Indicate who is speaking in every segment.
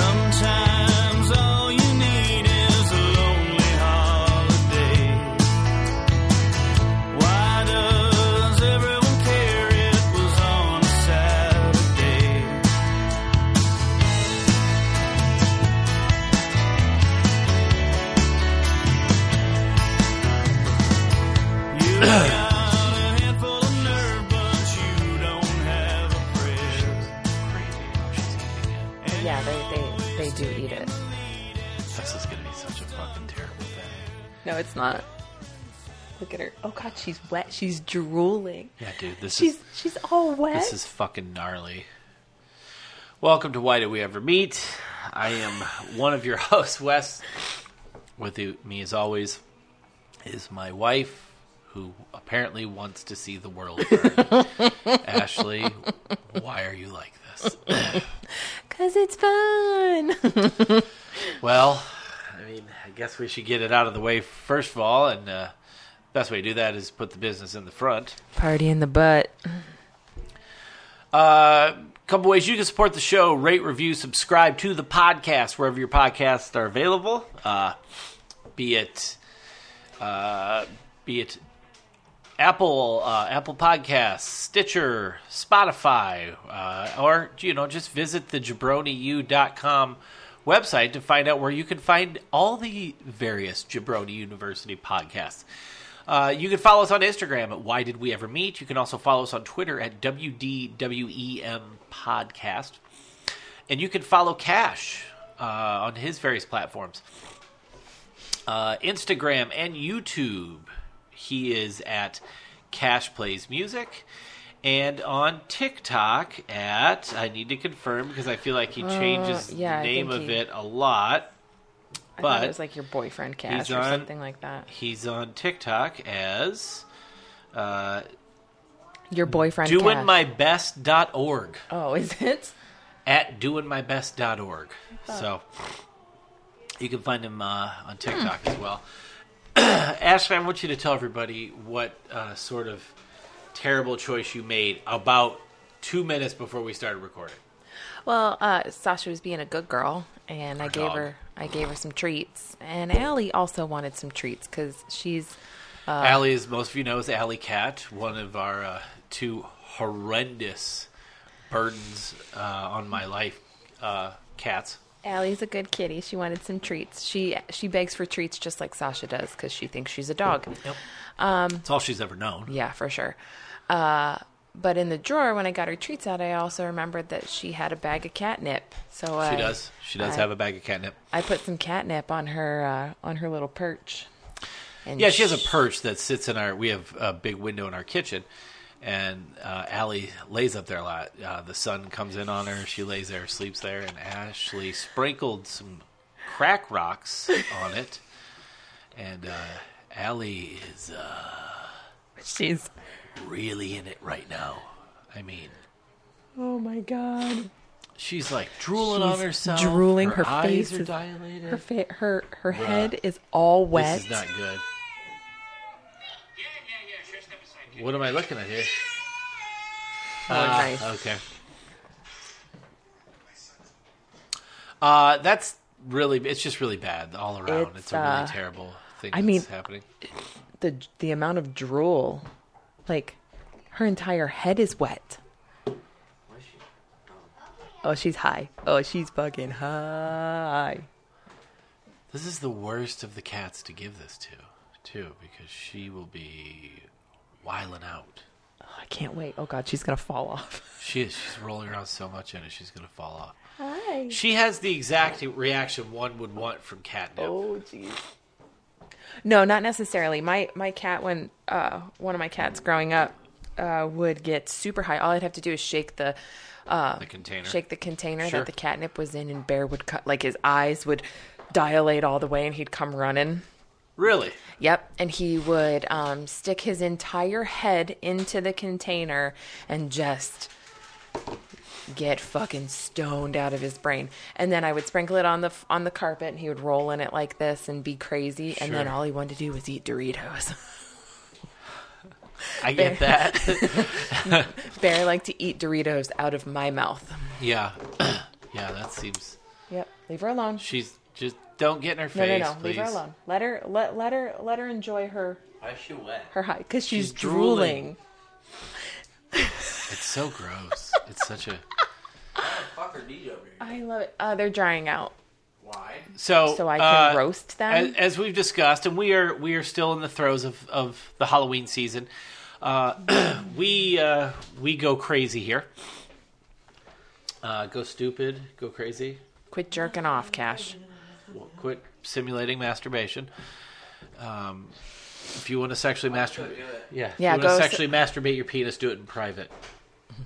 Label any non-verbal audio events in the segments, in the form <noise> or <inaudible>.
Speaker 1: Sometimes all you need is a lonely holiday. Why does everyone care it was on a Saturday? You got a handful of nerve, but you don't have a prayer.
Speaker 2: Yeah, they, they, they do eat it.
Speaker 3: This is gonna be such a fucking terrible thing.
Speaker 2: No, it's not. Look at her. Oh god, she's wet. She's drooling.
Speaker 3: Yeah, dude, this
Speaker 2: She's
Speaker 3: is
Speaker 2: she's all wet.
Speaker 3: this is fucking gnarly. Welcome to Why Did We Ever Meet? I am one of your <laughs> hosts, Wes. With you- me, as always, is my wife, who apparently wants to see the world burn. Ashley, why are you like this?
Speaker 2: Cause it's fun.
Speaker 3: Well, I mean, I guess we should get it out of the way first of all, and uh, best way to do that is put the business in the front.
Speaker 2: <laughs> Party in the butt.
Speaker 3: Uh, couple ways you can support the show: rate, review, subscribe to the podcast wherever your podcasts are available. Uh, be it, uh, be it Apple, uh, Apple Podcasts, Stitcher, Spotify, uh, or you know, just visit the jabroniu.com website to find out where you can find all the various Jabroni University podcasts. Uh, you can follow us on Instagram at Why Did We Ever Meet. You can also follow us on Twitter at WDWEM E Podcast. And you can follow Cash uh, on his various platforms uh, Instagram and YouTube. He is at Cash Plays Music. And on TikTok at, I need to confirm because I feel like he changes
Speaker 2: Uh, yeah, I
Speaker 3: the name
Speaker 2: think
Speaker 3: of
Speaker 2: he-
Speaker 3: it a lot.
Speaker 2: I
Speaker 3: But-
Speaker 2: thought it was like your boyfriend
Speaker 3: He's
Speaker 2: cash or
Speaker 3: on-
Speaker 2: something like that.
Speaker 3: He's on TikTok as uh,
Speaker 2: Your boyfriend Cash.
Speaker 3: doingmybest.org.
Speaker 2: Oh, is it?
Speaker 3: at doingmybest.org. So you can find him uh, on TikTok as well. <clears throat> Ashley, I want you to tell everybody what uh, sort of terrible choice you made about two minutes before we started recording.
Speaker 2: Well, uh, Sasha was being a good girl, and I gave
Speaker 3: dog.
Speaker 2: her I gave her some treats, and Allie also wanted some treats because she's
Speaker 3: Allie, as most of you know, is Allie Cat, one of our uh, two horrendous burdens uh, on my life, uh, cats.
Speaker 2: Allie's a good kitty. She wanted some treats. She she begs for treats just like Sasha does because she thinks she's a dog.
Speaker 3: It's all she's ever known.
Speaker 2: Yeah, for sure. Uh, but in the drawer when I got her treats out, I also remembered that she had a bag of catnip. So I,
Speaker 3: She does. She does
Speaker 2: I-
Speaker 3: have a bag of catnip.
Speaker 2: I put some catnip on her uh, on her little perch. And
Speaker 3: Yeah, she has a perch that sits in our. We have a big window in our kitchen, and uh, Allie lays up there a lot. Uh, the sun comes in on her. She lays there, sleeps there, and Ashley sprinkled some crack rocks on it. And uh, Allie is uh,
Speaker 2: She's
Speaker 3: really in it right now. I mean,
Speaker 2: oh my god.
Speaker 3: she's like drooling
Speaker 2: She's
Speaker 3: on herself.
Speaker 2: drooling, her
Speaker 3: eyes
Speaker 2: face
Speaker 3: are
Speaker 2: is-
Speaker 3: dilated.
Speaker 2: Her fa- her her head is all wet.
Speaker 3: This is not good. What am I looking at here?
Speaker 2: Oh, nice.
Speaker 3: Okay. Uh, that's really. It's just really bad all around. It's,
Speaker 2: It's,
Speaker 3: a really
Speaker 2: uh,
Speaker 3: terrible thing.
Speaker 2: I
Speaker 3: that's
Speaker 2: mean-
Speaker 3: happening.
Speaker 2: The the amount of drool, like her entire head is wet. Oh, she's high. Oh, she's fucking high.
Speaker 3: This is the worst of the cats to give this to, too, because she will be whiling out.
Speaker 2: Oh, I can't wait. Oh god, she's gonna fall off.
Speaker 3: She is. She's rolling around so much in it, she's gonna fall off. Hi. She has the exact reaction one would want from catnip.
Speaker 2: Oh jeez. No, not necessarily. My my cat when uh one of my cats growing up uh would get super high. All I'd have to do is shake the uh
Speaker 3: The container.
Speaker 2: shake the container
Speaker 3: Sure.
Speaker 2: that the catnip was in and bear would cut like his eyes would dilate all the way and he'd come running.
Speaker 3: Really?
Speaker 2: Yep. And he would um, stick his entire head into the container and just get fucking stoned out of his brain. And then I would sprinkle it on the f- on the carpet, and he would roll in it like this and be crazy. And then
Speaker 3: Sure.
Speaker 2: all he wanted to do was eat Doritos. <laughs>
Speaker 3: I get that.
Speaker 2: <laughs> Bear liked to eat Doritos out of my mouth.
Speaker 3: yeah. <clears throat> yeah, that seems.
Speaker 2: Yep. Leave her alone.
Speaker 3: She's just. Don't get in her
Speaker 2: No, no,
Speaker 3: face.
Speaker 2: no. Leave her
Speaker 3: please.
Speaker 2: alone. Let her let let her let her enjoy her
Speaker 4: Why is she wet?
Speaker 2: her high because she's,
Speaker 3: She's drooling.
Speaker 2: drooling.
Speaker 3: It's so gross. it's such a.
Speaker 4: Fuck her DJ over here.
Speaker 2: I love it. Uh, they're drying out,
Speaker 4: Why?
Speaker 3: <laughs> So,
Speaker 2: so I can
Speaker 3: uh,
Speaker 2: roast them.
Speaker 3: as, as we've discussed, and we are we are still in the throes of, of the Halloween season. Uh, <clears throat> we uh, we go crazy here. Uh, go stupid, go crazy.
Speaker 2: Quit jerking off, Cash.
Speaker 3: Well, quit simulating masturbation. Um, if you want to sexually masturbate, yeah, if
Speaker 2: Yeah,
Speaker 3: you want
Speaker 2: go
Speaker 3: to
Speaker 2: se-
Speaker 3: sexually masturbate your penis, do it in private. <laughs>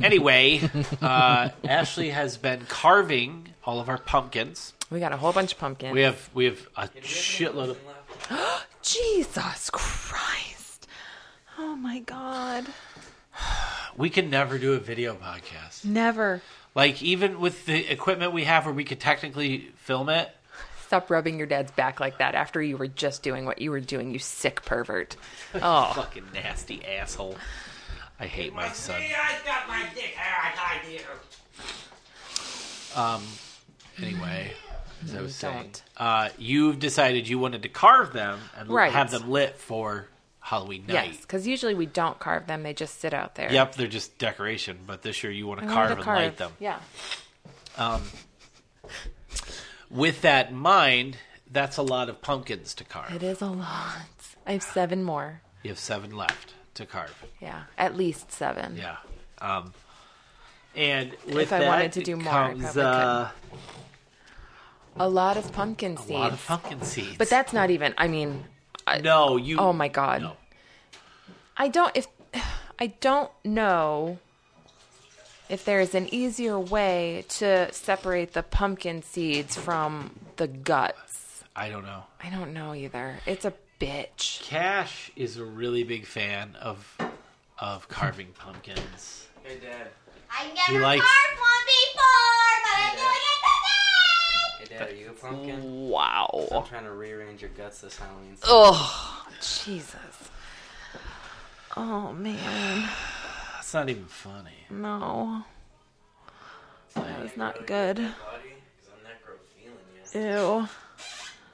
Speaker 3: anyway, uh, Ashley has been carving all of our pumpkins.
Speaker 2: We got a whole bunch of pumpkins.
Speaker 3: We have we have a shitload of
Speaker 2: Jesus Christ. Oh my God.
Speaker 3: We can never do a video podcast.
Speaker 2: Never.
Speaker 3: Like even with the equipment we have, where we could technically film it.
Speaker 2: Stop rubbing your dad's back like that after you were just doing what you were doing, you sick pervert. Oh,
Speaker 3: Fucking nasty asshole. I hate my son.
Speaker 4: I got my dick out idea.
Speaker 3: Anyway, as I was saying,
Speaker 2: don't.
Speaker 3: uh, you've decided you wanted to carve them and
Speaker 2: Right.
Speaker 3: have them lit for Halloween night.
Speaker 2: yes. Because usually we don't carve them, they just sit out there.
Speaker 3: Yep, they're just decoration, but this year you want to
Speaker 2: I wanted
Speaker 3: carve
Speaker 2: to
Speaker 3: and light them.
Speaker 2: Yeah.
Speaker 3: With that in mind, that's a lot of pumpkins to carve.
Speaker 2: It is a lot. I have seven more.
Speaker 3: You have seven left to carve.
Speaker 2: Yeah. At least seven.
Speaker 3: Yeah. Um, and with
Speaker 2: I
Speaker 3: that
Speaker 2: wanted to do more, I
Speaker 3: comes,
Speaker 2: probably
Speaker 3: uh,
Speaker 2: A lot of pumpkin
Speaker 3: a
Speaker 2: seeds.
Speaker 3: lot of pumpkin seeds.
Speaker 2: but that's not even, I mean, I,
Speaker 3: no, you.
Speaker 2: Oh my God.
Speaker 3: No.
Speaker 2: I don't if I don't know if there is an easier way to separate the pumpkin seeds from the guts.
Speaker 3: I don't know.
Speaker 2: I don't know either. It's a bitch.
Speaker 3: Cash is a really big fan of of carving pumpkins.
Speaker 4: Hey, Dad.
Speaker 5: I never
Speaker 3: He likes-
Speaker 5: carved one before, but I'm doing it today.
Speaker 4: Hey, Dad, are you a pumpkin? I'm
Speaker 2: Wow.
Speaker 4: trying to rearrange your guts this Halloween.
Speaker 2: Oh, Jesus. Oh man,
Speaker 3: That's not even funny.
Speaker 2: no. That was not good.
Speaker 4: Body? Because I'm not grow feeling yet.
Speaker 2: Ew.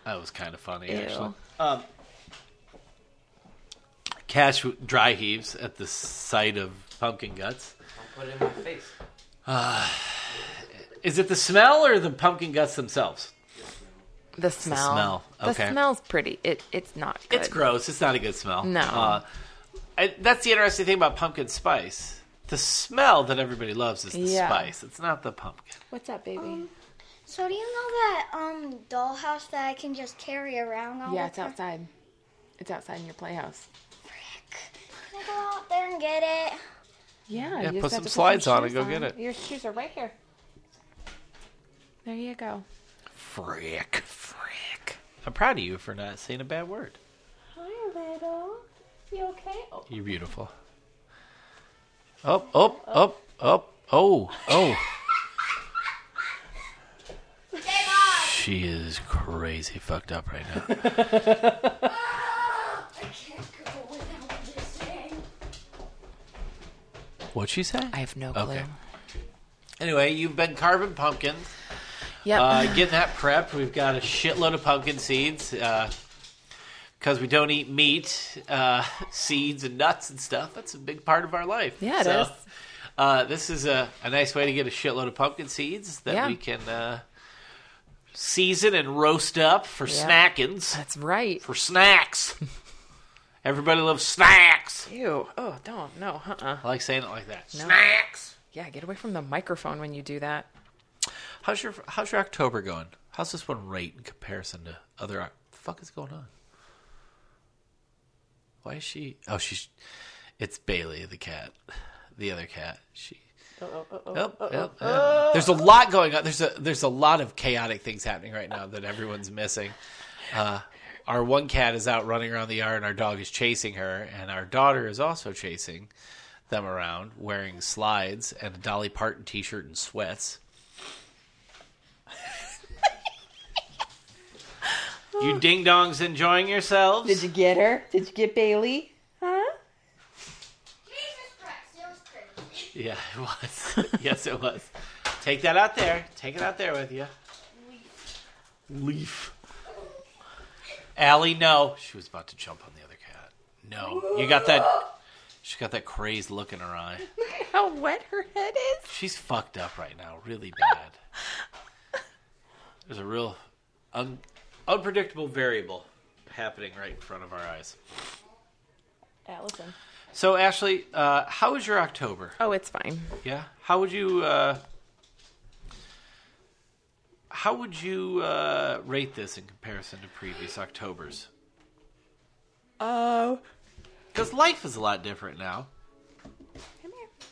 Speaker 3: That was kind of funny actually. Um,
Speaker 2: Ew.
Speaker 3: Cash w- dry heaves at the sight of pumpkin guts.
Speaker 4: I'll put it in my face.
Speaker 3: Is it the smell or the pumpkin guts themselves?
Speaker 2: The smell.
Speaker 3: smell. Okay.
Speaker 2: The smell's pretty. It it's not good.
Speaker 3: It's gross. It's not a good smell.
Speaker 2: No.
Speaker 3: Uh, I, that's the interesting thing about pumpkin spice. The smell that everybody loves is the
Speaker 2: Yeah.
Speaker 3: spice. It's not the pumpkin.
Speaker 2: What's up, baby?
Speaker 6: So do you know that um dollhouse that I can just carry around all
Speaker 2: yeah,
Speaker 6: the
Speaker 2: it's
Speaker 6: time?
Speaker 2: outside. It's outside in your playhouse.
Speaker 6: Can I go out there and get it?
Speaker 2: Yeah,
Speaker 3: Yeah,
Speaker 2: you just have
Speaker 3: put some
Speaker 2: to
Speaker 3: slides on
Speaker 2: shoes
Speaker 3: and go get it.
Speaker 2: Your shoes are right here. There you go.
Speaker 3: Frick. Frick. I'm proud of you for not saying a bad word.
Speaker 2: Hi, little. You okay? Oh,
Speaker 3: You're beautiful. Up, up, up, up. Oh, oh. She is crazy fucked up right now.
Speaker 6: I can't go without this thing.
Speaker 3: What'd she say?
Speaker 2: I have no clue.
Speaker 3: Okay. Anyway, you've been carving pumpkins,
Speaker 2: Yep.
Speaker 3: uh, getting that prepped. We've got a shitload of pumpkin seeds because we don't eat meat, uh, <laughs> seeds and nuts and stuff. That's a big part of our life.
Speaker 2: Yeah, it
Speaker 3: So,
Speaker 2: is.
Speaker 3: Uh, this is a, a nice way to get a shitload of pumpkin seeds that
Speaker 2: Yeah.
Speaker 3: we can uh, season and roast up for
Speaker 2: Yeah. <laughs>
Speaker 3: snackings.
Speaker 2: That's right. <laughs>
Speaker 3: For snacks. Everybody loves snacks.
Speaker 2: Ew. Oh, don't. No. Uh. uh
Speaker 3: I like saying it like that.
Speaker 2: No.
Speaker 3: Snacks.
Speaker 2: Yeah. Get away from the microphone when you do that.
Speaker 3: How's your How's your October going? How's this one rate in comparison to other? Oc- The fuck is going on? Why is she? Oh, she's. It's Bailey the cat, the other cat. She. Yep, yep, yep. There's a lot going on. There's a there's a lot of chaotic things happening right now that everyone's missing. Uh, our one cat is out running around the yard and our dog is chasing her and our daughter is also chasing them around wearing slides and a Dolly Parton t-shirt and sweats. you ding dongs enjoying yourselves?
Speaker 7: Did you get her? Did you get Bailey? Huh?
Speaker 5: Jesus Christ, that was crazy.
Speaker 3: Yeah, it was. <laughs> yes, it was. Take that out there. Take it out there with you. Leaf. Leaf. Allie, no. She was about to jump on the other cat. No. You got that. She got that crazed look in her eye.
Speaker 2: How wet her head is.
Speaker 3: She's fucked up right now, really bad. There's a real un- unpredictable variable happening right in front of our eyes.
Speaker 2: Allison.
Speaker 3: So, Ashley, uh, how was your October?
Speaker 2: Oh, it's fine.
Speaker 3: Yeah. How would you uh how would you uh rate this in comparison to previous Octobers?
Speaker 2: Oh.
Speaker 3: Cuz life is a lot different now.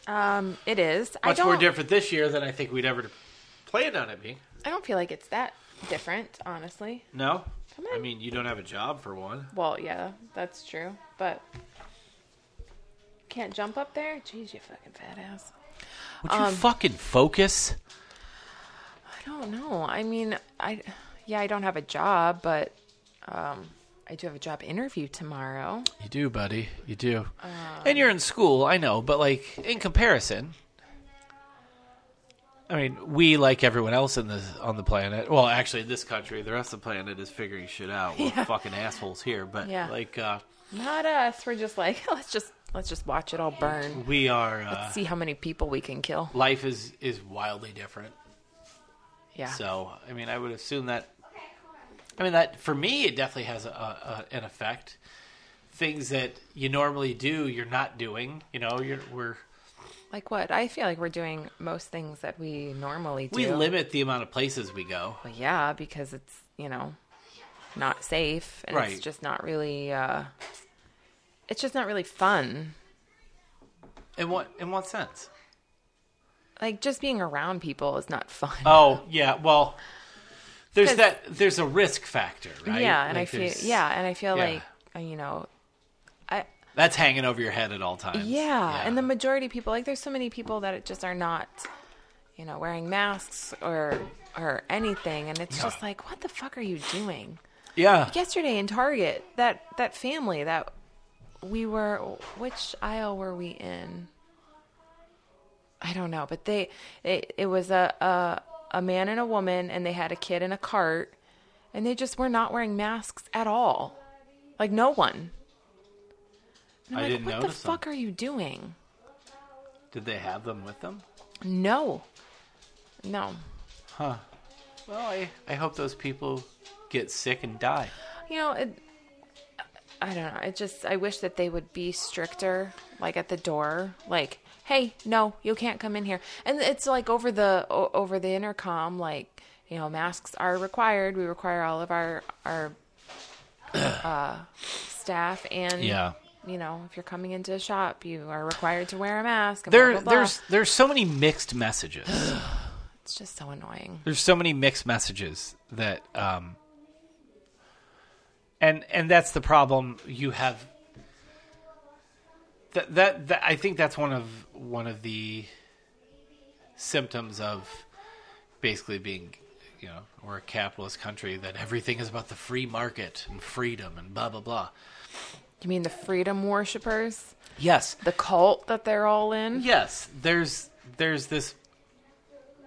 Speaker 2: Um, it is. I
Speaker 3: Much
Speaker 2: don't,
Speaker 3: more different this year than I think we'd ever planned on it being.
Speaker 2: I don't feel like it's that different, honestly.
Speaker 3: No.
Speaker 2: Come
Speaker 3: I
Speaker 2: on.
Speaker 3: mean, you don't have a job for one.
Speaker 2: Well, yeah, that's true. But can't jump up there? Jeez, you fucking fat ass.
Speaker 3: Would you
Speaker 2: Um,
Speaker 3: fucking focus?
Speaker 2: I don't know. I mean, I yeah, I don't have a job, but um I do have a job interview tomorrow.
Speaker 3: You do, buddy. You do.
Speaker 2: Um,
Speaker 3: and you're in school, I know, but like in comparison, I mean, we like everyone else in this on the planet. Well, actually, this country, the rest of the planet is figuring shit
Speaker 2: <laughs>
Speaker 3: out. We're fucking assholes here, but
Speaker 2: Yeah.
Speaker 3: like uh,
Speaker 2: Not us. We're just like, <laughs> let's just let's just watch it all burn.
Speaker 3: we are. Uh,
Speaker 2: See how many people we can kill.
Speaker 3: life is is wildly different.
Speaker 2: Yeah.
Speaker 3: So, I mean, I would assume that. I mean, that for me, it definitely has a, a, a, an effect. Things that you normally do, you're not doing. You know, you're we're.
Speaker 2: Like what? I feel like we're doing most things that we normally do.
Speaker 3: We limit the amount of places we go.
Speaker 2: But yeah, because it's, you know, not safe and
Speaker 3: Right.
Speaker 2: it's just not really uh it's just not really fun.
Speaker 3: In what in what sense?
Speaker 2: Like just being around people is not fun.
Speaker 3: Oh yeah, well, there's
Speaker 2: 'Cause-
Speaker 3: that there's a risk factor,
Speaker 2: <laughs>
Speaker 3: right?
Speaker 2: yeah, and
Speaker 3: Like,
Speaker 2: I feel
Speaker 3: there's-
Speaker 2: yeah, and I feel
Speaker 3: yeah.
Speaker 2: like uh, you know, I
Speaker 3: that's hanging over your head at all times.
Speaker 2: yeah, and the majority of people like there's so many people that it just are not, you know, wearing masks or or anything, and it's just like what the fuck are you doing?
Speaker 3: yeah,
Speaker 2: Yesterday in Target, that that family that we were which aisle were we in? I don't know, but they it, it was a, a a man and a woman and they had a kid in a cart and they just were not wearing masks at all. Like no one. And I'm
Speaker 3: I
Speaker 2: like,
Speaker 3: didn't
Speaker 2: what
Speaker 3: notice
Speaker 2: the fuck
Speaker 3: them.
Speaker 2: are you doing?
Speaker 3: Did they have them with them?
Speaker 2: No. No.
Speaker 3: Well, I I hope those people get sick and die.
Speaker 2: You know, it, I don't know. I just I wish that they would be stricter, like at the door, like, "Hey, no, you can't come in here." And it's like over the o- over the intercom, like you know, masks are required. We require all of our our <coughs> uh, staff, and
Speaker 3: Yeah.
Speaker 2: you know, if you're coming into a shop, you are required to wear a mask. And
Speaker 3: There
Speaker 2: blah, blah, blah.
Speaker 3: there's there's so many mixed messages.
Speaker 2: it's just so annoying.
Speaker 3: there's so many mixed messages that um and and that's the problem you have that, that that I think that's one of one of the symptoms of basically being you know we're a capitalist country that everything is about the free market and freedom and blah blah blah
Speaker 2: You mean the freedom worshippers,
Speaker 3: yes
Speaker 2: the cult that they're all in?
Speaker 3: yes there's there's this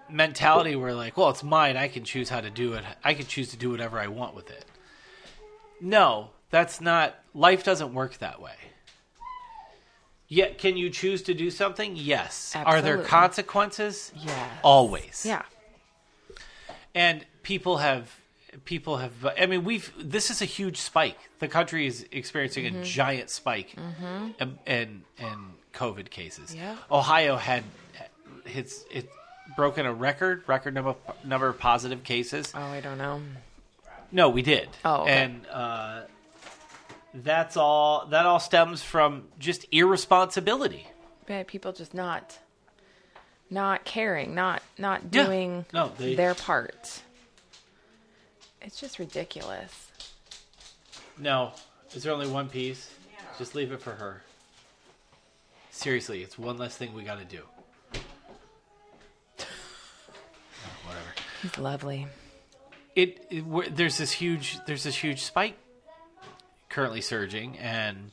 Speaker 3: mentality where like well it's mine i can choose how to do it i can choose to do whatever i want with it no that's not life doesn't work that way yet can you choose to do something yes are there
Speaker 2: Absolutely.
Speaker 3: consequences
Speaker 2: Yes.
Speaker 3: always
Speaker 2: Yeah.
Speaker 3: and people have people have i mean we've this is a huge spike the country is experiencing
Speaker 2: Mm-hmm.
Speaker 3: a giant spike and, and and covid cases
Speaker 2: Yeah.
Speaker 3: ohio had it's it broken a record record number number of positive cases
Speaker 2: Oh, I don't know.
Speaker 3: no we did
Speaker 2: Oh, okay.
Speaker 3: and uh that's all that all stems from just irresponsibility
Speaker 2: bad people just not not caring not not
Speaker 3: Yeah.
Speaker 2: doing
Speaker 3: No, they-
Speaker 2: their part it's just ridiculous
Speaker 3: No. Is there only one piece? Just leave it for her. Seriously, it's one less thing we gotta do. <laughs> Oh, whatever.
Speaker 2: He's lovely.
Speaker 3: It, it we're- there's this huge there's this huge spike currently surging, and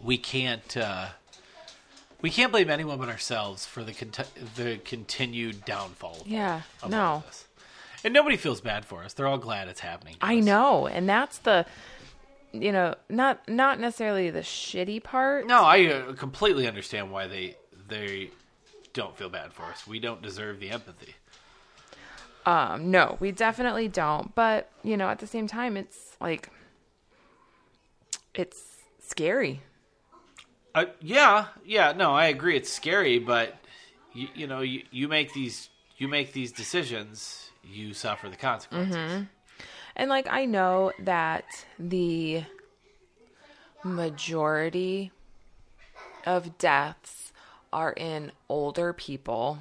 Speaker 3: we can't uh, we can't blame anyone but ourselves for the cont- the continued downfall.
Speaker 2: Yeah.
Speaker 3: of all
Speaker 2: No.
Speaker 3: of this. And nobody feels bad for us. They're all glad it's happening. to
Speaker 2: I
Speaker 3: us.
Speaker 2: know, and that's the you know, not not necessarily the shitty part.
Speaker 3: No, I uh, completely understand why they they don't feel bad for us. We don't deserve the empathy.
Speaker 2: Um, no, we definitely don't. But, you know, at the same time it's like it's scary.
Speaker 3: Uh, yeah, yeah. No, I agree. It's scary, but you, you know, you, you make these you make these decisions. You suffer the consequences.
Speaker 2: And like I know that the majority of deaths are in older people,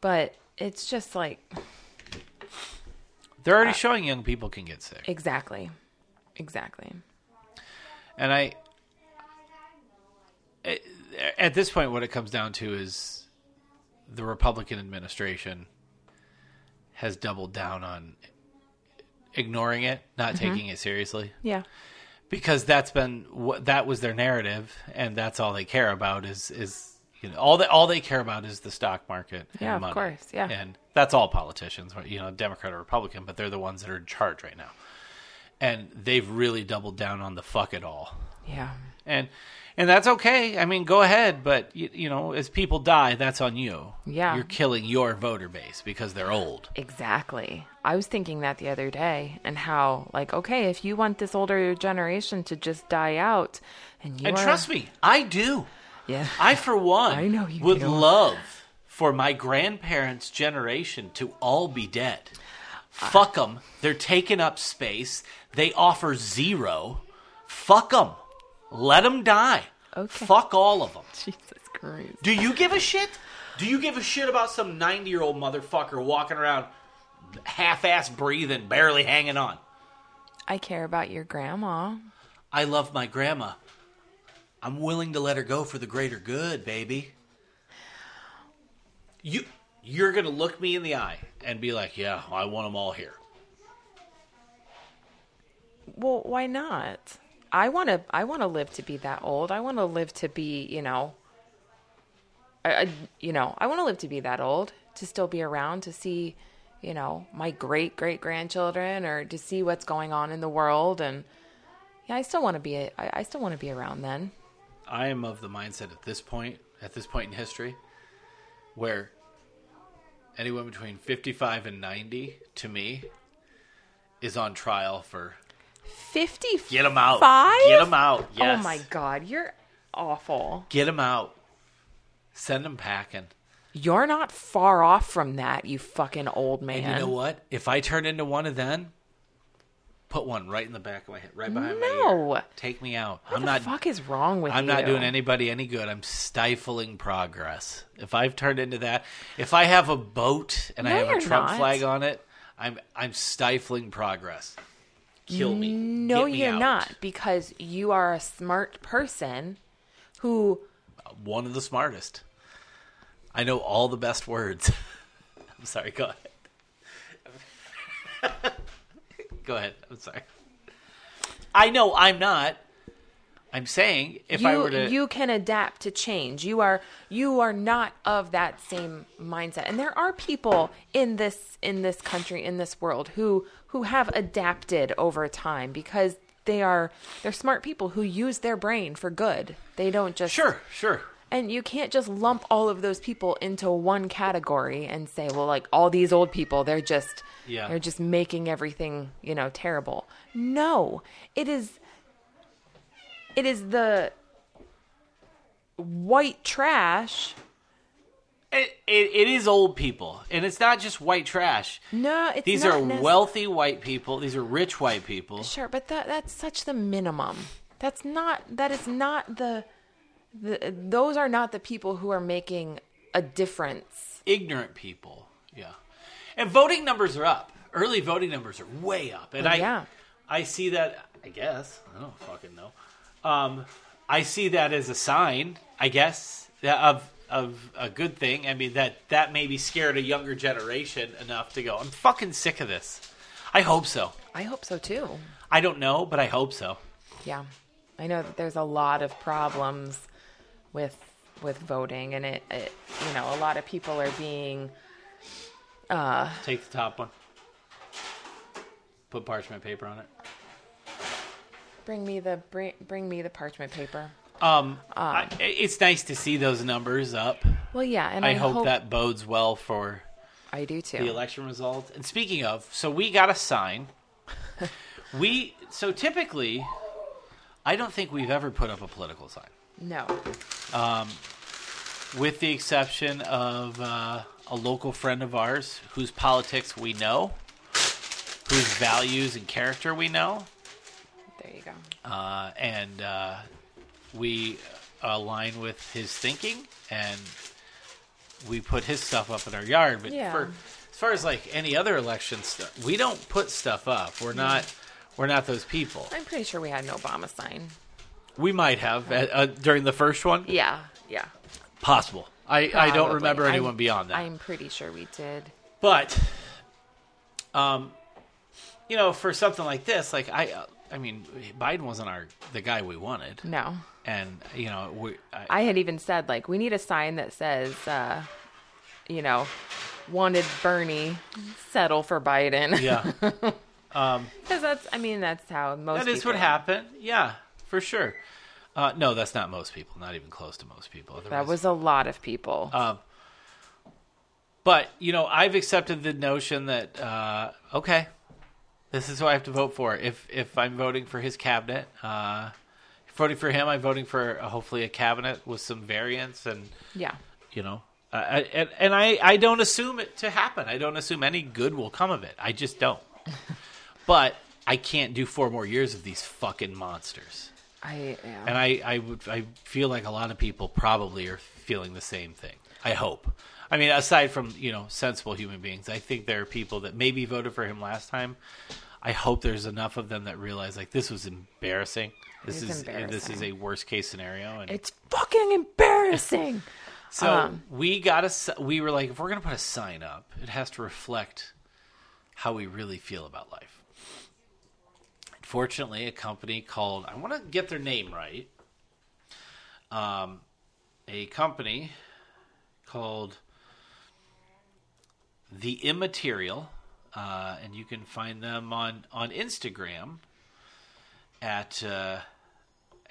Speaker 2: but it's just like
Speaker 3: They're already showing young people can get sick,
Speaker 2: exactly, exactly.
Speaker 3: and I at- at this point, what it comes down to is the Republican administration has doubled down on ignoring it, not taking it seriously.
Speaker 2: Yeah,
Speaker 3: because that's been what that was their narrative and that's all they care about is is you know all they all they care about is the stock market and
Speaker 2: Yeah, of
Speaker 3: money.
Speaker 2: course, yeah.
Speaker 3: and that's all politicians you know democrat or republican but they're the ones that are in charge right now and they've really doubled down on the fuck it all
Speaker 2: yeah,
Speaker 3: and and that's okay i mean go ahead but you, you know as people die that's on you
Speaker 2: Yeah.
Speaker 3: you're killing your voter base because they're old
Speaker 2: exactly. I was thinking that the other day, and how like okay, if you want this older generation to just die out, and you
Speaker 3: and
Speaker 2: are-
Speaker 3: trust me i do
Speaker 2: yeah,
Speaker 3: I, for one,
Speaker 2: I know you
Speaker 3: would
Speaker 2: do.
Speaker 3: love for my grandparents' generation to all be dead. Fuck them. They're taking up space. They offer zero. Fuck them. Let them die.
Speaker 2: Okay.
Speaker 3: Fuck all of them.
Speaker 2: <laughs> Jesus Christ.
Speaker 3: Do you give a shit? Do you give a shit about some 90 year old motherfucker walking around half ass breathing, barely hanging on?
Speaker 2: I care about your grandma.
Speaker 3: I love my grandma. I'm willing to let her go for the greater good, baby. You you're going to look me in the eye and be like, "Yeah, I want them all here."
Speaker 2: Well, why not? I want to. I want to live to be that old. I want to live to be, you know. I, I you know, I want to live to be that old to still be around to see, you know, my great great grandchildren or to see what's going on in the world and yeah, I still want to be. I, I still want to be around then.
Speaker 3: I am of the mindset at this point, at this point in history, where anyone between 55 and 90 to me is on trial for
Speaker 2: Fifty.
Speaker 3: get them out.
Speaker 2: Five?
Speaker 3: Get them out. Yes.
Speaker 2: Oh my God, you're awful.
Speaker 3: Get them out. Send them packing.
Speaker 2: You're not far off from that, you fucking old man.
Speaker 3: And you know what? If I turn into one of them, put one right in the back of my head, right behind my
Speaker 2: No.
Speaker 3: ear. Take me out.
Speaker 2: What
Speaker 3: I'm
Speaker 2: the
Speaker 3: not.
Speaker 2: fuck is wrong with
Speaker 3: I'm
Speaker 2: you?
Speaker 3: not doing anybody any good. I'm stifling progress. If I've turned into that, if I have a boat and I
Speaker 2: No,
Speaker 3: have a
Speaker 2: you're
Speaker 3: Trump
Speaker 2: not.
Speaker 3: flag on it, I'm I'm stifling progress. Kill me.
Speaker 2: No,
Speaker 3: Get me
Speaker 2: you're
Speaker 3: out.
Speaker 2: not, because you are a smart person who
Speaker 3: One of the smartest. I know all the best words. <laughs> I'm sorry. Go ahead. <laughs> go ahead. I'm sorry. I know I'm not. I'm saying if
Speaker 2: you
Speaker 3: I were to
Speaker 2: you can adapt to change. You are you are not of that same mindset. And there are people in this in this country in this world who who have adapted over time because they are they're smart people who use their brain for good. They don't just
Speaker 3: sure, sure.
Speaker 2: And you can't just lump all of those people into one category and say, well, like all these old people, they're just
Speaker 3: Yeah.
Speaker 2: they're just making everything, you know, terrible. No. It is it is the white trash.
Speaker 3: It, it, it is old people, and it's not just white trash.
Speaker 2: No, it's
Speaker 3: These
Speaker 2: not
Speaker 3: are
Speaker 2: nec-
Speaker 3: wealthy white people. These are rich white people.
Speaker 2: Sure, but that that's such the minimum. That's not that is not the, the those are not the people who are making a difference.
Speaker 3: ignorant people. Yeah. And voting numbers are up. Early voting numbers are way up. And I
Speaker 2: yeah.
Speaker 3: I see that. I guess I don't fucking know. Um, I see that as a sign. I guess that- of of a good thing. I mean that that maybe scared a younger generation enough to go. I'm fucking sick of this. I hope so.
Speaker 2: I hope so too.
Speaker 3: I don't know, but I hope so.
Speaker 2: Yeah. I know that there's a lot of problems with with voting and it, it you know, a lot of people are being
Speaker 3: Take the top one. Put parchment paper on it.
Speaker 2: bring me the bring, bring me the parchment paper.
Speaker 3: Um, I, it's nice to see those numbers up.
Speaker 2: Well, yeah, and I,
Speaker 3: I hope that bodes well for
Speaker 2: I do too.
Speaker 3: the election results. And speaking of, so we got a
Speaker 2: <laughs>
Speaker 3: sign. we so typically, I don't think we've ever put up a political sign,
Speaker 2: no.
Speaker 3: with the exception of uh, a local friend of ours whose politics we know, whose values and character we know,
Speaker 2: There you go.
Speaker 3: uh, and uh, we align with his thinking and we put his stuff up in our yard but
Speaker 2: Yeah.
Speaker 3: for as far as like any other election stuff we don't put stuff up we're
Speaker 2: Mm.
Speaker 3: not we're not those people
Speaker 2: I'm pretty sure we had an Obama sign.
Speaker 3: we might have uh, uh, during the first one
Speaker 2: Yeah. Yeah.
Speaker 3: possible i i don't
Speaker 2: Probably.
Speaker 3: remember
Speaker 2: I'm-
Speaker 3: anyone beyond that
Speaker 2: I'm pretty sure we did.
Speaker 3: but um you know for something like this like i uh, i mean biden wasn't our the guy we wanted
Speaker 2: No.
Speaker 3: and you know we I,
Speaker 2: I had even said like we need a sign that says uh you know, wanted Bernie, settle for Biden. <laughs>
Speaker 3: yeah
Speaker 2: Because that's, I mean, that's how most.
Speaker 3: That is
Speaker 2: people
Speaker 3: what
Speaker 2: are.
Speaker 3: happened. Yeah, for sure. Uh, no, that's not most people. Not even close to most people.
Speaker 2: That
Speaker 3: Otherwise-
Speaker 2: was a lot of people.
Speaker 3: Uh, But you know, I've accepted the notion that uh, okay, this is who I have to vote for. If if I'm voting for his cabinet, uh, if voting for him, I'm voting for uh, hopefully a cabinet with some variance and
Speaker 2: yeah,
Speaker 3: you know. Uh, I- and and I, I don't assume it to happen. I don't assume any good will come of it. I
Speaker 2: <laughs>
Speaker 3: just don't. but I can't do four more years of these fucking monsters.
Speaker 2: I yeah.
Speaker 3: and I, I would I feel like a lot of people probably are feeling the same thing. I hope. I mean, aside from you know sensible human beings, I think there are people that maybe voted for him last time. I hope there's enough of them that realize like this was embarrassing. This
Speaker 2: It is
Speaker 3: is this is
Speaker 2: embarrassing.
Speaker 3: a worst case scenario, and
Speaker 2: it's fucking embarrassing.
Speaker 3: so we got a we were like, if we're gonna put a sign up, it has to reflect how we really feel about life. Fortunately, a company called I want to get their name right. Um, a company called The Immaterial, uh, and you can find them on on Instagram at. Uh,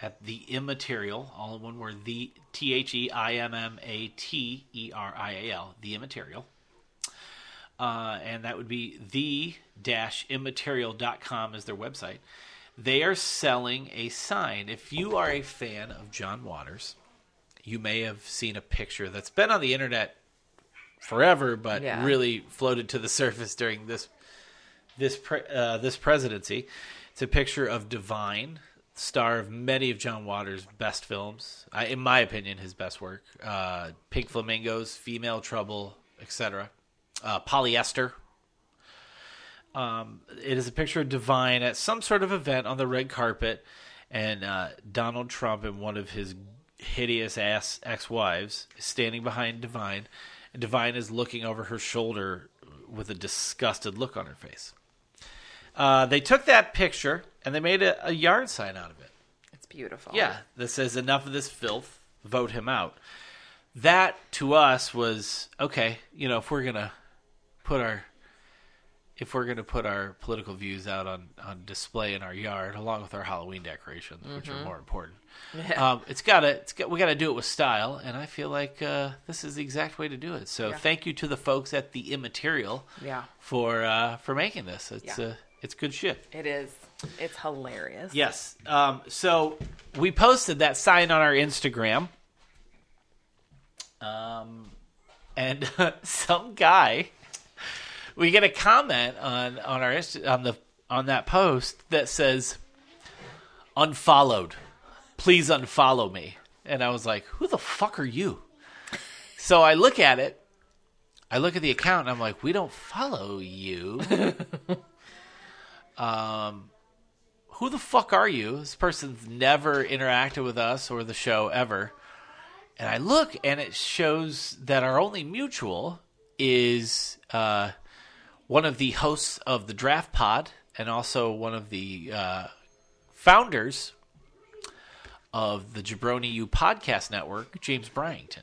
Speaker 3: at the immaterial all in one word the t h e i m m a t e r i a l the immaterial uh, and that would be the dash immaterial.com is their website they are selling a sign if you are a fan of john waters you may have seen a picture that's been on the internet forever but
Speaker 2: Yeah.
Speaker 3: really floated to the <laughs> surface during this this pre- uh, this presidency. It's a picture of Divine, star of many of John Waters' best films. I, in my opinion, his best work: uh, Pink Flamingos, Female Trouble, etc. Uh, polyester. Um, it is a picture of Divine at some sort of event on the red carpet, and uh, Donald Trump and one of his hideous ass ex-wives is standing behind Divine. And Divine is looking over her shoulder with a disgusted look on her face. Uh, they took that picture and they made a, a yard sign out of it.
Speaker 2: <laughs> It's beautiful.
Speaker 3: Yeah, that says enough of this filth. Vote him out. That to us was okay. You know, if we're gonna put our if we're gonna put our political views out on on display in our yard, along with our Halloween decorations, which
Speaker 2: Mm-hmm.
Speaker 3: are more important, um, it's gotta it's got, we gotta do it with style. And I feel like uh, this is the exact way to do it. So thank you to the folks at the Immaterial
Speaker 2: Yeah.
Speaker 3: for uh, for making this. It's
Speaker 2: Yeah.
Speaker 3: uh, it's good shit.
Speaker 2: it is. It's hilarious.
Speaker 3: Yes. Um, so we posted that sign on our Instagram. Um, and <laughs> some guy, we get a comment on on our Inst- on the on that post that says, "Unfollowed, please unfollow me." And I was like, "Who the fuck are you?" So I look at it. I look at the account and I'm like, "We don't follow you." who the fuck are you? This person's never interacted with us or the show ever. And I look, and it shows that our only mutual is uh, one of the hosts of the Draft Pod and also one of the uh, founders of the Jabroni U Podcast Network, James Bryington.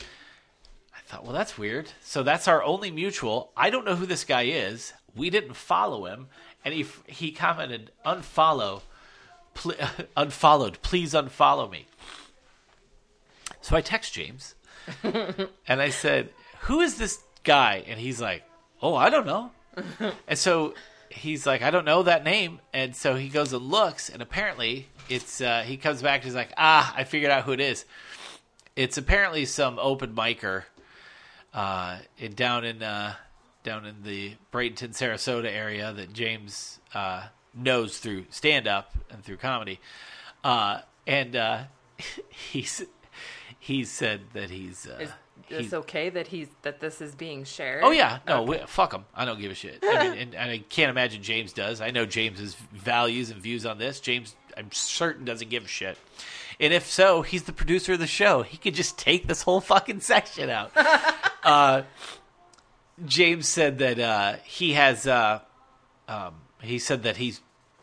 Speaker 3: I thought, well, that's weird. So that's our only mutual. I don't know who this guy is. We didn't follow him, and he he commented, "Unfollow, pl- <laughs> unfollowed. Please unfollow me." So I text James, and I said, "Who is this guy?" And he's like, "Oh, I don't know." and so he's like, "I don't know that name." And so he goes and looks, and apparently it's uh, he comes back. and He's like, "Ah, I figured out who it is." It's apparently some open micer uh, in, down in uh, down in the Bradenton, Sarasota area that James uh, knows through stand up and through comedy. Uh, and uh, <laughs> he's he said that he's uh,
Speaker 2: Is
Speaker 3: he's-
Speaker 2: this okay that he's that this is being shared?
Speaker 3: Oh yeah, no, we, fuck him. I don't give a shit. I mean, and, and I can't imagine James does. I know James's values and views on this. James, I'm certain, doesn't give a shit. And if so, he's the producer of the show. He could just take this whole fucking section out. uh, James said that uh, he has. Uh, um, he said that he's.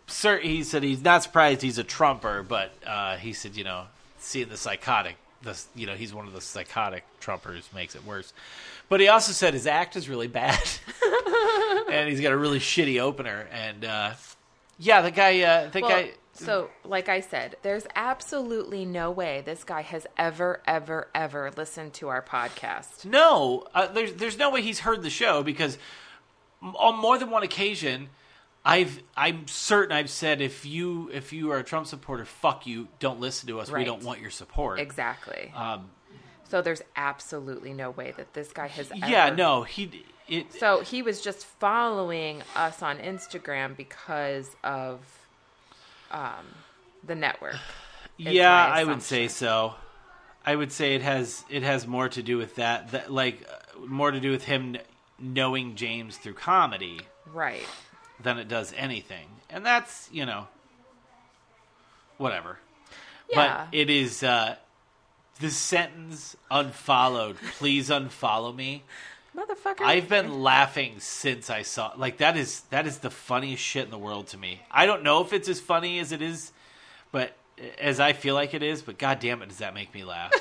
Speaker 3: Sir, he said he's not surprised he's a Trumper, but uh, he said you know seeing the psychotic, the you know he's one of the psychotic Trumpers makes it worse. But he also said his act is really bad, <laughs> and he's got a really shitty opener. And uh, yeah, the guy, uh, the
Speaker 2: Well,
Speaker 3: guy,
Speaker 2: so, like I said, there's absolutely no way this guy has ever, ever, ever listened to our podcast.
Speaker 3: No, uh, there's there's no way he's heard the show because m- on more than one occasion, I've I'm certain I've said if you if you are a Trump supporter, fuck you, don't listen to us. We
Speaker 2: Right.
Speaker 3: don't want your support.
Speaker 2: Exactly.
Speaker 3: Um,
Speaker 2: so there's absolutely no way that this guy has.
Speaker 3: Yeah,
Speaker 2: ever-
Speaker 3: no, he it
Speaker 2: So he was just following us on Instagram because of um, the network.
Speaker 3: yeah,
Speaker 2: my
Speaker 3: I would say
Speaker 2: assumption.
Speaker 3: so. I would say it has it has more to do with that that like uh, more to do with him kn- knowing James through comedy
Speaker 2: Right.
Speaker 3: than it does anything. And that's, you know, whatever.
Speaker 2: Yeah.
Speaker 3: But it is uh the sentence unfollowed. Please unfollow me.
Speaker 2: Motherfucker.
Speaker 3: I've been laughing since I saw like that is that is the funniest shit in the world to me. I don't know if it's as funny as it is, but as I feel like it is, but god damn it does that make
Speaker 2: <laughs>
Speaker 3: me laugh.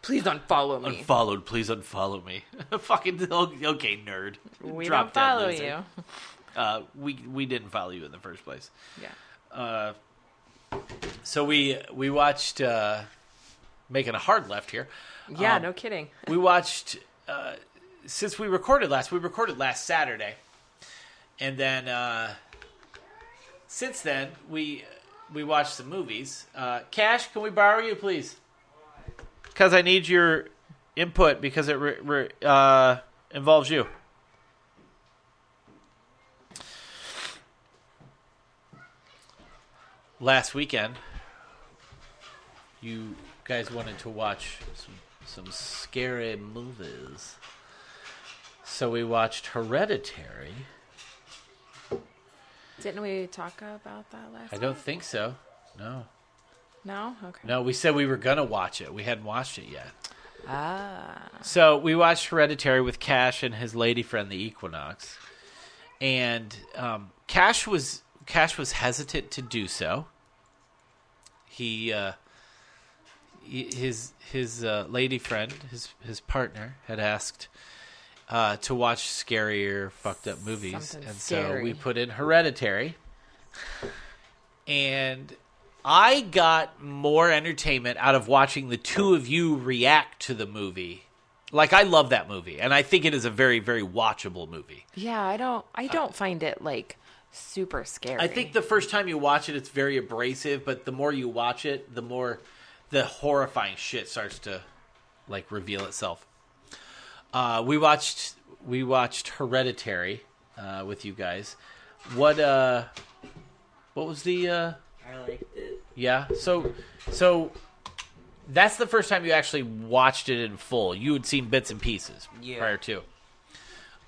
Speaker 2: Please unfollow me.
Speaker 3: Unfollowed, please unfollow me. <laughs> Fucking okay, nerd.
Speaker 2: we
Speaker 3: Drop
Speaker 2: don't
Speaker 3: dead
Speaker 2: follow
Speaker 3: loser.
Speaker 2: you.
Speaker 3: Uh, we we didn't follow you in the first place.
Speaker 2: Yeah.
Speaker 3: So we we watched uh, making a hard left here.
Speaker 2: Yeah,
Speaker 3: Um,
Speaker 2: no kidding.
Speaker 3: We watched uh, since we recorded last. We recorded last Saturday, and then uh, since then we we watched some movies. Uh, Cash, can we borrow you, please? Because I need your input because it re- re- uh, involves you. Last weekend, you guys wanted to watch some, some scary movies. So we watched Hereditary.
Speaker 2: Didn't we talk about that last?
Speaker 3: I don't think so. No.
Speaker 2: No. Okay.
Speaker 3: No, we said we were going to watch it. We hadn't watched it yet.
Speaker 2: Ah.
Speaker 3: So we watched Hereditary with Cash and his lady friend, the Equinox, and um, Cash was Cash was hesitant to do so. He, uh, he- his his uh, lady friend, his his partner, had asked uh, to watch scarier, fucked up movies,
Speaker 2: Something
Speaker 3: and so
Speaker 2: scary.
Speaker 3: we put in Hereditary, and. I got more entertainment out of watching the two of you react to the movie. Like I love that movie, and I think it is a very, very watchable movie.
Speaker 2: Yeah, I don't. I don't find it like super scary.
Speaker 3: Uh, I think the first time you watch it, it's very abrasive, but the more you watch it, the more the horrifying shit starts to like reveal itself. Uh, we watched we watched Hereditary uh, with you guys. What uh, what was the uh,
Speaker 4: I liked it.
Speaker 3: Yeah. So, so that's the first time you actually watched it in full. You had seen bits and pieces
Speaker 4: Yeah.
Speaker 3: prior to.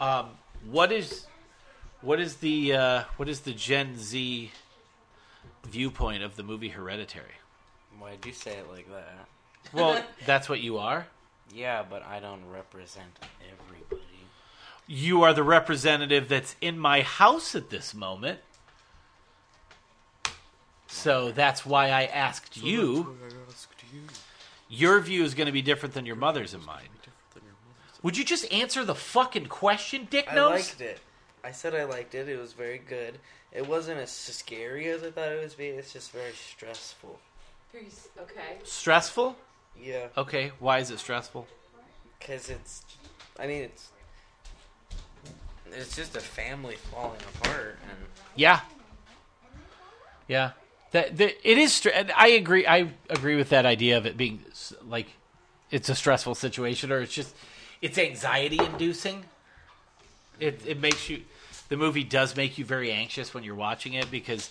Speaker 3: Um, what is what is the uh, what is the Gen Z viewpoint of the movie Hereditary.
Speaker 4: Why'd you say it like that?
Speaker 3: Well, <laughs> that's what you are.
Speaker 4: Yeah, but I don't represent everybody.
Speaker 3: You are the representative that's in my house at this moment. So that's why I asked you. Your view is going to be different than your mother's and mine. Would you just answer the fucking question, Dick
Speaker 4: I
Speaker 3: Nose?
Speaker 4: liked it. I said I liked it. It was very good. It wasn't as scary as I thought it would be. It's just very stressful.
Speaker 2: Okay.
Speaker 3: Stressful?
Speaker 4: Yeah,
Speaker 3: Okay, why is it stressful?
Speaker 4: because it's. I mean, it's. It's just a family falling apart, and
Speaker 3: Yeah. Yeah. That, that it is str- and I agree I agree with that idea of it being s- like it's a stressful situation or it's just it's anxiety inducing. It it makes you the movie does make you very anxious when you're watching it because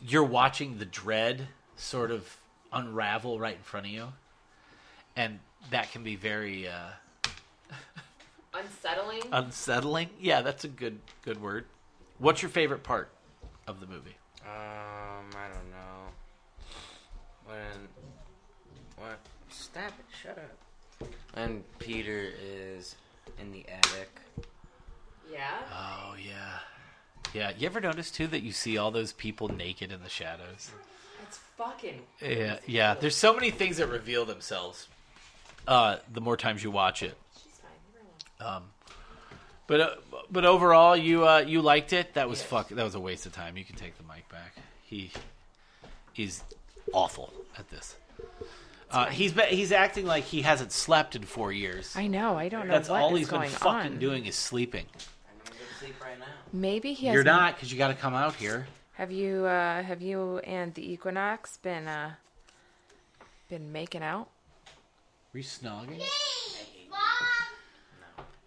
Speaker 3: you're watching the dread sort of unravel right in front of you. And that can be very uh,
Speaker 2: Unsettling.
Speaker 3: unsettling. Yeah, that's a good good word. What's your favorite part of the movie?
Speaker 4: um, I don't know. When, what? Stop it! Shut up. And Peter is in the attic.
Speaker 2: yeah.
Speaker 3: Oh yeah, yeah. You ever notice too that you see all those people naked in the shadows?
Speaker 2: It's fucking.
Speaker 3: Yeah, yeah. There's so many things that reveal themselves. Uh, the more times you watch it,
Speaker 2: She's fine.
Speaker 3: but uh, but overall, you uh, you liked it. That was fuck. That was a waste of time. You can take the mic back. He is awful at this. Uh, he's be- he's acting like he hasn't slept in four years.
Speaker 2: I know. I don't know
Speaker 3: That's
Speaker 2: what
Speaker 3: all
Speaker 2: is
Speaker 3: he's been
Speaker 2: going
Speaker 3: fucking
Speaker 2: on.
Speaker 3: doing is sleeping.
Speaker 4: I'm gonna go to sleep right now.
Speaker 2: Maybe he has.
Speaker 3: You're not because you got to come out here.
Speaker 2: Have you? Uh, have you and the Equinox been? Uh, been making out?
Speaker 3: Were you snogging?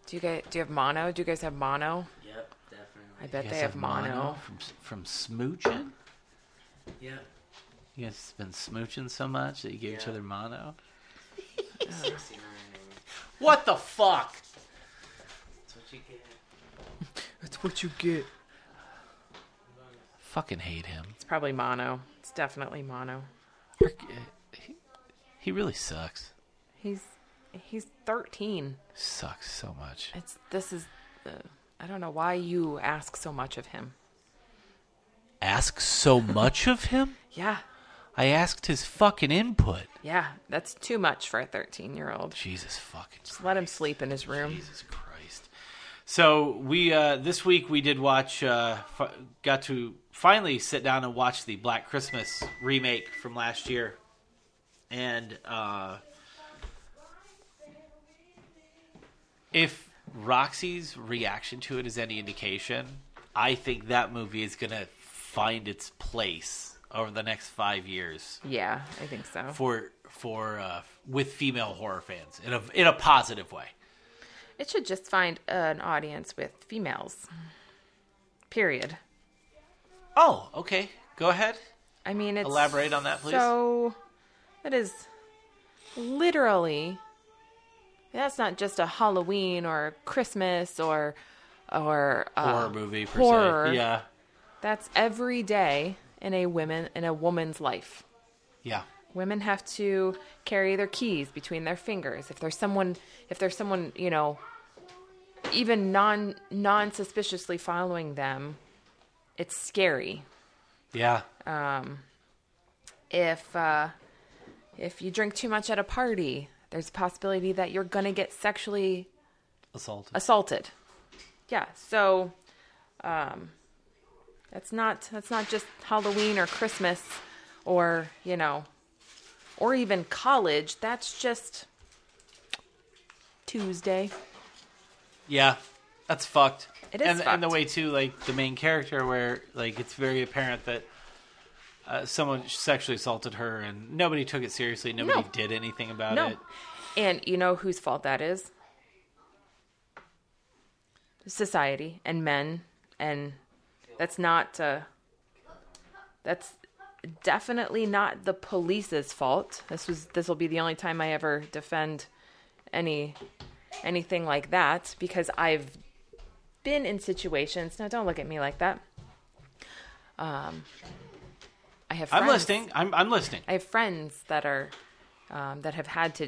Speaker 2: Do you guys? Do you have mono? Do you guys have mono?
Speaker 4: Yep, definitely.
Speaker 2: I bet
Speaker 3: You
Speaker 2: they
Speaker 3: guys
Speaker 2: have, mono.
Speaker 3: from from smooching.
Speaker 4: Yep.
Speaker 3: You guys have been smooching so much that you gave each
Speaker 4: Yeah.
Speaker 3: other mono.
Speaker 4: 69.
Speaker 3: What the fuck?
Speaker 4: That's what you get.
Speaker 3: That's what you get. Fucking hate him.
Speaker 2: It's probably mono. It's definitely mono.
Speaker 3: Her- He, he really sucks.
Speaker 2: He's he's 13.
Speaker 3: Sucks so much.
Speaker 2: It's this is. Uh, I don't know why you ask so much of him.
Speaker 3: Ask so much of him.
Speaker 2: Yeah,
Speaker 3: I asked his fucking input.
Speaker 2: yeah. That's too much for a 13 year old.
Speaker 3: Jesus fucking.
Speaker 2: Just let him sleep in his room.
Speaker 3: Jesus Christ. So we uh, this week we did watch uh, fi- got to finally sit down and watch the Black Christmas remake from last year, and uh, if Roxy's reaction to it is any indication, I think that movie is gonna find its place over the next five years
Speaker 2: Yeah, I think so.
Speaker 3: for for uh, with female horror fans in a in a positive way.
Speaker 2: It should just find an audience with females. Period.
Speaker 3: Oh, okay. Go ahead.
Speaker 2: I mean, it's
Speaker 3: Elaborate on that, please.
Speaker 2: So it is literally that's not just a Halloween or Christmas or or uh,
Speaker 3: horror movie per
Speaker 2: horror.
Speaker 3: se. Yeah.
Speaker 2: That's every day in a women in a woman's life.
Speaker 3: Yeah.
Speaker 2: Women have to carry their keys between their fingers. If there's someone, if there's someone, you know, even non non suspiciously following them, it's scary.
Speaker 3: Yeah.
Speaker 2: if uh, if you drink too much at a party, there's a possibility that you're gonna get sexually
Speaker 3: Assault.
Speaker 2: assaulted. Yeah, so um, that's not that's not just Halloween or Christmas or you know or even college. That's just Tuesday.
Speaker 3: yeah. That's fucked.
Speaker 2: It is
Speaker 3: and, and the
Speaker 2: fucked.
Speaker 3: way too, like the main character, where like it's very apparent that uh, someone sexually assaulted her, and nobody took it seriously. Nobody
Speaker 2: No.
Speaker 3: did anything about
Speaker 2: No,
Speaker 3: it.
Speaker 2: and you know whose fault that is? Society and men, and that's not. Uh, that's definitely not the police's fault. This was this will be the only time I ever defend any anything like that because I've been in situations. Now, don't look at me like that. Um, I have. Friends,
Speaker 3: I'm listening. I'm, I'm listening.
Speaker 2: I have friends that are um, that have had to,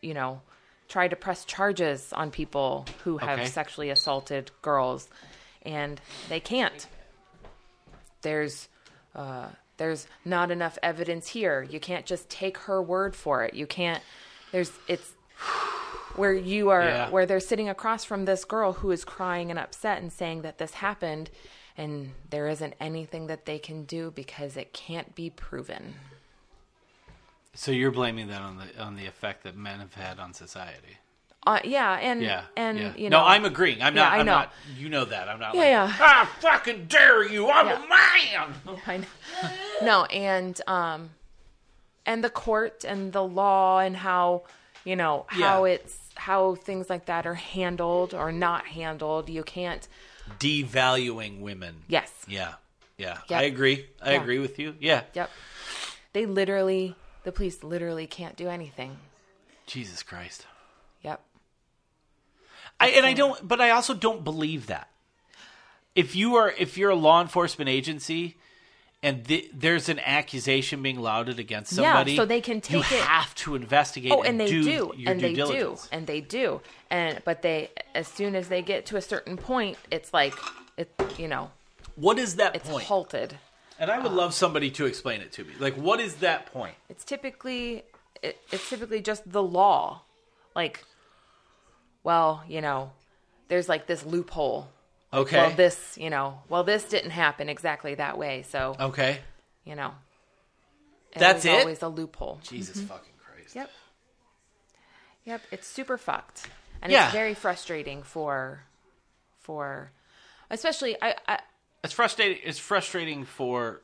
Speaker 2: you know, try to press charges on people who have
Speaker 3: Okay.
Speaker 2: sexually assaulted girls, and they can't. There's uh, there's not enough evidence here. You can't just take her word for it. You can't. There's it's where you are
Speaker 3: Yeah.
Speaker 2: where they're sitting across from this girl who is crying and upset and saying that this happened and there isn't anything that they can do because it can't be proven.
Speaker 3: So you're blaming that on the on the effect that men have had on society.
Speaker 2: Uh, yeah, and
Speaker 3: Yeah.
Speaker 2: and
Speaker 3: yeah.
Speaker 2: you know,
Speaker 3: no, I'm agreeing. I'm
Speaker 2: Yeah,
Speaker 3: not.
Speaker 2: I
Speaker 3: I'm
Speaker 2: know.
Speaker 3: not. You know that. I'm not.
Speaker 2: Yeah,
Speaker 3: like,
Speaker 2: yeah.
Speaker 3: <laughs> I fucking dare you. I'm a man.
Speaker 2: I know. no, and um, and the court and the law and how you know how
Speaker 3: Yeah.
Speaker 2: it's how things like that are handled or not handled. You can't.
Speaker 3: Devaluing women.
Speaker 2: Yes.
Speaker 3: Yeah. Yeah.
Speaker 2: Yep.
Speaker 3: I agree. I
Speaker 2: Yeah.
Speaker 3: agree with you. Yeah.
Speaker 2: Yep. They literally, the police literally can't do anything.
Speaker 3: Jesus Christ.
Speaker 2: Yep.
Speaker 3: I and I don't but I also don't believe that. If you are if you're a law enforcement agency and th- there's an accusation being lauded against
Speaker 2: Yeah,
Speaker 3: somebody,
Speaker 2: so they can
Speaker 3: you
Speaker 2: take it-
Speaker 3: have to investigate.
Speaker 2: Oh, and they do,
Speaker 3: your
Speaker 2: and
Speaker 3: due
Speaker 2: they
Speaker 3: diligence.
Speaker 2: do, and they do, and but they, as soon as they get to a certain point, it's like it, you know,
Speaker 3: What is that
Speaker 2: it's uh,
Speaker 3: point?
Speaker 2: halted.
Speaker 3: and I would love somebody to explain it to me. Like, what is that point?
Speaker 2: It's typically, it, it's typically just the law, like, well, you know, there's like this loophole.
Speaker 3: Okay.
Speaker 2: Well, this, you know, well, this didn't happen exactly that way, so
Speaker 3: okay.
Speaker 2: you know,
Speaker 3: Oh. That's
Speaker 2: there's
Speaker 3: it?
Speaker 2: Always a loophole.
Speaker 3: Jesus fucking Christ.
Speaker 2: Yep. Yep, it's super fucked. And
Speaker 3: Yeah.
Speaker 2: it's very frustrating for for especially I, I
Speaker 3: It's frustrating. It's frustrating for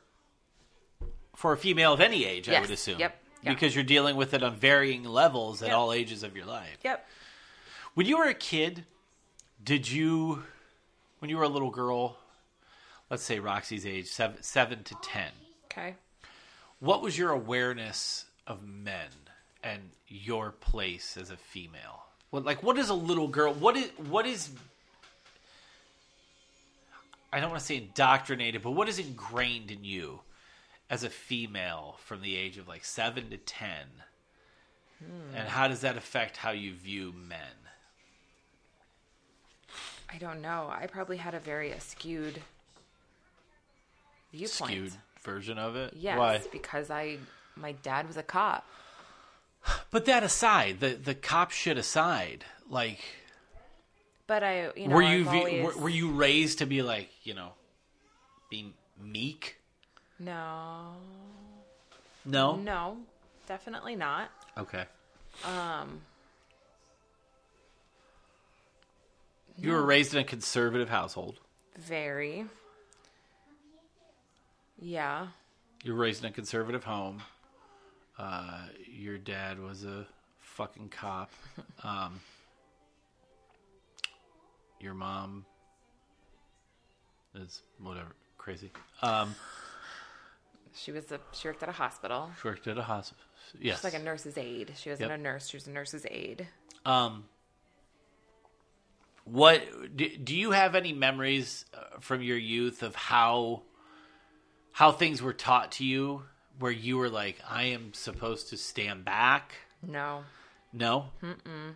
Speaker 3: for a female of any age, I
Speaker 2: Yes.
Speaker 3: would assume.
Speaker 2: Yep. Yeah.
Speaker 3: Because you're dealing with it on varying levels at
Speaker 2: Yep.
Speaker 3: all ages of your life.
Speaker 2: Yep.
Speaker 3: When you were a kid, did you, when you were a little girl, let's say Roxy's age, seven, seven to 10,
Speaker 2: Okay.
Speaker 3: what was your awareness of men and your place as a female? What, like, what is a little girl? What is, what is, I don't want to say indoctrinated, but what is ingrained in you as a female from the age of like seven to 10? And how does that affect how you view men?
Speaker 2: I don't know. I probably had a very skewed viewpoint.
Speaker 3: skewed version of it.
Speaker 2: Yes,
Speaker 3: Why?
Speaker 2: because I my dad was a cop.
Speaker 3: But that aside, the the cop shit aside, like
Speaker 2: But I you know
Speaker 3: were you
Speaker 2: I've
Speaker 3: ve-
Speaker 2: always,
Speaker 3: were, were you raised to be like you know, be meek?
Speaker 2: No.
Speaker 3: No.
Speaker 2: No. Definitely not.
Speaker 3: Okay. Um.
Speaker 2: Um.
Speaker 3: You were raised in a conservative household.
Speaker 2: Very. Yeah.
Speaker 3: You were raised in a conservative home. Uh, your dad was a fucking cop.
Speaker 2: <laughs>
Speaker 3: Um, your mom is whatever crazy. Um,
Speaker 2: She was a she worked at a hospital.
Speaker 3: she worked at a hospital. Yes.
Speaker 2: She's like a nurse's aide. She wasn't
Speaker 3: Yep.
Speaker 2: a nurse. She was a nurse's aide.
Speaker 3: um, what do, do you have any memories uh, from your youth of how how things were taught to you? Where you were like, I am supposed to stand back.
Speaker 2: No.
Speaker 3: No. Mm-mm.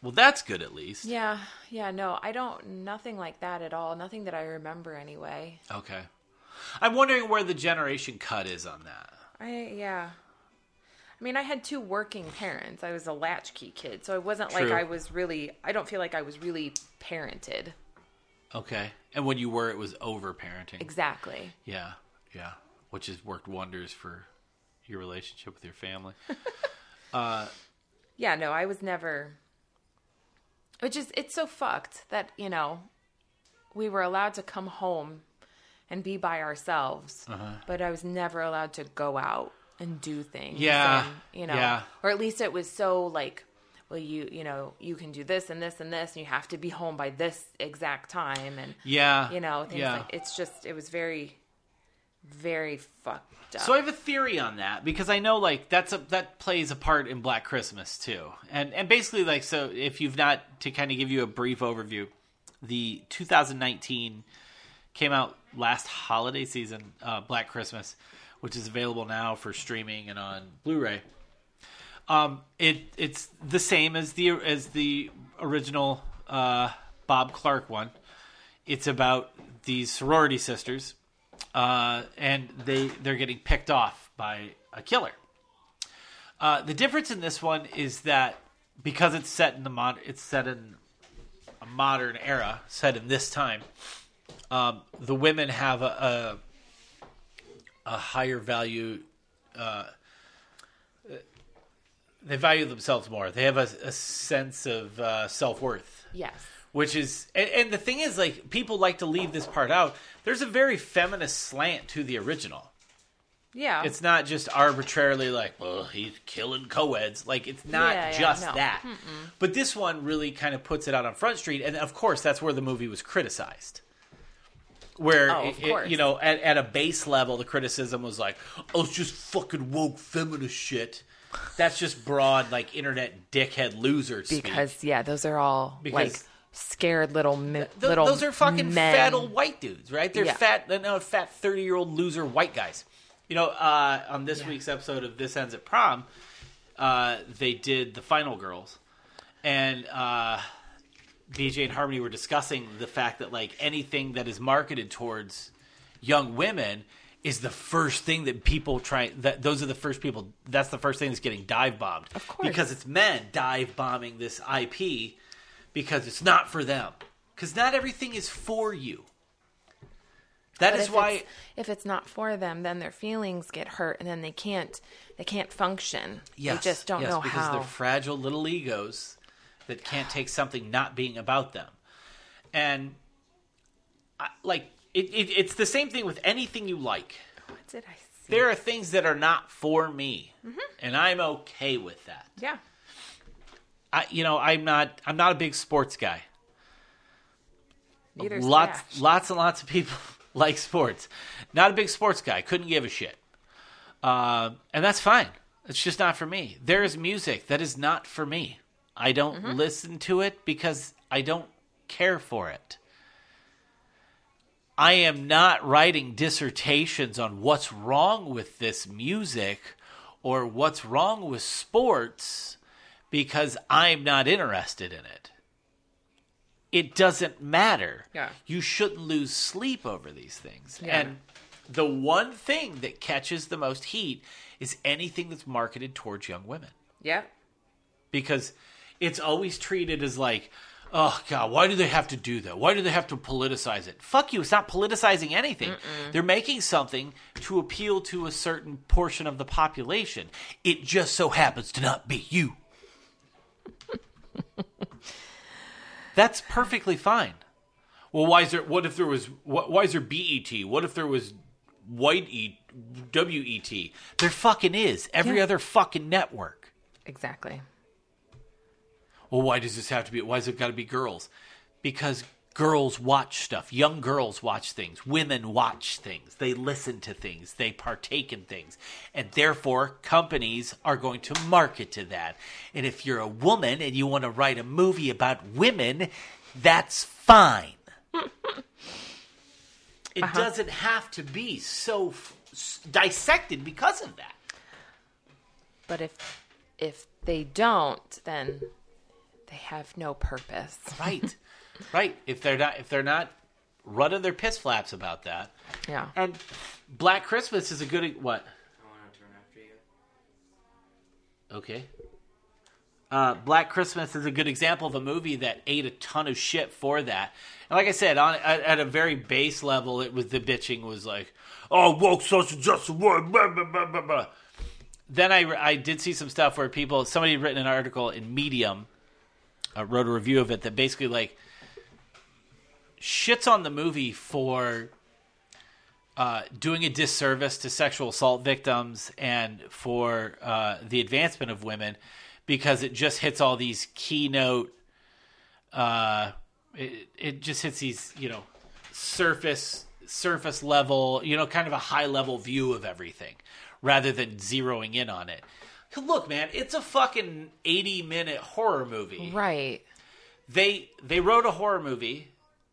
Speaker 3: Well, that's good at least.
Speaker 2: Yeah. Yeah. No. I don't. Nothing like that at all. Nothing that I remember anyway.
Speaker 3: Okay. I'm wondering where the generation cut is on that.
Speaker 2: I yeah. I mean, I had two working parents. I was a latchkey kid, so I wasn't like
Speaker 3: True.
Speaker 2: I was really. I don't feel like I was really parented
Speaker 3: Okay. And when you were, it was over parenting.
Speaker 2: exactly.
Speaker 3: Yeah. Yeah. Which has worked wonders for your relationship with
Speaker 2: <laughs>
Speaker 3: your family.
Speaker 2: Yeah. No, I was never. Which is it's so fucked that you know, we were allowed to come home and be by ourselves,
Speaker 3: Uh-huh.
Speaker 2: but I was never allowed to go out and do things.
Speaker 3: Yeah,
Speaker 2: and, you know,
Speaker 3: yeah.
Speaker 2: or at least it was so like, well, you you know, you can do this and this and this, and you have to be home by this exact time, and
Speaker 3: Yeah.
Speaker 2: you know, things
Speaker 3: yeah.
Speaker 2: like it's just it was very, very fucked up.
Speaker 3: So I have a theory on that because I know like that's a that plays a part in Black Christmas too. And and basically like so if you've not to kind of give you a brief overview, the 2019 came out last holiday season, uh, Black Christmas, which is available now for streaming and on Blu-ray. Um, it it's the same as the as the original uh, Bob Clark one. It's about these sorority sisters, uh, and they they're getting picked off by a killer. Uh, the difference in this one is that because it's set in the mod, it's set in a modern era, set in this time. Um, the women have a a, a higher value. Uh, they value themselves more. They have a, a sense of uh, self worth
Speaker 2: Yes.
Speaker 3: which is and, and the thing is like people like to leave this part out there's a very feminist slant to the original
Speaker 2: Yeah.
Speaker 3: it's not just arbitrarily like well he's killing co-eds like it's not
Speaker 2: Yeah, yeah,
Speaker 3: just
Speaker 2: no.
Speaker 3: that but this one really kind of puts it out on front street and of course that's where the movie was criticized where
Speaker 2: Oh, of
Speaker 3: it- it-
Speaker 2: course.
Speaker 3: you know at, at a base level the criticism was like oh it's just fucking woke feminist shit that's just broad like internet dickhead loser speak.
Speaker 2: because yeah, those are all
Speaker 3: Because-
Speaker 2: like scared little mi-
Speaker 3: Th-
Speaker 2: little
Speaker 3: those are fucking
Speaker 2: men.
Speaker 3: fat old white dudes, right? They're
Speaker 2: Yeah.
Speaker 3: fat, no, fat thirty year old loser white guys. You know, uh, on this week's episode of This Ends at Prom, uh, they did the final girls, and uh, BJ and Harmony were discussing the fact that like anything that is marketed towards young women is the first thing that people try that those are the first people that's the first thing that's getting dive bombed of
Speaker 2: course.
Speaker 3: because it's men dive bombing this ip because it's not for them because not everything is for you That
Speaker 2: But
Speaker 3: is
Speaker 2: if
Speaker 3: why
Speaker 2: it's, if it's not for them, then their feelings get hurt, and then they can't they can't function.
Speaker 3: yes,
Speaker 2: they just don't
Speaker 3: yes,
Speaker 2: know
Speaker 3: because
Speaker 2: how.
Speaker 3: they're fragile little egos that can't take something not being about them. And I, like it, it, it's the same thing with anything you like.
Speaker 2: what did I see? Mm-hmm.
Speaker 3: There are things that are not for me, and I'm okay with that.
Speaker 2: Yeah,
Speaker 3: I, you know, I'm not. I'm not a big sports guy.
Speaker 2: neither's
Speaker 3: lots,
Speaker 2: Dash.
Speaker 3: lots and lots of people <laughs> like sports. Not a big sports guy. Couldn't give a shit. Uh, and that's fine. It's just not for me. There is music that is not for me. I don't listen to it because I don't care for it. I am not writing dissertations on what's wrong with this music or what's wrong with sports because I'm not interested in it it doesn't matter.
Speaker 2: Yeah.
Speaker 3: You shouldn't lose sleep over these things.
Speaker 2: Yeah.
Speaker 3: And the one thing that catches the most heat is anything that's marketed towards young women
Speaker 2: Yeah,
Speaker 3: because it's always treated as like, oh god, why do they have to do that? Why do they have to politicize it? Fuck you, it's not politicizing anything. They're making something to appeal to a certain portion of the population. It just so happens to not be you. That's perfectly fine. Well, why is there? What if there was? What, why is there BET? What if there was white E WET? There fucking is every
Speaker 2: Yeah.
Speaker 3: other fucking network
Speaker 2: exactly.
Speaker 3: well, why does this have to be? Why has it got to be girls? Because girls watch stuff. Young girls watch things. Women watch things. They listen to things. They partake in things. And therefore, companies are going to market to that. And if you're a woman and you want to write a movie about women, that's fine. it doesn't have to be so f- s- dissected because of that.
Speaker 2: But if if they don't, then they have no purpose.
Speaker 3: Right. <laughs> right. If they're not if they're not running their piss flaps about that.
Speaker 2: Yeah,
Speaker 3: And Black Christmas is a good e, what?
Speaker 4: I want to turn after you.
Speaker 3: Okay. Uh, Black Christmas is a good example of a movie that ate a ton of shit for that. And like I said, on at, at a very base level, it was the bitching was like, "Oh, woke social justice." Blah, blah, blah, blah, blah, blah." Then I I did see some stuff where people somebody had written an article in Medium, uh, wrote a review of it that basically like shits on the movie for uh, doing a disservice to sexual assault victims and for uh, the advancement of women because it just hits all these keynote uh, it, it just hits these you know surface surface level you know kind of a high level view of everything rather than zeroing in on it look man it's a fucking 80 minute horror movie
Speaker 2: right.
Speaker 3: they they wrote a horror movie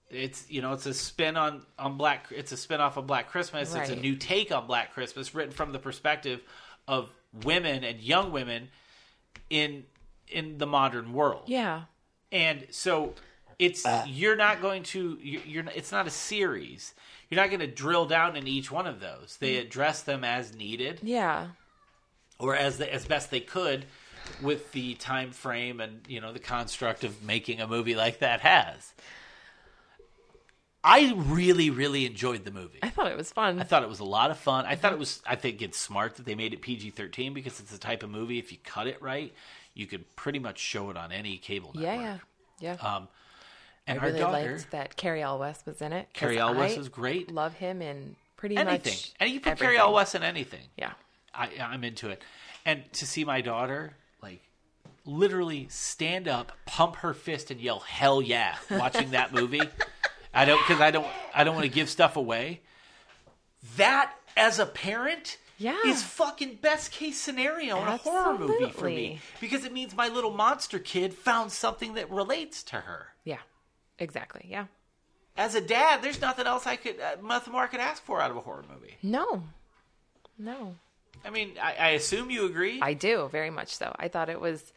Speaker 3: It's you know it's a spin on on black. It's a spin off of Black Christmas. It's a
Speaker 2: Right.
Speaker 3: new take on Black Christmas, written from the perspective of women and young women in in the modern world.
Speaker 2: Yeah.
Speaker 3: And so it's you're not going to you're, you're not- it's not a series. You're not going to drill down in each one of those.
Speaker 2: Mm.
Speaker 3: They address them as needed
Speaker 2: Yeah.
Speaker 3: or as the, as best they could with the time frame and you know the construct of making a movie like that has. I really really enjoyed the movie.
Speaker 2: I thought it was fun.
Speaker 3: I thought it was a lot of fun. I thought it was I think it's smart that they made it PG-13 because it's the type of movie if you cut it right, you could pretty much show it on any cable network.
Speaker 2: yeah, yeah. Yeah.
Speaker 3: And
Speaker 2: I really
Speaker 3: our daughter
Speaker 2: liked that Carrie L. West was in it. 'cause
Speaker 3: Carrie Elwes
Speaker 2: I
Speaker 3: is great.
Speaker 2: Love him in pretty
Speaker 3: anything.
Speaker 2: much
Speaker 3: And you put
Speaker 2: everything.
Speaker 3: Carrie Elwes in anything.
Speaker 2: Yeah.
Speaker 3: I, I'm into it. And to see my daughter, like, literally stand up, pump her fist, and yell "Hell yeah!" watching that movie. I don't because I don't I don't want to give stuff away. That as a parent.
Speaker 2: Yeah.
Speaker 3: Is fucking best case scenario in a horror movie for me
Speaker 2: Absolutely.
Speaker 3: because it means my little monster kid found something that relates to her.
Speaker 2: Yeah. Exactly. Yeah.
Speaker 3: As a dad, there's nothing else I could, uh, nothing more I could ask for out of a horror movie.
Speaker 2: No. No.
Speaker 3: I mean, I, I assume you agree.
Speaker 2: I do very much so. I thought it was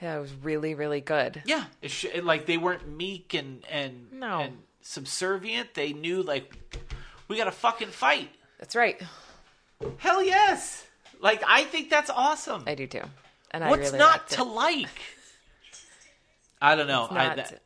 Speaker 2: it was really really good.
Speaker 3: Yeah, it sh- it- like they weren't meek and and
Speaker 2: No.
Speaker 3: and subservient. They knew like we got to fucking fight.
Speaker 2: That's right.
Speaker 3: Hell yes! Like I think that's awesome.
Speaker 2: I do too. And I
Speaker 3: What's
Speaker 2: really
Speaker 3: not
Speaker 2: liked it.
Speaker 3: to like? I don't know. I,
Speaker 2: Not-
Speaker 3: that,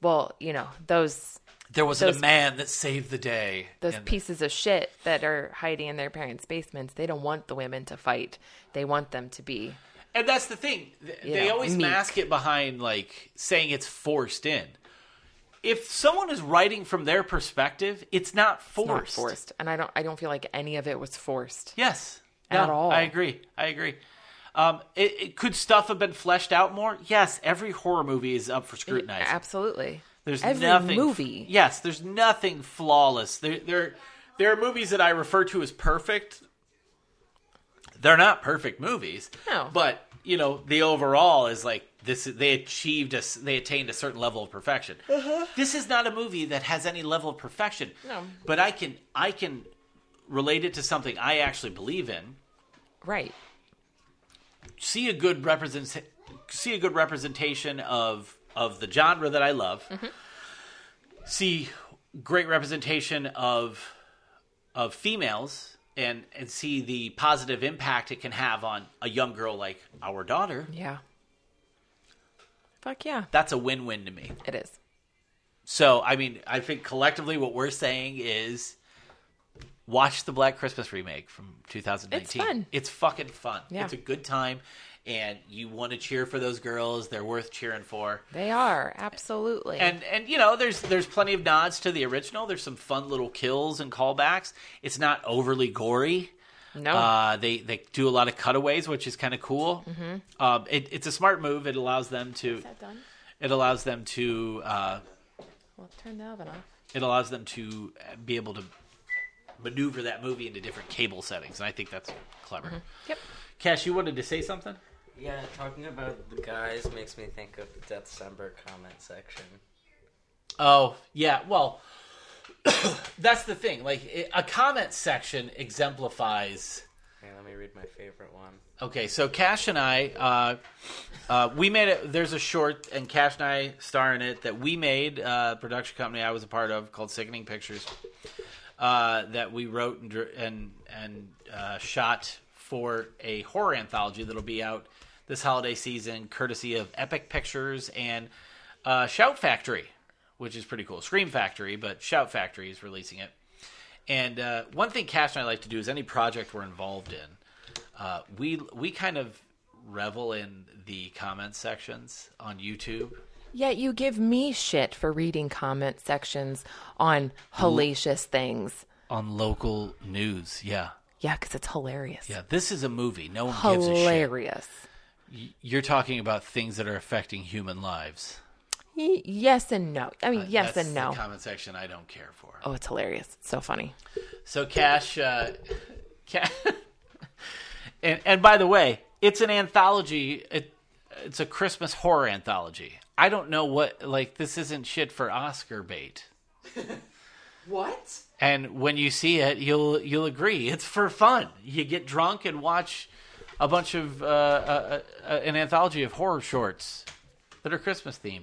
Speaker 2: well, you know, those
Speaker 3: there wasn't
Speaker 2: those-
Speaker 3: a man that saved the day.
Speaker 2: those
Speaker 3: and-
Speaker 2: pieces of shit that are hiding in their parents' basements, they don't want the women to fight. They want them to be
Speaker 3: And that's the thing. Th-
Speaker 2: You
Speaker 3: they
Speaker 2: know,
Speaker 3: always
Speaker 2: meek.
Speaker 3: mask it behind like saying it's forced in. If someone is writing from their perspective, it's not
Speaker 2: it's
Speaker 3: forced.
Speaker 2: not forced. And I don't I don't feel like any of it was forced.
Speaker 3: Yes.
Speaker 2: At all.
Speaker 3: I agree. I agree. Um, it, it, could stuff have been fleshed out more? Yes. Every horror movie is up for scrutinizing.
Speaker 2: Absolutely.
Speaker 3: There's
Speaker 2: every
Speaker 3: nothing
Speaker 2: movie.
Speaker 3: Yes, there's nothing flawless. There, there, there are movies that I refer to as perfect. They're not perfect movies.
Speaker 2: No.
Speaker 3: But you know, the overall is like this. is- They achieved a, s- they attained a certain level of perfection. This is not a movie that has any level of perfection.
Speaker 2: Uh-huh. No.
Speaker 3: But I can, I can relate it to something I actually believe in.
Speaker 2: Right.
Speaker 3: see a good represent see a good representation of of the genre that I love. See great representation of of females and and see the positive impact it can have on a young girl like our daughter.
Speaker 2: Yeah. Fuck yeah.
Speaker 3: That's a win-win to me.
Speaker 2: It is.
Speaker 3: So, I mean, I think collectively what we're saying is watch the Black Christmas remake from 2019.
Speaker 2: It's fun.
Speaker 3: It's fucking fun.
Speaker 2: Yeah.
Speaker 3: It's a good time and you want to cheer for those girls. They're worth cheering for.
Speaker 2: They are. Absolutely.
Speaker 3: And and you know, there's there's plenty of nods to the original. There's some fun little kills and callbacks. It's not overly gory.
Speaker 2: no.
Speaker 3: Uh, they they do a lot of cutaways, which is kind of cool. Mm-hmm. Um, it, it's a smart move. It allows them to
Speaker 2: that done?
Speaker 3: it allows them to uh,
Speaker 2: Well, turn the oven off.
Speaker 3: it allows them to uh, be able to maneuver that movie into different cable settings, and I think that's clever.
Speaker 2: Yep.
Speaker 3: Cash, you wanted to say something?
Speaker 4: Yeah, talking about the guys makes me think of the December comment section.
Speaker 3: Oh yeah, well, <coughs> that's the thing. Like it, a comment section exemplifies.
Speaker 4: Here, let me read my favorite one.
Speaker 3: Okay, so Cash and I, uh, uh, we made it. There's a short, and Cash and I star in it that we made. Uh, production company I was a part of called Sickening Pictures, uh, that we wrote and dir- and and uh, shot for a horror anthology that'll be out this holiday season, courtesy of Epic Pictures and uh, Shout Factory, which is pretty cool. Scream Factory, but Shout Factory is releasing it. And uh, one thing Cash and I like to do is any project we're involved in uh, we we kind of revel in the comment sections on YouTube.
Speaker 2: Yet you give me shit for reading comment sections on hellacious things.
Speaker 3: On local news, yeah.
Speaker 2: Yeah, because it's hilarious.
Speaker 3: Yeah, this is a movie. No one gives a shit.
Speaker 2: Hilarious.
Speaker 3: You're talking about things that are affecting human lives.
Speaker 2: Y- yes and no. I mean, yes
Speaker 3: Uh, That's
Speaker 2: and no.
Speaker 3: The comment section I don't care for.
Speaker 2: oh, it's hilarious. It's so funny.
Speaker 3: So Cash, uh, Cash, <laughs> and and by the way, it's an anthology. It, it's a Christmas horror anthology. I don't know what like this isn't shit for Oscar bait.
Speaker 2: What?
Speaker 3: And when you see it, you'll you'll agree it's for fun. You get drunk and watch a bunch of uh, uh, uh, an anthology of horror shorts that are Christmas themed.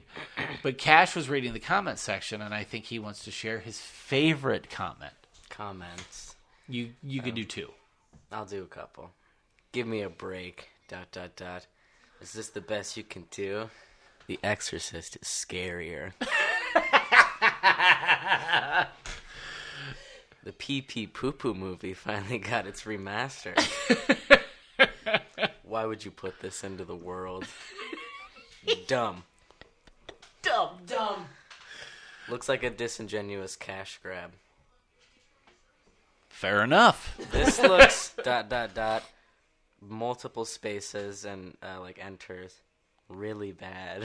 Speaker 3: But Cash was reading the comment section, and I think he wants to share his favorite comment.
Speaker 4: Comments.
Speaker 3: You you could do two.
Speaker 4: I'll do a couple. Give me a break. Dot dot dot. Is this the best you can do? The Exorcist
Speaker 3: <laughs>
Speaker 4: is scarier. the pee pee poo poo movie finally got
Speaker 3: <laughs>
Speaker 4: its remaster. Why would you put this into the world? Dumb.
Speaker 3: Dumb dumb.
Speaker 4: Looks like a disingenuous cash grab.
Speaker 3: Fair enough.
Speaker 4: This looks <laughs> dot dot dot multiple spaces and uh, like enters really bad.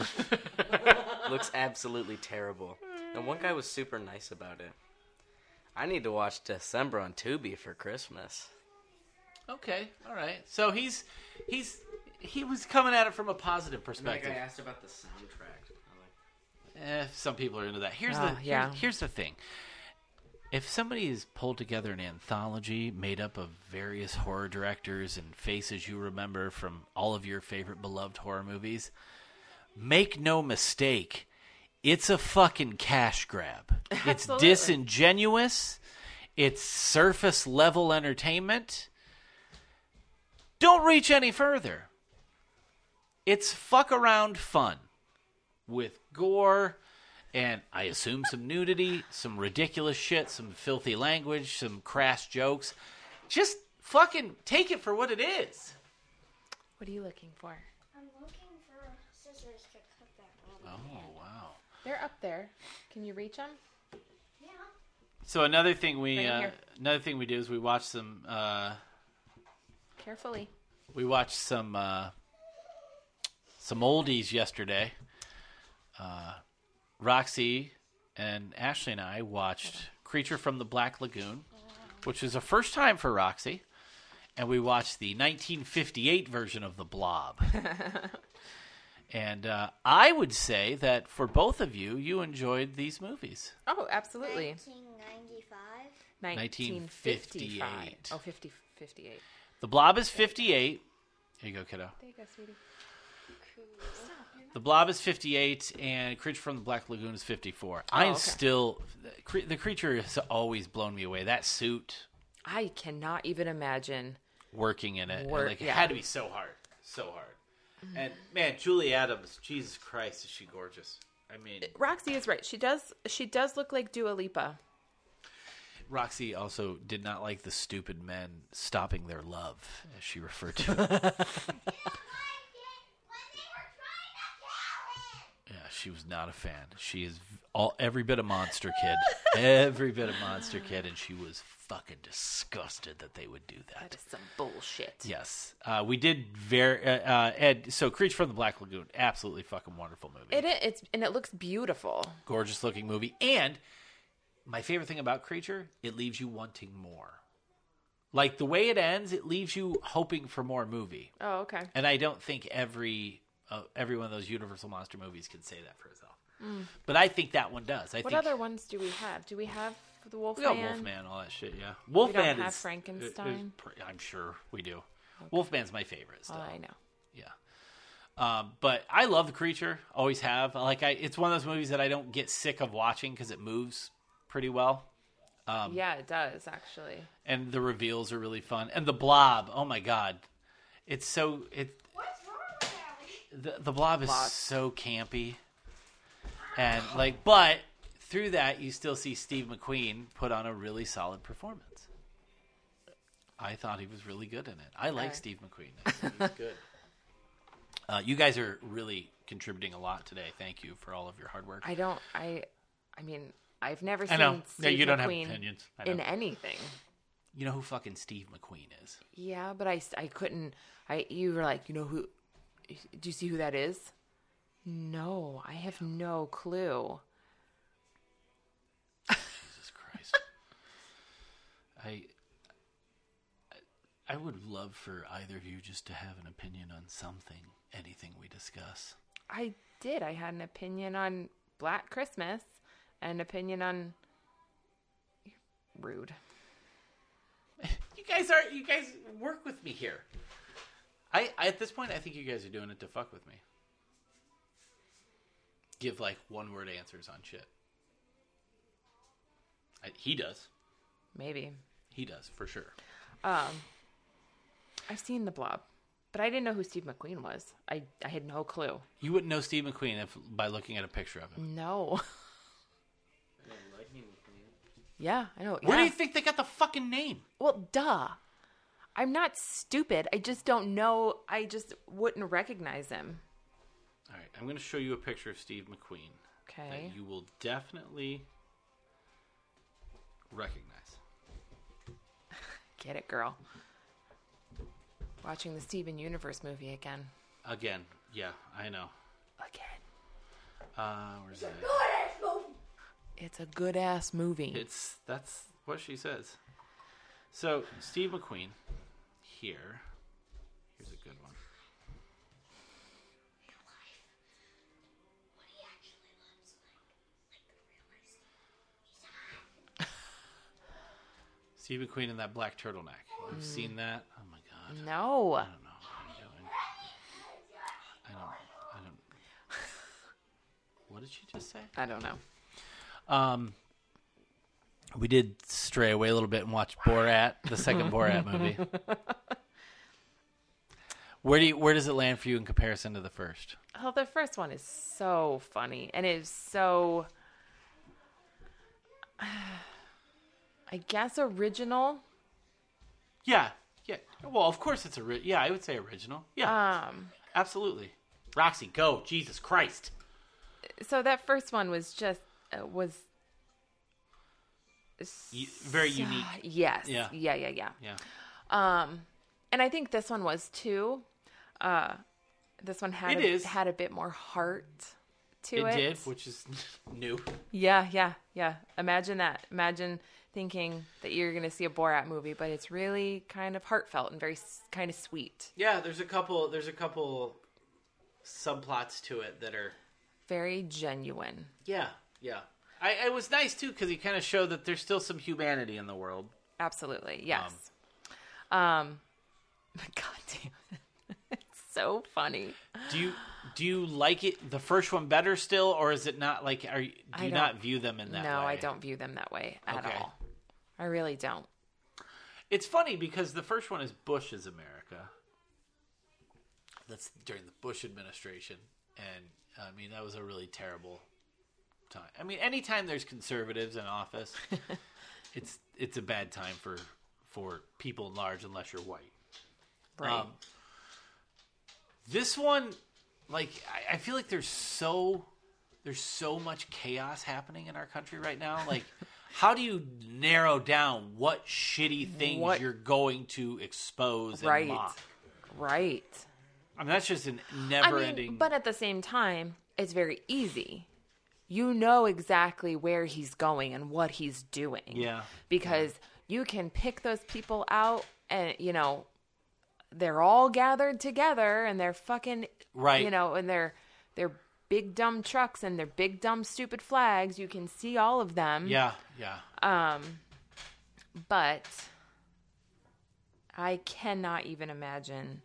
Speaker 4: <laughs> looks absolutely terrible. And one guy was super nice about it. I need to watch December on Tubi for Christmas.
Speaker 3: Okay, all right. So he's he's he was coming at it from a positive
Speaker 4: Like I
Speaker 3: perspective.
Speaker 4: asked about the soundtrack. I'm like,
Speaker 3: Eh, some people are into that. Here's
Speaker 2: Oh,
Speaker 3: the
Speaker 2: yeah.
Speaker 3: here's, here's the thing. If somebody has pulled together an anthology made up of various horror directors and faces you remember from all of your favorite beloved horror movies, make no mistake, it's a fucking
Speaker 2: <laughs>
Speaker 3: cash grab. It's
Speaker 2: Absolutely.
Speaker 3: disingenuous. It's surface level entertainment. Don't reach any further. It's fuck around fun with gore and I assume some nudity, some ridiculous shit, some filthy language, some crass jokes. Just fucking take it for what it is.
Speaker 2: What are you looking for?
Speaker 6: I'm looking for scissors to cut that
Speaker 3: Oh, wow.
Speaker 2: They're up there. Can you reach them?
Speaker 3: So another thing we
Speaker 2: Right in
Speaker 3: uh,
Speaker 2: here.
Speaker 3: another thing we do is we watch some uh,
Speaker 2: Carefully.
Speaker 3: we watched some uh, some oldies yesterday. Uh, Roxy and Ashley and I watched Creature from the Black Lagoon, which was a first time for Roxy, and we watched the 1958 version of The Blob. and uh, I would say that for both of you, you enjoyed these movies.
Speaker 2: Oh, absolutely.
Speaker 6: 1995.
Speaker 2: 1955.
Speaker 3: 1958.
Speaker 2: Oh, 50, 58.
Speaker 3: The Blob is 58. Here you go, kiddo.
Speaker 2: There you go, sweetie.
Speaker 3: The Blob is 58, and Creature from the Black Lagoon is 54. I am
Speaker 2: Oh, okay.
Speaker 3: still. the cre- The creature has always blown me away. That suit,
Speaker 2: I cannot even imagine.
Speaker 3: working in it,
Speaker 2: Work-
Speaker 3: like, it
Speaker 2: yeah.
Speaker 3: had to be so hard. So hard. And man, Julie Adams, Jesus Christ, is she gorgeous. I mean,
Speaker 2: Roxy is right. She does. She does look like Dua Lipa.
Speaker 3: Roxy also did not like the stupid men stopping their love, as she referred to
Speaker 2: <laughs>
Speaker 3: it. yeah, she was not a fan. She is all every bit a monster kid, every bit a monster kid, and she was fucking disgusted that they would do that.
Speaker 2: That is some bullshit.
Speaker 3: Yes, uh, we did very uh, uh, Ed. So, Creature from the Black Lagoon, absolutely fucking wonderful movie,
Speaker 2: It i- it's and it looks beautiful.
Speaker 3: gorgeous looking movie, and my favorite thing about Creature, it leaves you wanting more. Like the way it ends, it leaves you hoping for more movie,
Speaker 2: Oh, okay.
Speaker 3: and I don't think every uh, every one of those Universal monster movies can say that for itself. But I think that one does. I
Speaker 2: Mm. What
Speaker 3: think
Speaker 2: other ones do we have? Do we have the
Speaker 3: we
Speaker 2: Wolfman?
Speaker 3: got Wolfman, all that shit. Yeah, Wolfman.
Speaker 2: have
Speaker 3: is-
Speaker 2: Frankenstein?
Speaker 3: is pr- I'm sure we do. Wolfman's my favorite.
Speaker 2: Oh,
Speaker 3: Still.
Speaker 2: I know.
Speaker 3: Yeah. Um, but I love the creature. Always have. Like I, it's one of those movies that I don't get sick of watching because it moves pretty well, um,
Speaker 2: yeah, it does actually.
Speaker 3: and the reveals are really fun. And the blob. Oh my god, it's so it. The, the blob is
Speaker 2: Blob.
Speaker 3: so campy, and like, but through that you still see Steve McQueen put on a really solid performance. I thought he was really good in it. I like
Speaker 2: Okay.
Speaker 3: Steve
Speaker 2: <laughs>
Speaker 3: McQueen. I think He's good. Uh, you guys are really contributing a lot today. Thank you for all of your hard work.
Speaker 2: I don't. I. I mean, I've never
Speaker 3: I
Speaker 2: seen.
Speaker 3: know.
Speaker 2: Steve
Speaker 3: Yeah, you don't have
Speaker 2: McQueen
Speaker 3: opinions. I know.
Speaker 2: in anything.
Speaker 3: You know who fucking Steve McQueen is?
Speaker 2: Yeah, but I, s- I couldn't. I you were like, you know who? Do you see who that is? No, I have no clue.
Speaker 3: Jesus Christ. <laughs> I I would love for either of you just to have an opinion on something, anything we discuss.
Speaker 2: I did. I had an opinion on Black Christmas, an opinion on rude.
Speaker 3: You guys are you guys work with me here. I, I at this point I think you guys are doing it to fuck with me. Give like one word answers on shit. I, he does.
Speaker 2: Maybe.
Speaker 3: He does for sure.
Speaker 2: I've seen the blob, but I didn't know who Steve McQueen was. I, I had no clue.
Speaker 3: You wouldn't know Steve McQueen if by looking at a picture of him.
Speaker 2: No. <laughs> Yeah, I know.
Speaker 3: Where do
Speaker 2: yeah.
Speaker 3: you think they got the fucking name?
Speaker 2: Well, duh. I'm not stupid. I just don't know. I just wouldn't recognize him.
Speaker 3: All right, I'm going to show you a picture of Steve McQueen
Speaker 2: Okay.
Speaker 3: that you will definitely recognize.
Speaker 2: Get it, girl. Watching the Steven Universe movie again.
Speaker 3: Again, yeah, I know.
Speaker 2: Again.
Speaker 3: Uh, where's that?
Speaker 2: It's a good ass movie.
Speaker 3: It's that's what she says. So Steve McQueen here. Here's a good one. Steve McQueen in that black turtleneck. You've seen that? Oh my god.
Speaker 2: no.
Speaker 3: I don't know what I'm doing. I don't I <laughs> don't What did she just say?
Speaker 2: I don't know.
Speaker 3: Um, we did stray away a little bit and watch Borat, the second Borat <laughs> movie. Where do you, where does it land for you in comparison to the first?
Speaker 2: Oh, the first one is so funny and it's so <sighs> I guess original.
Speaker 3: Yeah, yeah. Well, of course it's ori- yeah. I would say original. Yeah,
Speaker 2: Um
Speaker 3: absolutely. Roxy, go! Jesus Christ!
Speaker 2: so that first one was just uh, was
Speaker 3: U- very unique.
Speaker 2: yes.
Speaker 3: Yeah.
Speaker 2: Yeah, yeah, yeah.
Speaker 3: Yeah,
Speaker 2: And I think this one was too. Uh this one had
Speaker 3: It
Speaker 2: a,
Speaker 3: is.
Speaker 2: had a bit more heart to
Speaker 3: it
Speaker 2: it.
Speaker 3: did, which is <laughs> new.
Speaker 2: Yeah, yeah, yeah. Imagine that. Imagine thinking that you're going to see a Borat movie, but it's really kind of heartfelt and very s- kind of sweet.
Speaker 3: Yeah, there's a couple. There's a couple subplots to it that are
Speaker 2: Very genuine.
Speaker 3: yeah, yeah. I, it was nice too because he kind of showed that there's still some humanity in the world.
Speaker 2: Absolutely. Yes. Um, <laughs> God damn it. <laughs> It's so funny.
Speaker 3: Do you do you like it the first one better still, or is it not like are you, do
Speaker 2: I
Speaker 3: you
Speaker 2: don't-
Speaker 3: not view them in that?
Speaker 2: no,
Speaker 3: way?
Speaker 2: I don't view them that way at
Speaker 3: Okay.
Speaker 2: all. I really don't.
Speaker 3: It's funny because the first one is Bush's America. That's during the Bush administration, and I mean that was a really terrible time. I mean, anytime there's conservatives in
Speaker 2: <laughs>
Speaker 3: office, it's it's a bad time for for people in large, unless you're white.
Speaker 2: Right.
Speaker 3: Um, this one, like, I, I feel like there's so there's so much chaos happening in our country
Speaker 2: <laughs>
Speaker 3: right now. Like, how do you narrow down what shitty things
Speaker 2: What-
Speaker 3: you're going to expose and
Speaker 2: Right.
Speaker 3: mock?
Speaker 2: right.
Speaker 3: I mean, that's just an
Speaker 2: I
Speaker 3: never
Speaker 2: mean,
Speaker 3: ending.
Speaker 2: but uh, at the same time, it's very easy. You know exactly where he's going and what he's doing.
Speaker 3: Yeah.
Speaker 2: Because you can pick those people out and, you know, they're all gathered together and they're fucking,
Speaker 3: Right.
Speaker 2: you know, and they're, they're big dumb trucks and their big dumb stupid flags. You can see all of them.
Speaker 3: yeah, yeah.
Speaker 2: Uh, But I cannot even imagine.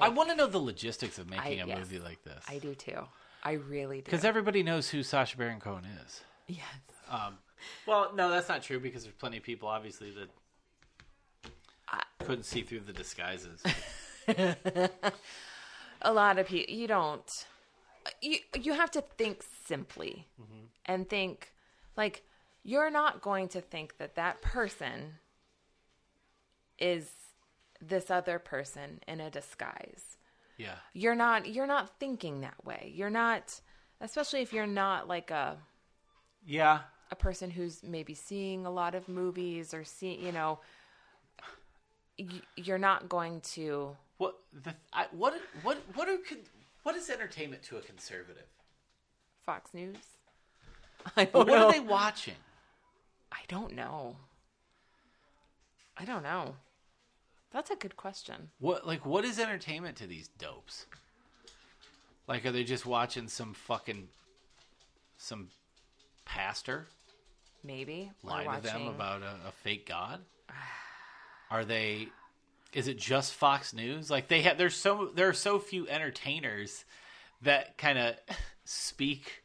Speaker 3: I want to know the logistics of making a
Speaker 2: yes.
Speaker 3: movie like this
Speaker 2: I do too. I really do.
Speaker 3: because everybody knows who Sacha Baron Cohen is.
Speaker 2: yes.
Speaker 3: Well, no, that's not true because there's plenty of people, obviously, that couldn't see through the disguises.
Speaker 2: a lot of people you don't you you have to think simply and think like you're not going to think that that person is this other person in a disguise
Speaker 3: yeah,
Speaker 2: you're not you're not thinking that way you're not especially if you're not like a
Speaker 3: yeah.
Speaker 2: a person who's maybe seeing a lot of movies or see you know y- you're not going to
Speaker 3: What the I, what what what are con- what is entertainment to a conservative?
Speaker 2: fox news i don't
Speaker 3: But what are they watching?
Speaker 2: I don't know. I don't know. That's a good question.
Speaker 3: What like what is entertainment to these dopes? Like are they just watching some fucking some pastor
Speaker 2: maybe. We're
Speaker 3: lie to them
Speaker 2: watching-
Speaker 3: about a, a fake god? Are they? Is it just Fox News? Like they have? There's so there are so few entertainers that kind of speak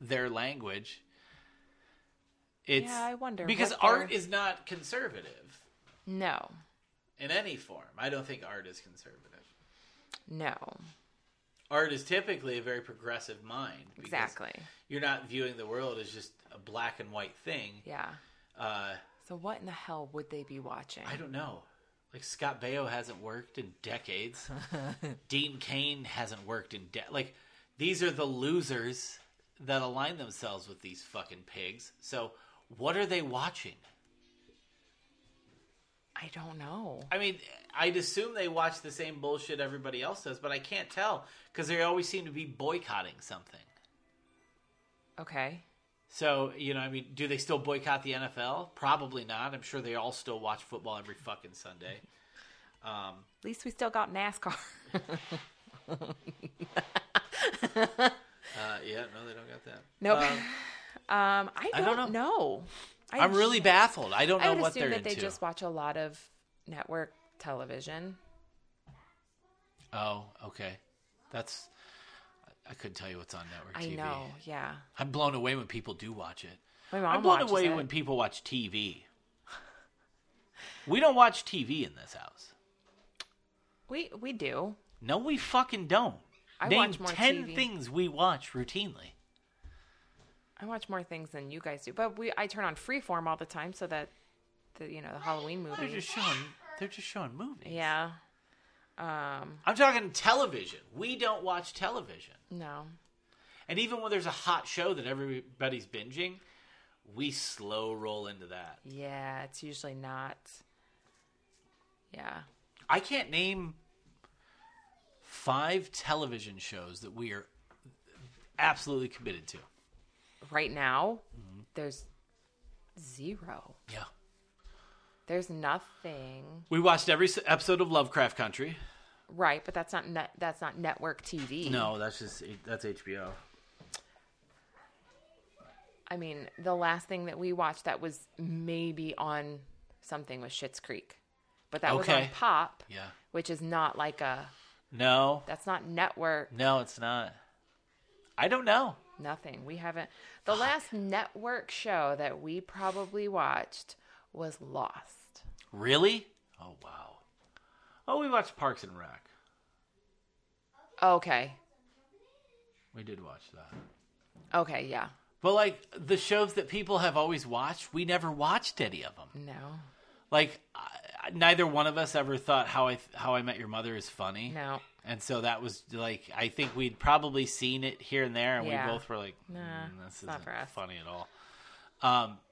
Speaker 3: their language. It's
Speaker 2: Yeah, I wonder
Speaker 3: because
Speaker 2: what
Speaker 3: art
Speaker 2: they're-
Speaker 3: is not conservative
Speaker 2: No,
Speaker 3: in any form. I don't think art is conservative.
Speaker 2: no,
Speaker 3: Art is typically a very progressive mind. because
Speaker 2: exactly.
Speaker 3: You're not viewing the world as just a black and white thing.
Speaker 2: Yeah.
Speaker 3: Uh,
Speaker 2: So what in the hell would they be watching?
Speaker 3: I don't know. Like Scott Baio hasn't worked in
Speaker 2: <laughs>
Speaker 3: decades. Dean Kane hasn't worked in de- like these are the losers that align themselves with these fucking pigs. So what are they watching?
Speaker 2: I don't know.
Speaker 3: I mean, I'd assume they watch the same bullshit everybody else does, but I can't tell because they always seem to be boycotting something.
Speaker 2: Okay.
Speaker 3: So you know, I mean, do they still boycott the NFL? Probably not. I'm sure they all still watch football every fucking Sunday.
Speaker 2: At least we still got NASCAR. <laughs>
Speaker 3: Uh, yeah, no, they don't got that.
Speaker 2: Nope. Um, I, don't
Speaker 3: don't
Speaker 2: know. I
Speaker 3: I'm really baffled. I don't
Speaker 2: I
Speaker 3: know
Speaker 2: would
Speaker 3: what
Speaker 2: assume
Speaker 3: they're
Speaker 2: that they
Speaker 3: into.
Speaker 2: just watch a lot of network television.
Speaker 3: Oh, okay. That's. I- I couldn't tell you what's on network TV.
Speaker 2: I know. Yeah.
Speaker 3: I'm blown away when people do watch it.
Speaker 2: My
Speaker 3: I'm,
Speaker 2: mom
Speaker 3: blown
Speaker 2: watches
Speaker 3: away
Speaker 2: it.
Speaker 3: when people watch TV. we don't watch TV in this house.
Speaker 2: we we do.
Speaker 3: No, we fucking don't.
Speaker 2: I
Speaker 3: Name
Speaker 2: watch more
Speaker 3: ten
Speaker 2: TV.
Speaker 3: things we watch routinely.
Speaker 2: I watch more things than you guys do, but we I turn on Freeform all the time so that the you know the Halloween
Speaker 3: They're
Speaker 2: movie.
Speaker 3: just showing. They're just showing movies.
Speaker 2: Yeah.
Speaker 3: I'm talking television. We don't watch television.
Speaker 2: No.
Speaker 3: And even when there's a hot show that everybody's binging, we slow roll into that.
Speaker 2: Yeah, it's usually not. Yeah.
Speaker 3: I can't name five television shows that we are absolutely committed to.
Speaker 2: Right now,
Speaker 3: Mm-hmm.
Speaker 2: there's zero.
Speaker 3: Yeah.
Speaker 2: There's nothing.
Speaker 3: We watched every s- episode of Lovecraft Country.
Speaker 2: Right, but that's not net, that's not network TV.
Speaker 3: No, that's just that's HBO.
Speaker 2: I mean, the last thing that we watched that was maybe on something was Shit's Creek, but that was on
Speaker 3: Okay.
Speaker 2: Pop,
Speaker 3: Yeah.
Speaker 2: which is not like a
Speaker 3: No.
Speaker 2: that's not network
Speaker 3: No, it's not. I don't know.
Speaker 2: nothing. We haven't. The last network show that we probably watched was Lost.
Speaker 3: Really? Oh wow. Oh, we watched Parks and Rec.
Speaker 2: Okay,
Speaker 3: We did watch that.
Speaker 2: okay, yeah,
Speaker 3: But like the shows that people have always watched, we never watched any of them.
Speaker 2: no,
Speaker 3: Like I, I- neither one of us ever thought how I how I Met Your Mother is funny.
Speaker 2: no,
Speaker 3: And so that was like I think we'd probably seen it here and there, and
Speaker 2: Yeah.
Speaker 3: we both were like,
Speaker 2: Nah,
Speaker 3: "Mm, "This
Speaker 2: it's not
Speaker 3: isn't
Speaker 2: for us."
Speaker 3: funny at all." Um, <sighs>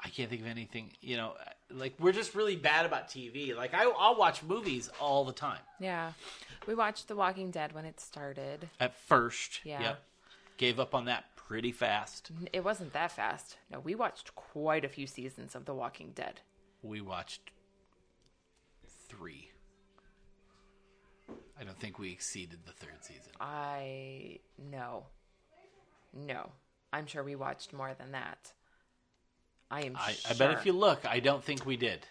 Speaker 3: I can't think of anything. You know, like we're just really bad about TV. Like I, I'll watch movies all the time.
Speaker 2: yeah. We watched The Walking Dead when it started.
Speaker 3: At first,
Speaker 2: Yeah. Mm-hmm.
Speaker 3: yep, gave up on that pretty fast.
Speaker 2: It wasn't that fast. No, we watched quite a few seasons of The Walking Dead.
Speaker 3: We watched three. I don't think we exceeded the third season.
Speaker 2: I no, no. I'm sure we watched more than that. I am.
Speaker 3: I,
Speaker 2: sure.
Speaker 3: I bet if you look, I don't think we did.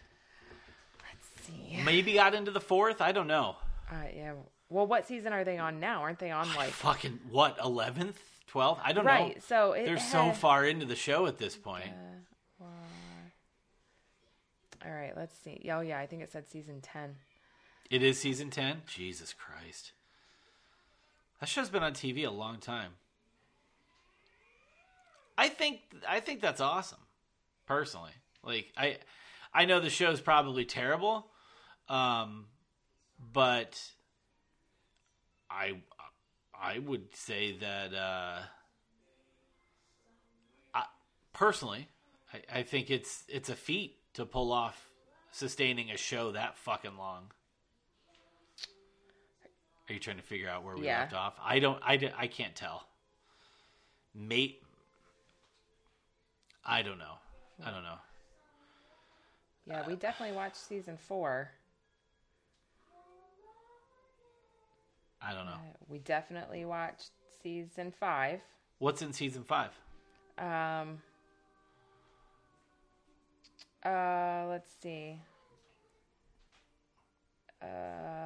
Speaker 2: See.
Speaker 3: Maybe got into the fourth. I don't know.
Speaker 2: Uh, yeah. Well, what season are they on now? Aren't they on like
Speaker 3: Fucking what? Eleventh, twelfth? I don't know.
Speaker 2: right? So it
Speaker 3: They're so
Speaker 2: had-
Speaker 3: far into the show at this point.
Speaker 2: All right, let's see. Oh yeah, I think it said season ten.
Speaker 3: It is season ten. Jesus Christ, that show's been on TV a long time. I think I think that's awesome. Personally, like I, I know the show's probably terrible, um, but I I would say that uh, I personally I, I think it's it's a feat to pull off sustaining a show that fucking long. Are you trying to figure out where we
Speaker 2: Yeah.
Speaker 3: left off? I don't. I, di- I can't tell. Mate. I don't know. I don't know.
Speaker 2: Yeah, we definitely watched season four.
Speaker 3: I don't know.
Speaker 2: We definitely watched season five.
Speaker 3: What's in season five?
Speaker 2: Um. Uh, let's see.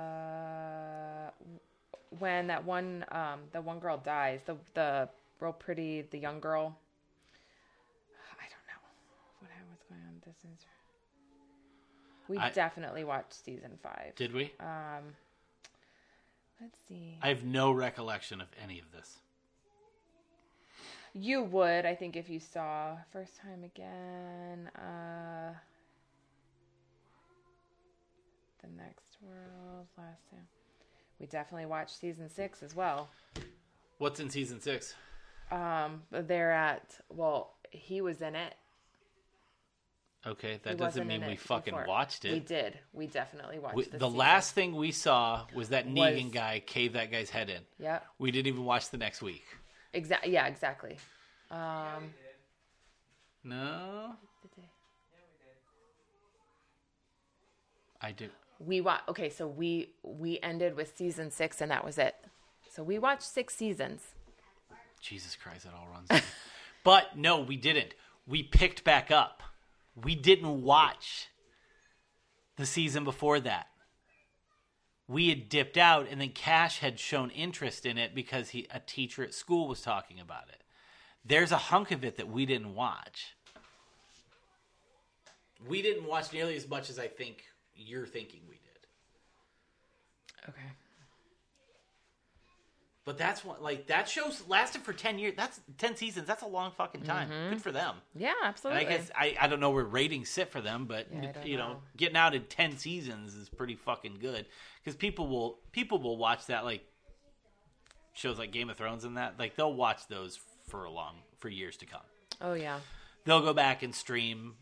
Speaker 2: Uh, when that one, um, the one girl dies, the the real pretty, the young girl. I don't know what I was going on. This is. We
Speaker 3: I-
Speaker 2: definitely watched season five.
Speaker 3: Did we?
Speaker 2: Uh, Let's see.
Speaker 3: I have no recollection of any of this.
Speaker 2: You would, I think, if you saw first time again. Uh, the next world, last time. We definitely watched season six as well. Um,
Speaker 3: What's in season six?
Speaker 2: But They're at well, he was in it.
Speaker 3: Okay,
Speaker 2: He
Speaker 3: that doesn't
Speaker 2: wasn't
Speaker 3: mean
Speaker 2: in
Speaker 3: we
Speaker 2: it
Speaker 3: fucking
Speaker 2: before.
Speaker 3: watched
Speaker 2: We
Speaker 3: it.
Speaker 2: did. We definitely watched
Speaker 3: We-
Speaker 2: this
Speaker 3: the
Speaker 2: season.
Speaker 3: last thing we saw was that Negan
Speaker 2: Was-
Speaker 3: guy cave that guy's head in.
Speaker 2: Yeah.
Speaker 3: We didn't even watch the next week.
Speaker 2: Exactly. Yeah. Exactly.
Speaker 3: No, I do.
Speaker 2: We wa- Okay, so we we ended with season six, and that was it. So we watched six seasons.
Speaker 3: Jesus Christ, it all runs. deep. <laughs> but no, we didn't. We picked back up. We didn't watch the season before that. We had dipped out, and then Cash had shown interest in it because he a teacher at school was talking about it. There's a hunk of it that we didn't watch. We didn't watch nearly as much as I think you're thinking we did.
Speaker 2: Okay.
Speaker 3: But that's what like that show's lasted for ten years. That's ten seasons. That's a long fucking time. Good for them.
Speaker 2: Yeah,
Speaker 3: And
Speaker 2: absolutely.
Speaker 3: I guess I, I don't know where ratings sit for them, but
Speaker 2: Yeah, I don't
Speaker 3: you know,
Speaker 2: know.
Speaker 3: getting out in ten seasons is pretty fucking good because people will people will watch that like shows like Game of Thrones and that like they'll watch those for a long for years to come.
Speaker 2: oh yeah.
Speaker 3: They'll go back and stream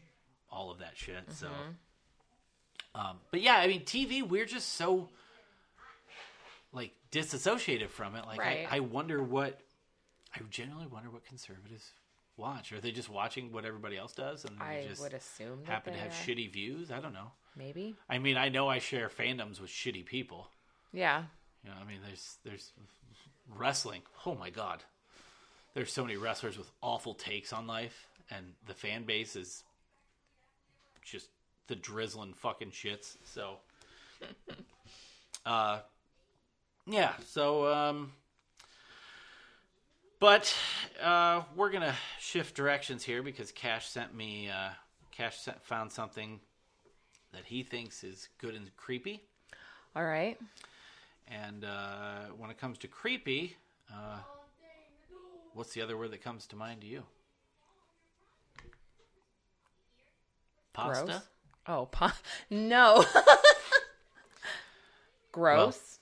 Speaker 3: all of that shit. So,
Speaker 2: Mm-hmm.
Speaker 3: um, but yeah, I mean, TV we're just so like disassociated from it. Like
Speaker 2: Right.
Speaker 3: I, I wonder what I generally wonder what conservatives watch. Are they just watching what everybody else does and they
Speaker 2: I
Speaker 3: just
Speaker 2: would assume that
Speaker 3: happen to
Speaker 2: they
Speaker 3: have
Speaker 2: are.
Speaker 3: shitty views? I don't know.
Speaker 2: Maybe.
Speaker 3: I mean, I know I share fandoms with shitty people.
Speaker 2: Yeah.
Speaker 3: You know, I mean, there's there's wrestling. Oh my god, there's so many wrestlers with awful takes on life, and the fan base is just the drizzling fucking shits. So, uh, yeah. So, um, but uh, we're gonna shift directions here because Cash sent me. Uh, Cash sent, found something that he thinks is good and creepy.
Speaker 2: All right.
Speaker 3: And uh, when it comes to creepy, uh, what's the other word that comes to mind to you? Pasta.
Speaker 2: Gross. Oh, pa- <laughs> no. Gross.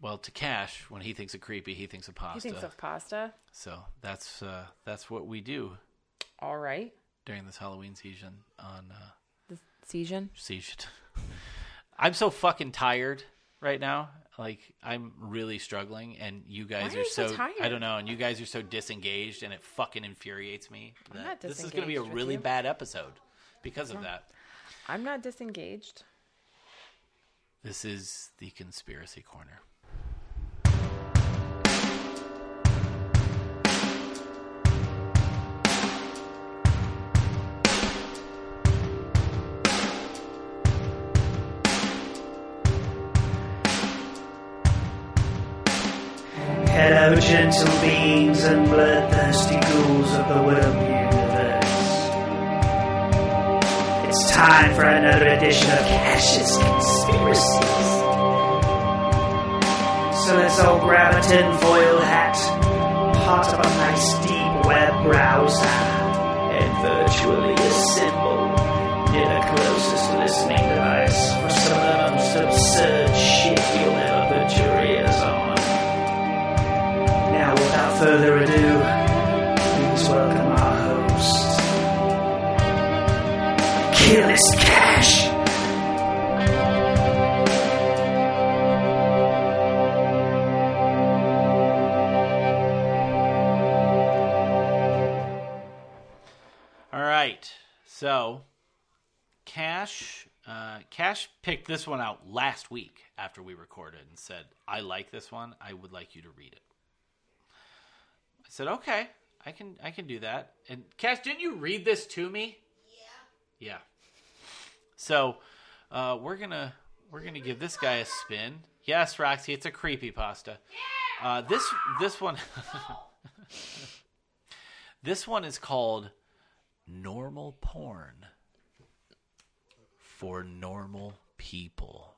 Speaker 3: Well, to Cash, when he thinks of creepy, he thinks of pasta.
Speaker 2: he thinks of pasta.
Speaker 3: So that's uh, that's what we do
Speaker 2: All right.
Speaker 3: during this Halloween season on uh,
Speaker 2: The season.
Speaker 3: season. <laughs> I'm so fucking tired right now. Like I'm really struggling, and you guys
Speaker 2: Why
Speaker 3: are,
Speaker 2: are you
Speaker 3: so
Speaker 2: so tired?
Speaker 3: I don't know, and you guys are so disengaged, and it fucking infuriates me. That
Speaker 2: not
Speaker 3: this is going to be a
Speaker 2: disengaged with
Speaker 3: really
Speaker 2: you.
Speaker 3: bad episode because of that.
Speaker 2: I'm not disengaged.
Speaker 3: This is the conspiracy corner.
Speaker 8: Hello, gentle beings and bloodthirsty ghouls of the Worm Universe. It's time for another edition of Cash's Conspiracies. So let's all grab a tinfoil hat, pot up a nice deep web browser, and virtually assemble near the closest listening device for some of the most absurd shit you'll ever put your ears on. Now, without further ado, please welcome our host, Killis Cash.
Speaker 3: All right, so Cash, uh, Cash picked this one out last week after we recorded and said, "I like this one. I would like you to read it." I I said, "Okay, I can I can do that." And Cash, didn't you read this to me? Yeah. Yeah. So, uh, we're gonna we're gonna give this guy a spin. Yes, Roxy, it's a creepy pasta. Uh, this this one <laughs> this one is called normal porn for normal people.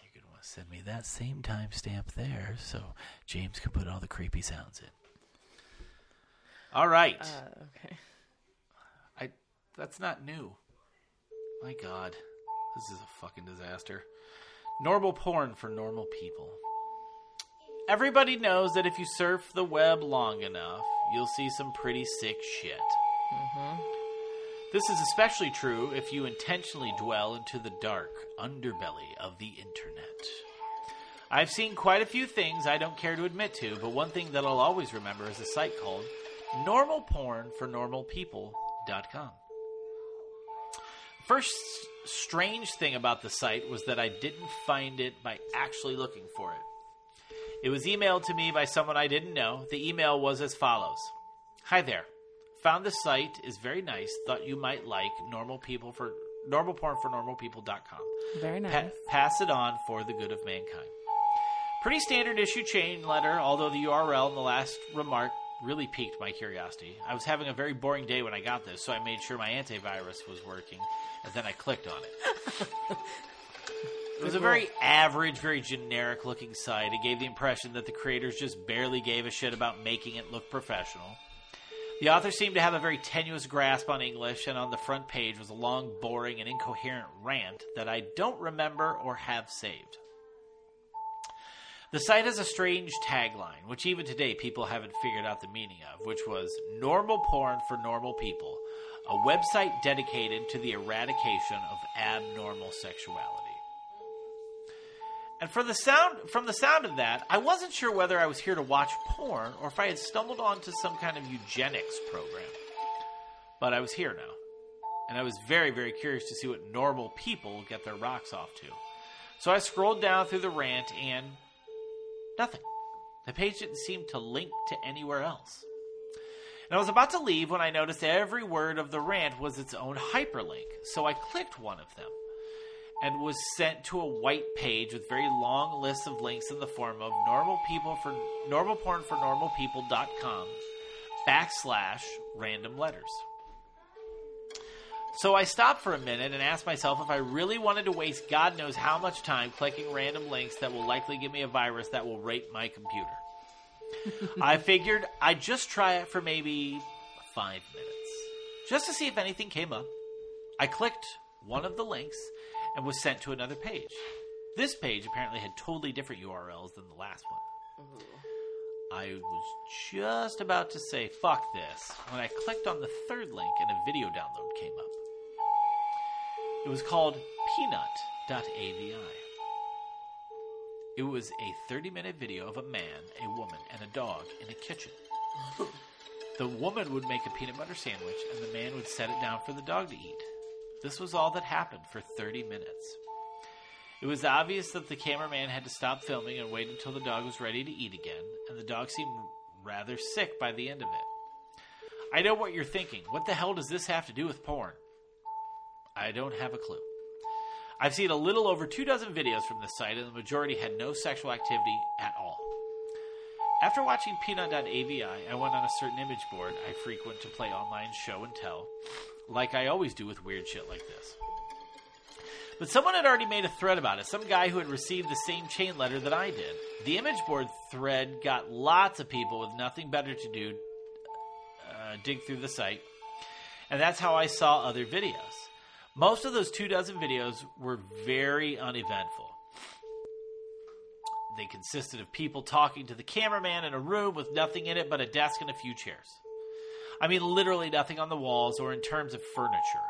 Speaker 3: You're gonna want to send me that same timestamp there, so James can put all the creepy sounds in. All right.
Speaker 2: okay.
Speaker 3: I that's not new. My god. This is a fucking disaster. Normal porn for normal people. Everybody knows that if you surf the web long enough, you'll see some pretty sick shit. Mm-hmm. This is especially true if you intentionally dwell into the dark underbelly of the internet. I've seen quite a few things I don't care to admit to, but one thing that I'll always remember is a site called normalpornfornormalpeople.com. First strange thing about the site was that I didn't find it by actually looking for it. It was emailed to me by someone I didn't know. The email was as follows Hi there. Found the site is very nice. Thought you might like normal people for normal porn for normalpeople.com
Speaker 2: Very nice.
Speaker 3: pa- pass it on for the good of mankind. Pretty standard issue chain letter, although the URL in the last remark really piqued my curiosity. I was having a very boring day when I got this, so I made sure my antivirus was working, and then I clicked on it.
Speaker 2: <laughs>
Speaker 3: It was a very average, very generic looking site. It gave the impression that the creators just barely gave a shit about making it look professional. The author seemed to have a very tenuous grasp on English, and on the front page was a long, boring, and incoherent rant that I don't remember or have saved. The site has a strange tagline, which even today people haven't figured out the meaning of, which was Normal Porn for Normal People, a website dedicated to the eradication of abnormal sexuality. And for the sound from the sound of that, I wasn't sure whether I was here to watch porn or if I had stumbled onto some kind of eugenics program. But I was here now. And I was very, very curious to see what normal people get their rocks off to. So I scrolled down through the rant and nothing. The page didn't seem to link to anywhere else. And I was about to leave when I noticed every word of the rant was its own hyperlink, so I clicked one of them and was sent to a white page with very long lists of links in the form of normal people for normal porn for normal people.com backslash random letters. So I stopped for a minute and asked myself if I really wanted to waste God knows how much time clicking random links that will likely give me a virus that will rape my computer. I figured I'd just try it for maybe five minutes, just to see if anything came up. I clicked one of the links and was sent to another page. This page apparently had totally different URLs than the last one. I was just about to say fuck this when I clicked on the third link and a video download came up. It was called peanut.avi. It was a 30 minute video of a man, a woman, and a dog in a kitchen. the woman would make a peanut butter sandwich and the man would set it down for the dog to eat. This was all that happened for 30 minutes. It was obvious that the cameraman had to stop filming and wait until the dog was ready to eat again, and the dog seemed rather sick by the end of it. I know what you're thinking. What the hell does this have to do with porn? I don't have a clue. I've seen a little over two dozen videos from this site, and the majority had no sexual activity at all. After watching Peanut.avi, I went on a certain image board I frequent to play online show and tell, like I always do with weird shit like this. But someone had already made a thread about it, some guy who had received the same chain letter that I did. The image board thread got lots of people with nothing better to do uh, dig through the site, and that's how I saw other videos. Most of those two dozen videos were very uneventful. They consisted of people talking to the cameraman in a room with nothing in it but a desk and a few chairs. I mean, literally nothing on the walls or in terms of furniture.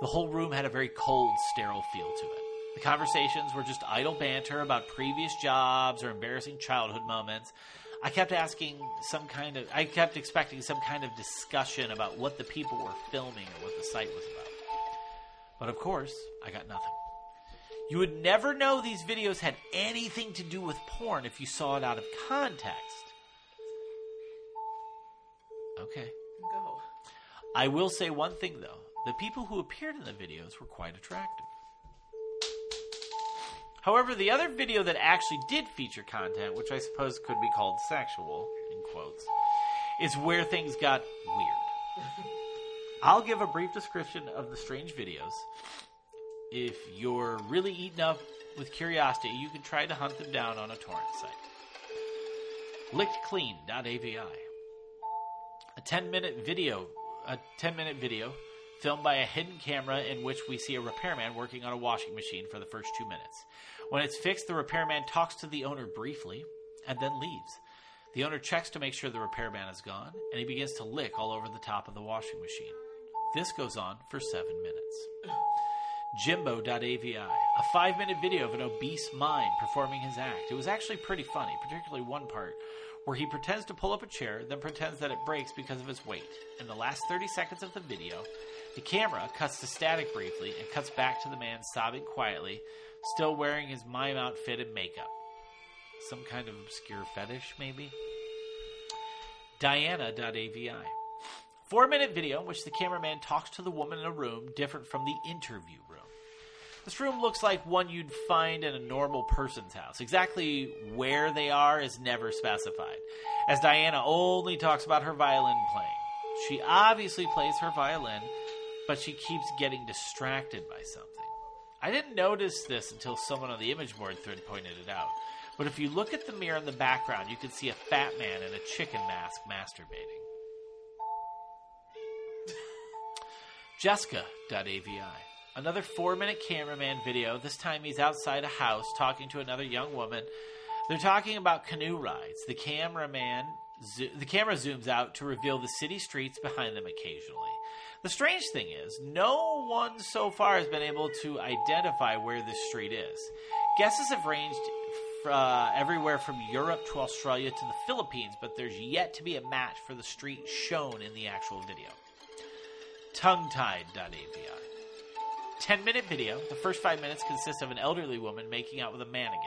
Speaker 3: The whole room had a very cold, sterile feel to it. The conversations were just idle banter about previous jobs or embarrassing childhood moments. I kept asking some kind of, I kept expecting some kind of discussion about what the people were filming or what the site was about. But of course, I got nothing. You would never know these videos had anything to do with porn if you saw it out of context. Okay.
Speaker 9: Go.
Speaker 3: I will say one thing though: the people who appeared in the videos were quite attractive. However, the other video that actually did feature content, which I suppose could be called sexual in quotes, is where things got weird. I'll give a brief description of the strange videos. If you're really eaten up with curiosity, you can try to hunt them down on a torrent site. LickedClean.avi a 10 minute video a 10 minute video filmed by a hidden camera in which we see a repairman working on a washing machine for the first 2 minutes. When it's fixed, the repairman talks to the owner briefly and then leaves. The owner checks to make sure the repairman is gone and he begins to lick all over the top of the washing machine. This goes on for 7 minutes. Jimbo.avi, a five minute video of an obese mime performing his act. It was actually pretty funny, particularly one part where he pretends to pull up a chair, then pretends that it breaks because of his weight. In the last 30 seconds of the video, the camera cuts to static briefly and cuts back to the man sobbing quietly, still wearing his mime outfit and makeup. Some kind of obscure fetish, maybe? Diana.avi. Four minute video in which the cameraman talks to the woman in a room different from the interview room. This room looks like one you'd find in a normal person's house. Exactly where they are is never specified, as Diana only talks about her violin playing. She obviously plays her violin, but she keeps getting distracted by something. I didn't notice this until someone on the image board thread pointed it out. But if you look at the mirror in the background, you can see a fat man in a chicken mask masturbating. Jessica.avi. Another four minute cameraman video. This time he's outside a house talking to another young woman. They're talking about canoe rides. The cameraman, zo- the camera zooms out to reveal the city streets behind them occasionally. The strange thing is, no one so far has been able to identify where this street is. Guesses have ranged uh, everywhere from Europe to Australia to the Philippines, but there's yet to be a match for the street shown in the actual video tongue-tied.avi. 10 minute video. The first five minutes consists of an elderly woman making out with a mannequin.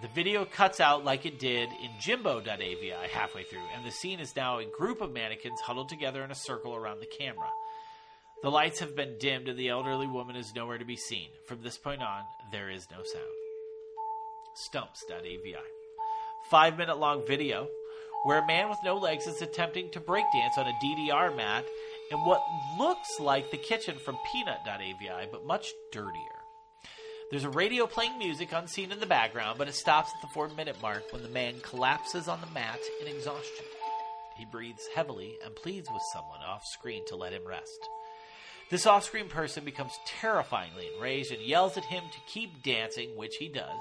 Speaker 3: The video cuts out like it did in Jimbo.avi halfway through, and the scene is now a group of mannequins huddled together in a circle around the camera. The lights have been dimmed, and the elderly woman is nowhere to be seen. From this point on, there is no sound. Stumps.avi five minute long video where a man with no legs is attempting to breakdance on a DDR mat in what looks like the kitchen from Peanut.avi, but much dirtier. There's a radio playing music unseen in the background, but it stops at the four minute mark when the man collapses on the mat in exhaustion. He breathes heavily and pleads with someone off screen to let him rest. This off screen person becomes terrifyingly enraged and yells at him to keep dancing, which he does.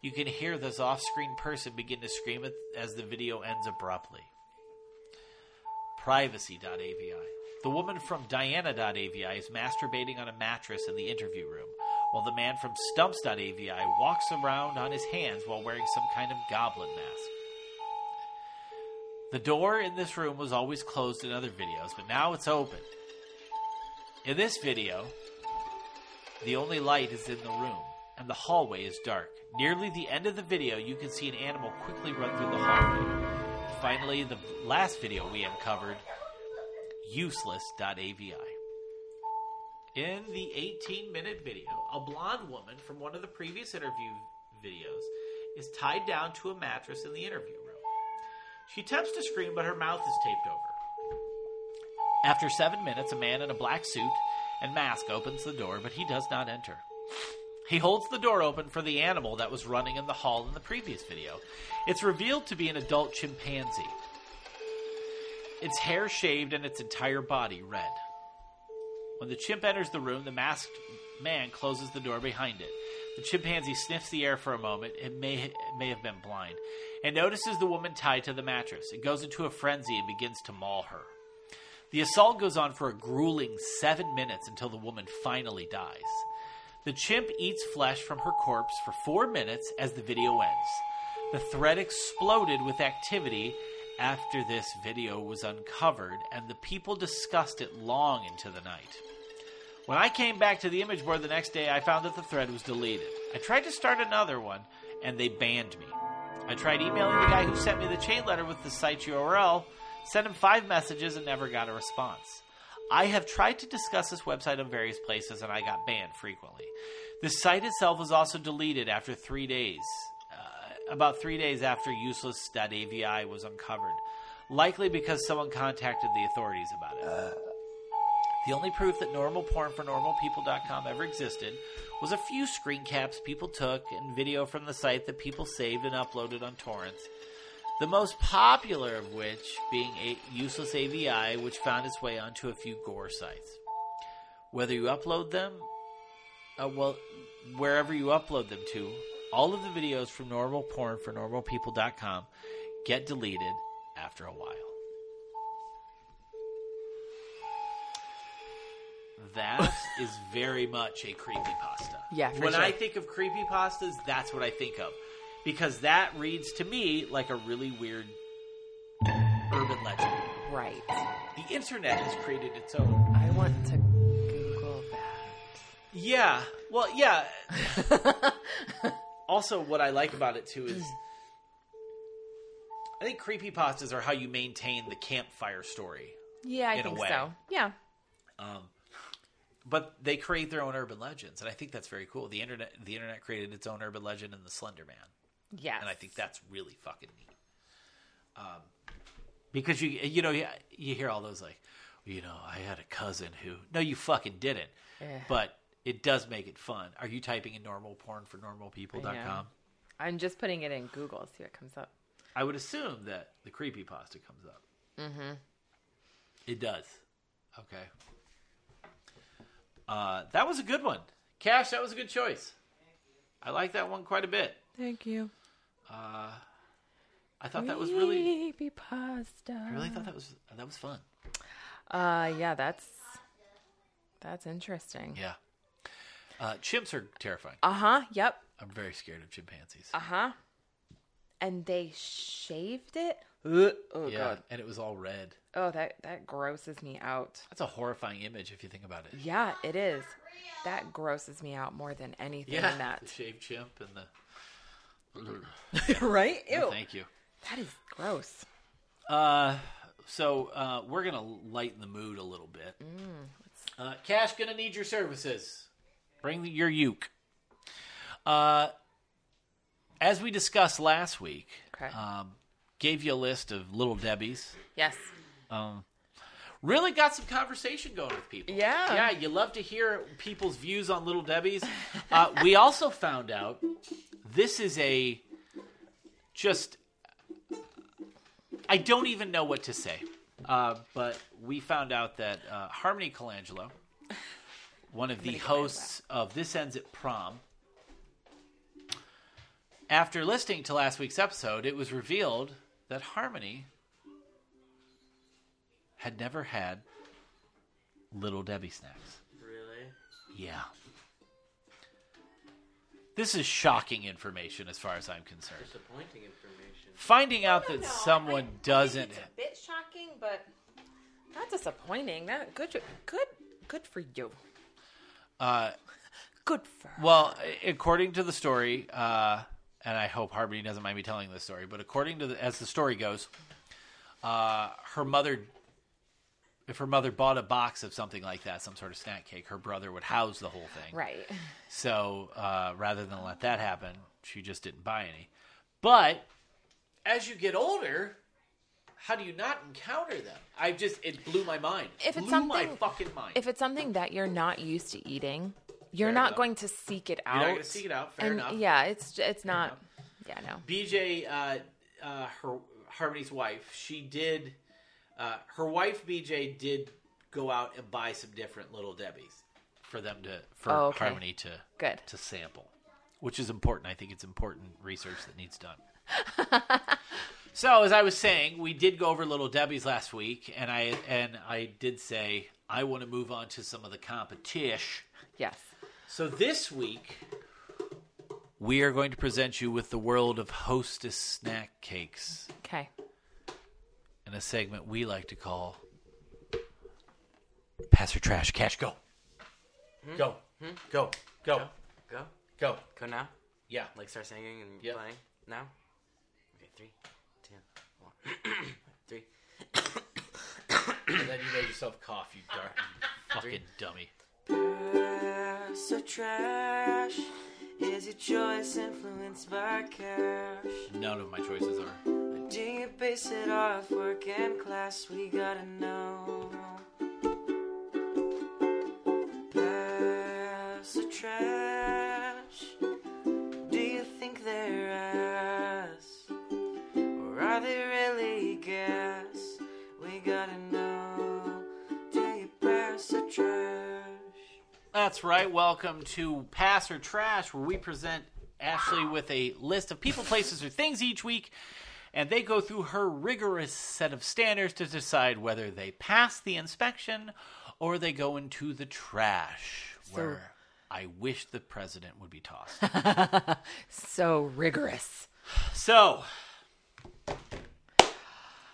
Speaker 3: You can hear this off screen person begin to scream at- as the video ends abruptly. Privacy.avi. The woman from Diana.avi is masturbating on a mattress in the interview room, while the man from Stumps.avi walks around on his hands while wearing some kind of goblin mask. The door in this room was always closed in other videos, but now it's open. In this video, the only light is in the room, and the hallway is dark. Nearly the end of the video, you can see an animal quickly run through the hallway. Finally, the last video we uncovered useless.avi. In the 18 minute video, a blonde woman from one of the previous interview videos is tied down to a mattress in the interview room. She attempts to scream, but her mouth is taped over. After seven minutes, a man in a black suit and mask opens the door, but he does not enter. He holds the door open for the animal that was running in the hall in the previous video. It's revealed to be an adult chimpanzee. Its hair shaved and its entire body red. When the chimp enters the room, the masked man closes the door behind it. The chimpanzee sniffs the air for a moment. It may it may have been blind, and notices the woman tied to the mattress. It goes into a frenzy and begins to maul her. The assault goes on for a grueling seven minutes until the woman finally dies. The chimp eats flesh from her corpse for four minutes as the video ends. The thread exploded with activity after this video was uncovered, and the people discussed it long into the night. When I came back to the image board the next day, I found that the thread was deleted. I tried to start another one, and they banned me. I tried emailing the guy who sent me the chain letter with the site URL, sent him five messages, and never got a response. I have tried to discuss this website on various places, and I got banned frequently. The site itself was also deleted after three days, uh, about three days after useless.avi was uncovered, likely because someone contacted the authorities about it. The only proof that normal porn for normalpeople.com ever existed was a few screen caps people took and video from the site that people saved and uploaded on torrents. The most popular of which being a useless AVI, which found its way onto a few gore sites. Whether you upload them, uh, well, wherever you upload them to, all of the videos from normal porn for normalpeople.com get deleted after a while.
Speaker 2: <laughs>
Speaker 3: That is very much a creepypasta.
Speaker 2: Yeah, for
Speaker 3: when
Speaker 2: sure.
Speaker 3: I think of creepypastas, that's what I think of. Because that reads to me like a really weird urban legend.
Speaker 2: Right.
Speaker 3: The internet has created its own.
Speaker 2: I want to Google that.
Speaker 3: Yeah. Well, yeah. also, what I like about it too is I think creepypastas are how you maintain the campfire story.
Speaker 2: Yeah, I
Speaker 3: In a
Speaker 2: think
Speaker 3: way.
Speaker 2: so. Yeah.
Speaker 3: But they create their own urban legends, and I think that's very cool. The internet, the internet created its own urban legend in the Slender Man.
Speaker 2: Yes.
Speaker 3: and I think that's really fucking neat. Um, because you you know you, you hear all those like, you know, I had a cousin who no, you fucking didn't, but it does make it fun. Are you typing in normal porn for normalpeople.com?
Speaker 2: I'm just putting it in Google, see what comes up.
Speaker 3: I would assume that the creepy pasta comes up. Mm-hmm. It does. Okay. Uh, that was a good one, Cash. That was a good choice. I like that one quite a bit.
Speaker 2: Thank you.
Speaker 3: I thought that was really. I
Speaker 2: pasta.
Speaker 3: really thought that was that was fun.
Speaker 2: Uh yeah, that's that's interesting.
Speaker 3: Yeah. Uh, chimps are terrifying.
Speaker 2: Uh-huh. Yep.
Speaker 3: I'm very scared of chimpanzees.
Speaker 2: Uh-huh. And they shaved it? Ugh. Oh
Speaker 3: yeah,
Speaker 2: god.
Speaker 3: and it was all red.
Speaker 2: Oh, that that grosses me out.
Speaker 3: That's a horrifying image if you think about it.
Speaker 2: Yeah, it is. That grosses me out more than anything in that.
Speaker 3: the <laughs> shaved chimp and the.
Speaker 2: right?
Speaker 3: No,
Speaker 2: Ew.
Speaker 3: thank you.
Speaker 2: That is gross.
Speaker 3: Uh, so uh, we're gonna lighten the mood a little bit. uh, Cash, gonna need your services. Bring the, your uke. Uh, as we discussed last week,
Speaker 2: Okay.
Speaker 3: um, gave you a list of little debbies.
Speaker 2: yes.
Speaker 3: really got some conversation going with people.
Speaker 2: Yeah.
Speaker 3: Yeah, you love to hear people's views on Little Debbie's. Uh, we also found out this is a just, I don't even know what to say. Uh, but we found out that uh, Harmony Colangelo, one of the hosts of This Ends at Prom, after listening to last week's episode, it was revealed that Harmony had never had Little Debbie snacks.
Speaker 4: Really?
Speaker 3: Yeah. This is shocking information as far as I'm concerned.
Speaker 4: Disappointing information.
Speaker 3: Finding out that someone doesn't.
Speaker 2: It's a bit shocking, but not disappointing. That good, good, good for you.
Speaker 3: Uh,
Speaker 2: Good for.
Speaker 3: well, a- according to the story, uh, and I hope Harmony doesn't mind me telling this story, but according to the, as the story goes, uh, her mother, if her mother bought a box of something like that, some sort of snack cake, her brother would house the whole thing.
Speaker 2: Right.
Speaker 3: So uh, rather than let that happen, she just didn't buy any. But as you get older, how do you not encounter them? I just it blew my mind.
Speaker 2: If it's
Speaker 3: blew my
Speaker 2: something-
Speaker 3: fucking mind.
Speaker 2: If it's something that you're not used to eating, you're
Speaker 3: Fair
Speaker 2: not
Speaker 3: enough.
Speaker 2: going to seek it out.
Speaker 3: You're not gonna seek it out. Fair
Speaker 2: and
Speaker 3: enough.
Speaker 2: yeah, it's j- it's not. Yeah, no.
Speaker 3: BJ, uh, uh, her Harmony's wife, she did. Uh, her wife BJ did go out and buy some different little Debbies for them to for
Speaker 2: Oh, okay.
Speaker 3: Harmony to
Speaker 2: Good.
Speaker 3: to sample, which is important. I think it's important research that needs done.
Speaker 2: <laughs>
Speaker 3: so, as I was saying, we did go over Little Debbie's last week, and I and I did say I want to move on to some of the competition.
Speaker 2: Yes.
Speaker 3: So this week we are going to present you with the world of Hostess snack cakes
Speaker 2: Okay.
Speaker 3: in a segment we like to call Pass or Trash. Cash, go. Go. Go. Hmm? Go.
Speaker 4: Go?
Speaker 3: Go.
Speaker 4: Go now?
Speaker 3: Yeah.
Speaker 4: Like start singing and
Speaker 3: Yep.
Speaker 4: playing? Now? three, two, one, <clears throat> three,
Speaker 3: then you made yourself cough, you dark <laughs> fucking dummy.
Speaker 4: Pass or trash? Is your choice influenced by cash?
Speaker 3: None of my choices are.
Speaker 4: Do you base it off work and class? We gotta know. Pass or trash? Do you think they're ass? Or are they really gas? We gotta know. Do you pass or trash?
Speaker 3: That's right. Welcome to Pass or Trash, where we present Ashley with a list of people, places, or things each week, and they go through her rigorous set of standards to decide whether they pass the inspection or they go into the trash, where I wish the president would be tossed. <laughs>
Speaker 2: So rigorous.
Speaker 3: So,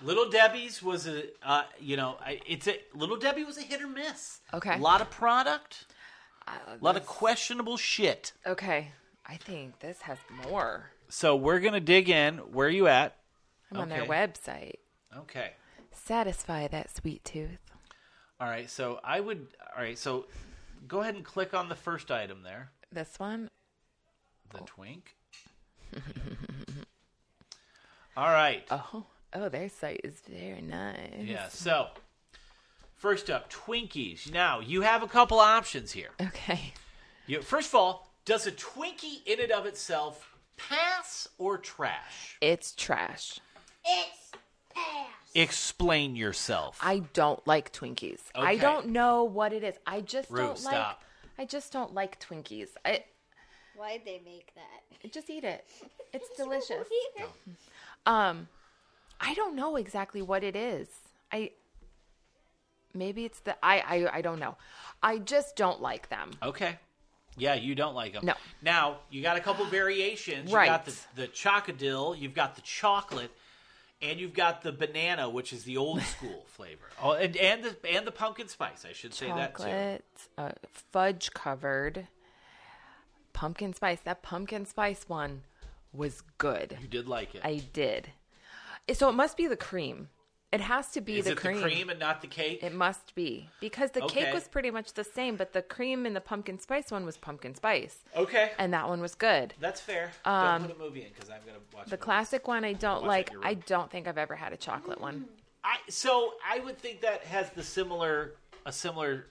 Speaker 3: Little Debbie's was a uh, you know I, it's a Little Debbie was a hit or miss.
Speaker 2: Okay.
Speaker 3: a lot of product, a lot of questionable shit.
Speaker 2: Okay. I think this has more.
Speaker 3: So we're gonna dig in. Where are you at?
Speaker 2: I'm on their
Speaker 3: Okay.
Speaker 2: website.
Speaker 3: Okay.
Speaker 2: Satisfy that sweet tooth.
Speaker 3: All right. So I would. All right. So go ahead and click on the first item there.
Speaker 2: This one.
Speaker 3: The
Speaker 2: Oh.
Speaker 3: twink. all right.
Speaker 2: Oh, oh, their site is very nice.
Speaker 3: Yeah. So first up, Twinkies. Now you have a couple options here.
Speaker 2: Okay.
Speaker 3: You, first of all, does a Twinkie in and of itself pass or trash?
Speaker 2: It's trash.
Speaker 5: It's pass.
Speaker 3: Explain yourself.
Speaker 2: I don't like Twinkies. I
Speaker 3: Okay.
Speaker 2: don't know what it is. I just
Speaker 3: Rue,
Speaker 2: don't like.
Speaker 3: stop.
Speaker 2: I just don't like Twinkies. I
Speaker 6: Why'd they make that?
Speaker 2: just eat it. It's delicious. Um, I don't know exactly what it is. I maybe it's the I I I don't know. I just don't like them.
Speaker 3: okay. Yeah, you don't like them.
Speaker 2: No.
Speaker 3: Now you got a couple variations. You got
Speaker 2: Right.
Speaker 3: the the chocodil. You've got the chocolate. And you've got the banana, which is the
Speaker 2: <laughs>
Speaker 3: old school flavor. Oh, and, and the and the pumpkin spice. I should say that
Speaker 2: Chocolate, uh, fudge covered, pumpkin spice. That pumpkin spice one was good.
Speaker 3: too. You did like it.
Speaker 2: I did. So it must be the cream. It has to be
Speaker 3: is
Speaker 2: the,
Speaker 3: it
Speaker 2: cream.
Speaker 3: the cream and not the cake?
Speaker 2: It must be because the
Speaker 3: Okay.
Speaker 2: cake was pretty much the same, but the cream and the pumpkin spice one was pumpkin spice,
Speaker 3: okay,
Speaker 2: and that one was good.
Speaker 3: that's fair. don't put a movie in because I'm gonna watch
Speaker 2: Um, The
Speaker 3: a movie.
Speaker 2: classic one I don't
Speaker 3: Watch
Speaker 2: like.
Speaker 3: that, you're
Speaker 2: I
Speaker 3: right.
Speaker 2: don't think I've ever had a chocolate one.
Speaker 3: I so I would think that has the similar a similar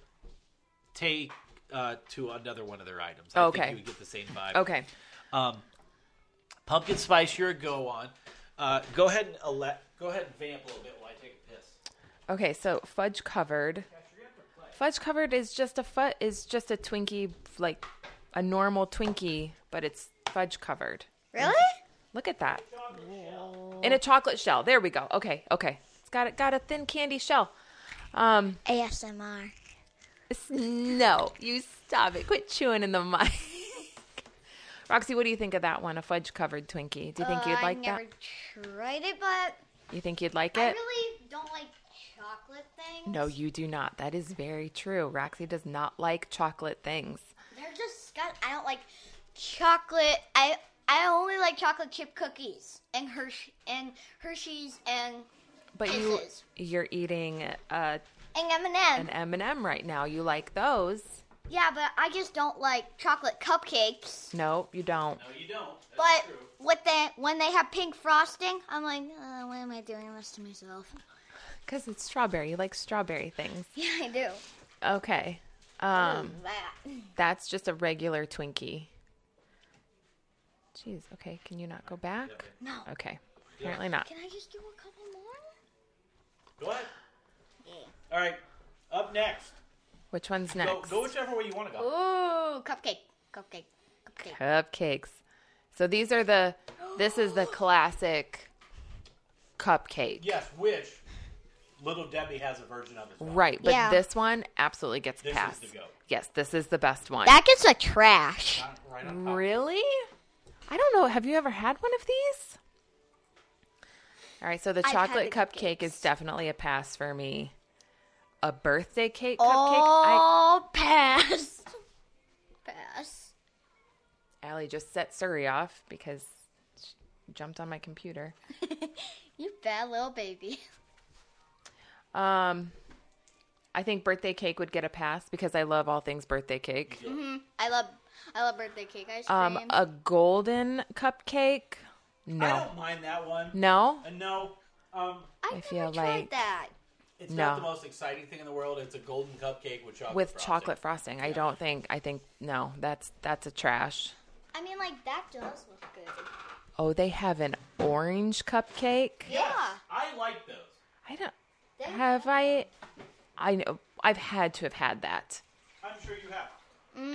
Speaker 3: take uh, to another one of their items. I think
Speaker 2: Okay.
Speaker 3: you would get the same vibe.
Speaker 2: Okay,
Speaker 3: Pumpkin spice, you're a go on. Uh, go ahead and ele- go ahead and vamp a little bit while I take a piss.
Speaker 2: okay. So fudge covered. Fudge covered is just a fu- is just a Twinkie like a normal Twinkie, but it's fudge covered.
Speaker 6: Really?
Speaker 2: Look at that. In a chocolate shell. There we go. Okay, okay. It's got it got a thin candy shell.
Speaker 6: ASMR.
Speaker 2: S- No, you stop it. Quit chewing in the mic. <laughs> Roxy, what do you think of that one? A fudge covered Twinkie. Do you think
Speaker 6: Uh,
Speaker 2: you'd
Speaker 6: I
Speaker 2: like
Speaker 6: never tried it, but
Speaker 2: that? You think you'd like
Speaker 6: I
Speaker 2: it?
Speaker 6: really don't like chocolate things.
Speaker 2: No, you do not. That is very true. Roxy does not like chocolate things.
Speaker 6: They're disgusting. I don't like chocolate. I I only like chocolate chip cookies and Hershey and Hershey's and
Speaker 2: But you
Speaker 6: Kisses.
Speaker 2: you're eating uh,
Speaker 6: and M&M.
Speaker 2: an M&M right now. You like those?
Speaker 6: yeah, but I just don't like chocolate cupcakes.
Speaker 2: No, you don't.
Speaker 3: No, you don't.
Speaker 6: But what they when they have pink frosting, I'm like, uh, why am I doing this to myself? <laughs>
Speaker 2: Cuz it's strawberry. You like strawberry things.
Speaker 6: Yeah, I do.
Speaker 2: Okay. Um,
Speaker 6: that.
Speaker 2: That's just a regular Twinkie. Jeez, okay. Can you not go back?
Speaker 6: No.
Speaker 2: Okay. Apparently not.
Speaker 6: Can I just do a couple more?
Speaker 3: Go ahead. All right. Up next.
Speaker 2: Which one's
Speaker 3: Go,
Speaker 2: next?
Speaker 3: go whichever way you want to go.
Speaker 6: Ooh, Oh, cupcake, cupcake, cupcake.
Speaker 2: Cupcakes. So these are the this is
Speaker 3: <gasps>
Speaker 2: the classic cupcake.
Speaker 3: Yes, which Little Debbie has a version of as well.
Speaker 2: Right, but
Speaker 6: Yeah.
Speaker 2: this one absolutely gets
Speaker 3: This is
Speaker 2: passed.
Speaker 3: the goat.
Speaker 2: Yes, this is the best one.
Speaker 6: That gets a trash.
Speaker 3: Right- Right on
Speaker 6: Oh.
Speaker 3: top.
Speaker 2: really? I don't know. Have you ever had one of these? All right, so the
Speaker 6: I've had
Speaker 2: chocolate
Speaker 6: the
Speaker 2: cupcake
Speaker 6: cupcakes.
Speaker 2: is definitely a pass for me. A birthday cake cupcake? I,
Speaker 6: All Oh, pass. Pass.
Speaker 2: Allie just set Surrey off because jumped on my computer.
Speaker 6: You bad little baby. <laughs>
Speaker 2: Um, I think birthday cake would get a pass because I love all things birthday cake.
Speaker 6: I love I love birthday cake ice cream.
Speaker 2: Um, a golden cupcake.
Speaker 10: I
Speaker 2: No,
Speaker 10: don't mind that one.
Speaker 2: no.
Speaker 10: Uh, no. Um,
Speaker 6: I've
Speaker 2: I
Speaker 6: never
Speaker 2: feel
Speaker 6: tried
Speaker 2: like-
Speaker 6: that.
Speaker 10: it's not
Speaker 2: No.
Speaker 10: the most exciting thing in the world. It's a golden cupcake with chocolate.
Speaker 2: With
Speaker 10: frosting.
Speaker 2: chocolate frosting, I don't think. I think no. That's that's a trash.
Speaker 6: I mean, like that does look good.
Speaker 2: Oh, they have an orange cupcake.
Speaker 6: Yeah.
Speaker 10: I like those.
Speaker 2: I don't.
Speaker 6: They-
Speaker 2: Have I? I know. I've had to have had that,
Speaker 10: I'm sure you have.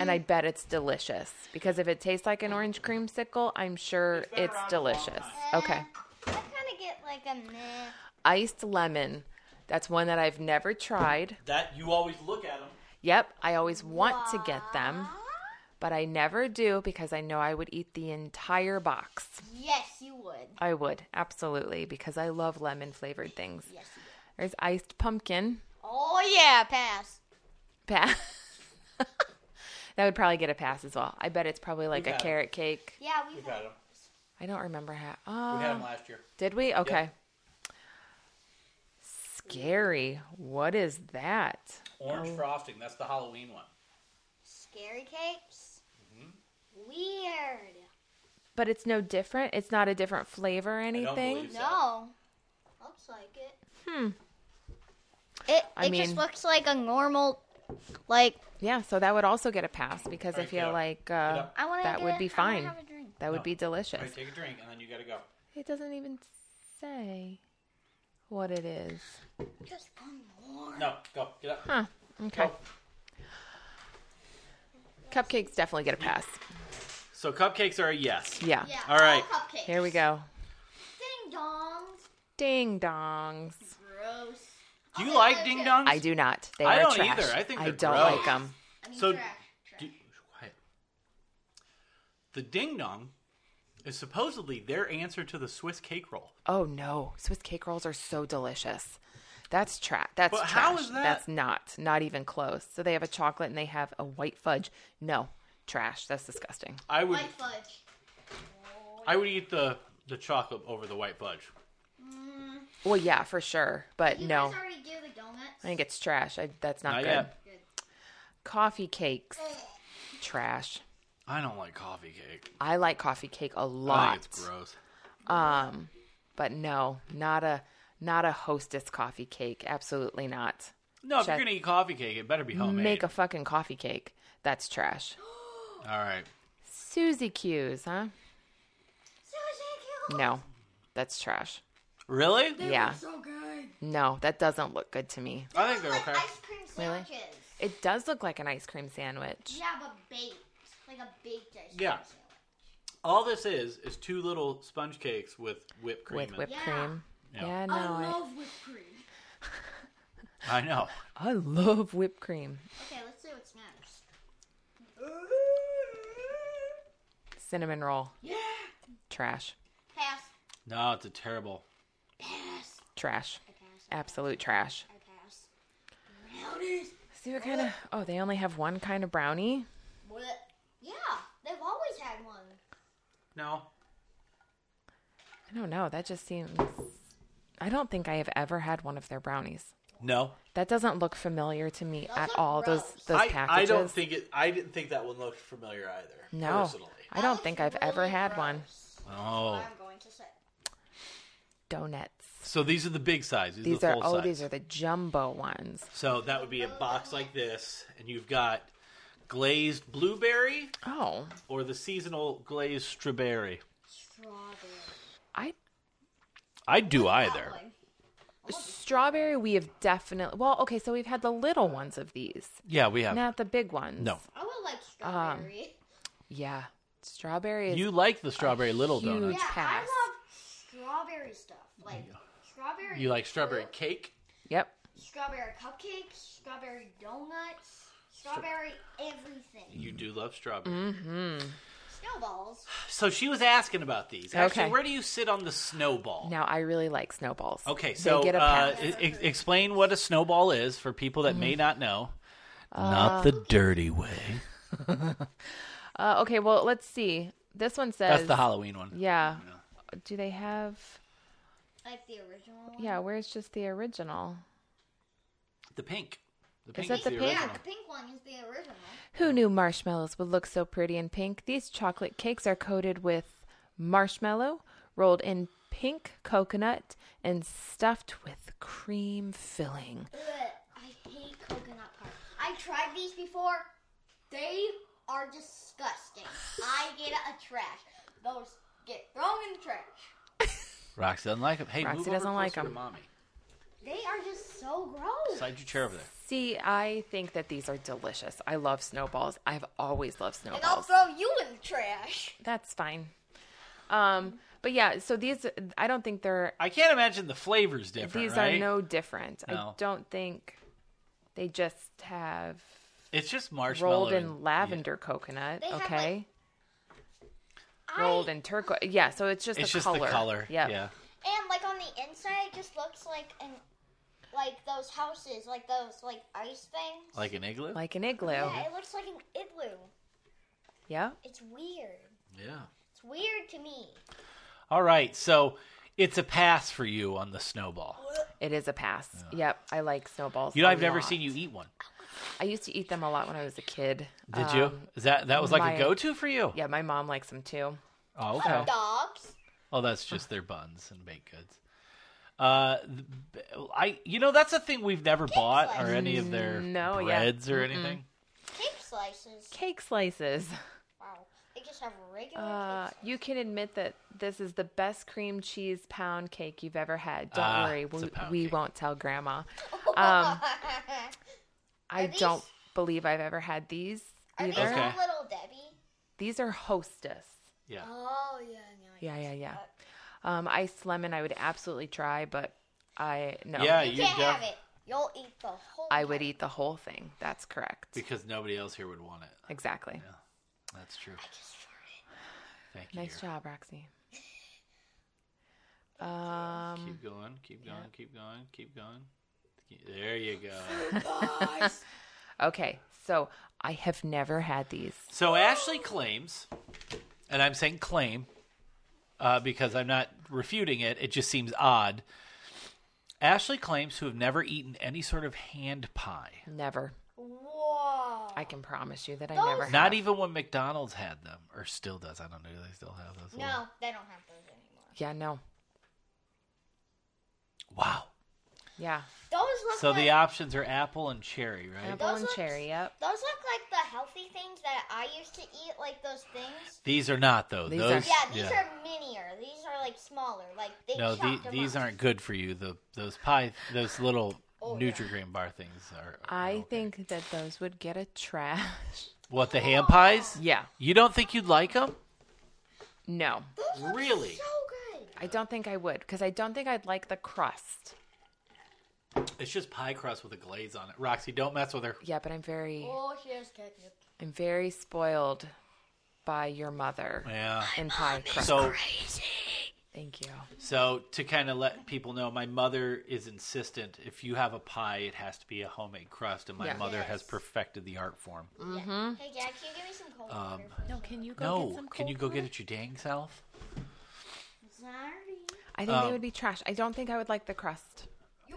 Speaker 2: and I bet it's delicious because if it tastes like an orange creamsicle, I'm sure
Speaker 10: been around
Speaker 2: it's
Speaker 10: a long
Speaker 2: delicious. Okay.
Speaker 6: I kind of get like a meh.
Speaker 2: Iced lemon. That's one that I've never tried.
Speaker 10: That you always look at them.
Speaker 2: Yep, I always want to get them, but I never do because I know I would eat the entire box.
Speaker 6: Yes, you would.
Speaker 2: I would, absolutely, because I love lemon flavored things.
Speaker 6: Yes, you would.
Speaker 2: There's iced pumpkin.
Speaker 6: Oh yeah, pass.
Speaker 2: Pass. <laughs> that would probably get a pass as well. I bet it's probably like
Speaker 10: We've
Speaker 2: a
Speaker 10: had 'em.
Speaker 2: carrot cake.
Speaker 6: Yeah, we've,
Speaker 10: We've had them.
Speaker 2: I don't remember how.
Speaker 10: We had them
Speaker 2: Oh,
Speaker 10: last year.
Speaker 2: did we? Okay. Scary. What is that?
Speaker 10: Orange
Speaker 2: Oh.
Speaker 10: frosting. That's the Halloween one.
Speaker 6: scary cakes. Weird.
Speaker 2: But it's no different. It's not a different flavor or
Speaker 10: don't
Speaker 2: anything.
Speaker 10: believe So-
Speaker 6: No, looks like it. Hmm. It
Speaker 2: I
Speaker 6: it just
Speaker 2: mean-
Speaker 6: looks like a normal, like
Speaker 2: Yeah, so that would also get a pass because I
Speaker 10: Alright, get
Speaker 2: feel
Speaker 10: up.
Speaker 2: like
Speaker 10: Get
Speaker 2: uh,
Speaker 10: up.
Speaker 6: I want
Speaker 2: that would be fine.
Speaker 6: Have a drink.
Speaker 2: That would
Speaker 10: No.
Speaker 2: be delicious.
Speaker 10: All right, take a drink and then you gotta go.
Speaker 2: It doesn't even say what it is.
Speaker 6: Just one more.
Speaker 10: No, go. Get up.
Speaker 2: Huh. Okay. Cupcakes definitely get a pass.
Speaker 3: So cupcakes are a yes.
Speaker 2: Yeah.
Speaker 6: Yeah.
Speaker 3: All right.
Speaker 6: Cupcakes.
Speaker 2: Here we go.
Speaker 6: Ding dongs.
Speaker 2: Ding dongs.
Speaker 6: Gross.
Speaker 3: Do you
Speaker 6: Okay,
Speaker 3: like
Speaker 6: those
Speaker 3: ding
Speaker 6: two.
Speaker 3: dongs?
Speaker 2: I do not. They
Speaker 3: I
Speaker 2: are
Speaker 3: don't
Speaker 2: trash.
Speaker 3: either. I think they're
Speaker 2: don't
Speaker 3: gross.
Speaker 2: like them.
Speaker 6: I mean,
Speaker 3: So-
Speaker 6: trash, trash.
Speaker 3: Do- quiet. The ding dong is supposedly their answer to the Swiss cake roll.
Speaker 2: Oh no, Swiss cake rolls are so delicious. That's trash. That's
Speaker 3: But
Speaker 2: trash.
Speaker 3: how is that-
Speaker 2: That's not. Not even close. So they have a chocolate and they have a white fudge. No, trash. That's disgusting.
Speaker 3: I would
Speaker 6: White fudge.
Speaker 3: I would eat the the chocolate over the white fudge.
Speaker 2: Well, yeah, for sure. But
Speaker 6: You
Speaker 2: no.
Speaker 6: guys already do the donuts.
Speaker 2: I think it's trash. I, that's not,
Speaker 3: Not
Speaker 2: good.
Speaker 3: yet.
Speaker 2: Coffee cakes, trash.
Speaker 3: I don't like coffee cake.
Speaker 2: I like coffee cake a
Speaker 3: I
Speaker 2: lot, Um,
Speaker 3: think it's gross.
Speaker 2: but no, not a not a hostess coffee cake. Absolutely not.
Speaker 3: No, if
Speaker 2: Check.
Speaker 3: you're gonna eat coffee cake, it better be homemade.
Speaker 2: Make a fucking coffee cake. That's trash.
Speaker 3: All right.
Speaker 2: Susie Q's, huh?
Speaker 6: Sushi cake.
Speaker 2: No, that's trash.
Speaker 3: Really?
Speaker 2: yeah. No, that doesn't look good to me.
Speaker 3: I think they're
Speaker 6: Like
Speaker 3: okay.
Speaker 6: ice cream
Speaker 2: Really?
Speaker 6: sandwiches.
Speaker 2: It does look like an ice cream sandwich.
Speaker 6: Yeah, but baked. Like a baked ice cream
Speaker 3: Yeah.
Speaker 6: sandwich.
Speaker 3: All this is is two little sponge cakes with whipped cream. in
Speaker 2: With
Speaker 3: it.
Speaker 2: whipped
Speaker 6: Yeah.
Speaker 2: cream.
Speaker 3: Yeah.
Speaker 2: Yeah, no. I,
Speaker 6: whipped cream.
Speaker 3: I know.
Speaker 2: I love whipped cream.
Speaker 6: Okay, let's see what's next.
Speaker 2: Cinnamon roll. Yeah. Trash.
Speaker 6: Pass.
Speaker 3: No, it's a terrible.
Speaker 6: Pass.
Speaker 2: Trash.
Speaker 6: I pass.
Speaker 2: Absolute trash.
Speaker 6: I pass. Brownies.
Speaker 2: See what kind of. Oh, they only have one kind of brownie?
Speaker 6: What? Yeah, they've always had one.
Speaker 3: No.
Speaker 2: I don't know. That just seems. I don't think I have ever had one of their brownies.
Speaker 3: No.
Speaker 2: That doesn't look familiar to me at
Speaker 6: look
Speaker 2: all.
Speaker 6: gross.
Speaker 2: Those those
Speaker 3: I,
Speaker 2: packages.
Speaker 3: I don't think it I didn't think that one looked familiar either.
Speaker 2: No,
Speaker 3: Personally.
Speaker 2: I don't think I've ever had one.
Speaker 3: Oh.
Speaker 6: I'm going to say.
Speaker 2: Donuts.
Speaker 3: So these are the big size. These,
Speaker 2: These
Speaker 3: are
Speaker 2: are
Speaker 3: the full
Speaker 2: oh,
Speaker 3: size.
Speaker 2: these are the jumbo ones.
Speaker 3: So that would be a box like this, and you've got glazed blueberry
Speaker 2: Oh,
Speaker 3: or the seasonal glazed strawberry.
Speaker 6: Strawberry.
Speaker 2: I
Speaker 3: I'd do either.
Speaker 2: strawberry. We have definitely. Well, okay, so we've had the little ones of these,
Speaker 3: Yeah, we have.
Speaker 2: not the big ones.
Speaker 3: No.
Speaker 6: I would like strawberry.
Speaker 2: Um, Yeah, strawberry is
Speaker 3: You like the strawberry little
Speaker 2: huge
Speaker 3: donut.
Speaker 6: <laughs> yeah, I
Speaker 2: pass.
Speaker 6: love strawberry stuff. Like strawberry.
Speaker 3: You like strawberry
Speaker 6: fruit,
Speaker 3: cake?
Speaker 2: Yep.
Speaker 6: strawberry cupcakes, strawberry donuts, strawberry everything.
Speaker 3: You do love strawberry.
Speaker 2: Mm.
Speaker 6: Snowballs.
Speaker 3: So she was asking about these. Actually,
Speaker 2: Okay.
Speaker 3: where do you sit on the snowball?
Speaker 2: Now I really like snowballs.
Speaker 3: Okay,
Speaker 2: They
Speaker 3: so
Speaker 2: get a
Speaker 3: uh,
Speaker 2: pass.
Speaker 3: e- e- explain what a snowball is for people that may not know. Not the dirty way.
Speaker 2: Uh, okay, well let's see. This one says
Speaker 3: That's the Halloween one.
Speaker 2: Yeah. do they have?
Speaker 6: Like the original one.
Speaker 2: Yeah, where's just the original?
Speaker 3: The pink. The
Speaker 2: Is that the pink?
Speaker 6: Yeah,
Speaker 3: original.
Speaker 6: the pink one is the original.
Speaker 2: Who knew marshmallows would look so pretty in pink? These chocolate cakes are coated with marshmallow, rolled in pink coconut, and stuffed with cream filling.
Speaker 6: Ugh, I hate coconut pie. I tried these before. They are disgusting. I get a trash. Those get thrown in the trash.
Speaker 3: Roxy doesn't like them. Hey,
Speaker 2: Roxy
Speaker 3: move
Speaker 2: doesn't
Speaker 3: over
Speaker 2: like
Speaker 3: closer to
Speaker 2: 'em.
Speaker 3: mommy.
Speaker 6: They are just so gross.
Speaker 3: Slide your chair over there.
Speaker 2: See, I think that these are delicious. I love snowballs. I've always loved
Speaker 6: And I'll
Speaker 2: snowballs.
Speaker 6: throw you in the trash.
Speaker 2: That's fine. Um, but yeah, so these I don't think they're
Speaker 3: I can't imagine the flavors different.
Speaker 2: these
Speaker 3: right?
Speaker 2: are no different. I
Speaker 3: No.
Speaker 2: don't think they just have
Speaker 3: It's just marshmallow.
Speaker 2: rolled
Speaker 3: and-
Speaker 2: in lavender coconut.
Speaker 6: They have, like,
Speaker 2: okay.
Speaker 6: I,
Speaker 2: rolled in turquoise. Yeah, so it's just
Speaker 3: It's
Speaker 2: the
Speaker 3: just
Speaker 2: color.
Speaker 3: the color.
Speaker 2: Yep.
Speaker 3: Yeah.
Speaker 6: And like on the inside, it just looks like an like those houses, like those like ice things.
Speaker 3: Like an igloo.
Speaker 2: Like an igloo.
Speaker 6: yeah, it looks like an igloo.
Speaker 2: Yeah.
Speaker 6: It's weird.
Speaker 3: yeah.
Speaker 6: It's weird to me.
Speaker 3: All right. So it's a pass for you on the snowball.
Speaker 2: It is a pass. Yep. I like snowballs.
Speaker 3: You know,
Speaker 2: i
Speaker 3: I've never seen you eat one.
Speaker 2: I used to eat them a lot when I was a kid.
Speaker 3: Did
Speaker 2: Um,
Speaker 3: you? Is that that was like
Speaker 2: my-
Speaker 3: a go-to for you?
Speaker 2: Yeah, my mom likes them too.
Speaker 3: Oh, okay.
Speaker 6: Dogs.
Speaker 3: Oh, that's just their buns and baked goods. Uh, th- b- I you know that's a thing we've never bought or any of their
Speaker 2: No, yeah.
Speaker 3: breads or anything.
Speaker 6: Cake slices.
Speaker 2: Cake
Speaker 6: <laughs>
Speaker 2: slices.
Speaker 6: Wow. They just have regular
Speaker 2: Uh,
Speaker 6: cake slices.
Speaker 2: you can admit that this is the best cream cheese pound cake you've ever had. Don't
Speaker 3: Ah,
Speaker 2: worry,
Speaker 3: it's a
Speaker 2: we,
Speaker 3: pound
Speaker 2: we
Speaker 3: cake.
Speaker 2: won't tell Grandma. Um,
Speaker 6: <laughs>
Speaker 2: I
Speaker 6: these-
Speaker 2: don't believe I've ever had these
Speaker 6: Are these
Speaker 2: either.
Speaker 3: Okay.
Speaker 6: all little Debbie?
Speaker 2: These are Hostess.
Speaker 3: Yeah.
Speaker 6: Oh yeah, no.
Speaker 2: Yeah, yeah, yeah.
Speaker 6: Uh,
Speaker 2: Um, iced lemon, I would absolutely try, but I no.
Speaker 3: Yeah,
Speaker 6: You
Speaker 3: you
Speaker 6: can't
Speaker 3: def-
Speaker 6: have it. You'll eat the whole.
Speaker 2: I would
Speaker 6: thing.
Speaker 2: eat the whole thing. That's correct.
Speaker 3: because nobody else here would want it.
Speaker 2: Exactly.
Speaker 3: That's true.
Speaker 6: Just farted.
Speaker 3: Thank you.
Speaker 2: Nice job, Roxy.
Speaker 3: <laughs>
Speaker 2: Um,
Speaker 3: keep going. Keep going. Keep going. Keep going. Keep- There you go.
Speaker 2: Okay, so I have never had these.
Speaker 3: So Ashley claims, and I'm saying claim uh, because I'm not refuting it. It just seems odd. Ashley claims to have never eaten any sort of hand pie,
Speaker 2: Never.
Speaker 6: Whoa.
Speaker 2: I can promise you that I
Speaker 6: Those-
Speaker 2: never.
Speaker 3: not
Speaker 2: have.
Speaker 3: even when McDonald's had them, or still does. I don't know. Do they still have those?
Speaker 6: No, they don't have those anymore.
Speaker 2: Yeah, no.
Speaker 3: Wow.
Speaker 2: Yeah,
Speaker 6: Those look
Speaker 3: So
Speaker 6: like
Speaker 3: the options are apple and cherry, right?
Speaker 2: apple
Speaker 6: Those
Speaker 2: and
Speaker 6: ones-
Speaker 2: cherry. Yep.
Speaker 6: those look like the healthy things that I used to eat, like those
Speaker 3: <laughs>
Speaker 6: things.
Speaker 3: These are not though.
Speaker 2: These
Speaker 3: those,
Speaker 2: are-
Speaker 6: Yeah, these are minier. These are like smaller. Like they
Speaker 3: no.
Speaker 6: chopped
Speaker 3: The,
Speaker 6: them
Speaker 3: these
Speaker 6: up.
Speaker 3: aren't good for you. The those pie, those little
Speaker 6: Oh,
Speaker 3: Nutrigrain bar things are.
Speaker 6: Uh,
Speaker 3: are
Speaker 2: I
Speaker 3: Oh, okay.
Speaker 2: think that those would get a trash. <laughs>
Speaker 3: What
Speaker 6: oh.
Speaker 3: the ham pies?
Speaker 2: Yeah.
Speaker 3: You don't think you'd like them?
Speaker 2: No,
Speaker 6: Those look
Speaker 3: Really?
Speaker 6: so good.
Speaker 2: I don't think I would because I don't think I'd like the crust.
Speaker 3: It's just pie crust with a glaze on it. Roxy, don't mess with her.
Speaker 2: Yeah, but I'm very,
Speaker 6: Oh, she has catnip.
Speaker 2: I'm very spoiled by your mother
Speaker 3: Yeah.
Speaker 2: and pie crust.
Speaker 3: So,
Speaker 2: Thank you.
Speaker 3: so to kind of let people know, my mother is insistent. If you have a pie, it has to be a homemade crust, and my
Speaker 2: Yeah.
Speaker 3: mother
Speaker 6: Yes.
Speaker 3: has perfected the art form.
Speaker 6: Yeah. Hey, Dad, can you give me some cold water?
Speaker 3: Um,
Speaker 6: please?
Speaker 2: No, can you go get
Speaker 3: No,
Speaker 2: some cold
Speaker 3: can you go
Speaker 2: water?
Speaker 3: get it your dang self?
Speaker 6: Sorry.
Speaker 2: I think they would be trash. I don't think I would like the crust.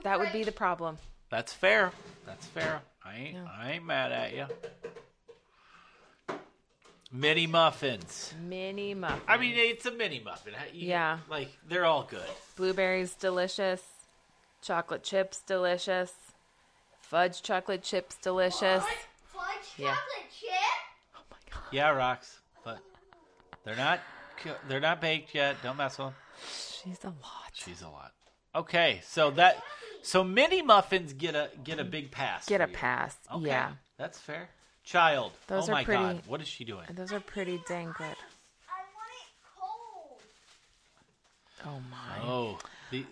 Speaker 2: That would be the problem.
Speaker 3: That's fair. That's fair. I ain't, I ain't mad at you. Mini muffins.
Speaker 2: Mini muffin.
Speaker 3: I mean, it's a mini muffin. How- you-
Speaker 2: Yeah.
Speaker 3: Like they're all good.
Speaker 2: blueberries delicious, chocolate chips delicious, fudge chocolate chips delicious.
Speaker 6: Fudge chocolate
Speaker 2: Yeah.
Speaker 6: chip?
Speaker 3: Yeah, rocks. But they're not co- they're not baked yet. Don't mess with them.
Speaker 2: She's a lot.
Speaker 3: She's a lot. Okay, so that so mini muffins get a get a big pass.
Speaker 2: Get
Speaker 3: for
Speaker 2: a
Speaker 3: you.
Speaker 2: pass.
Speaker 3: Okay,
Speaker 2: Yeah.
Speaker 3: that's fair. Child.
Speaker 2: Those
Speaker 3: oh
Speaker 2: are
Speaker 3: my
Speaker 2: pretty-
Speaker 3: god, what is she doing?
Speaker 2: And those are pretty dang good.
Speaker 6: I want it cold.
Speaker 2: Oh my.
Speaker 3: Oh, the,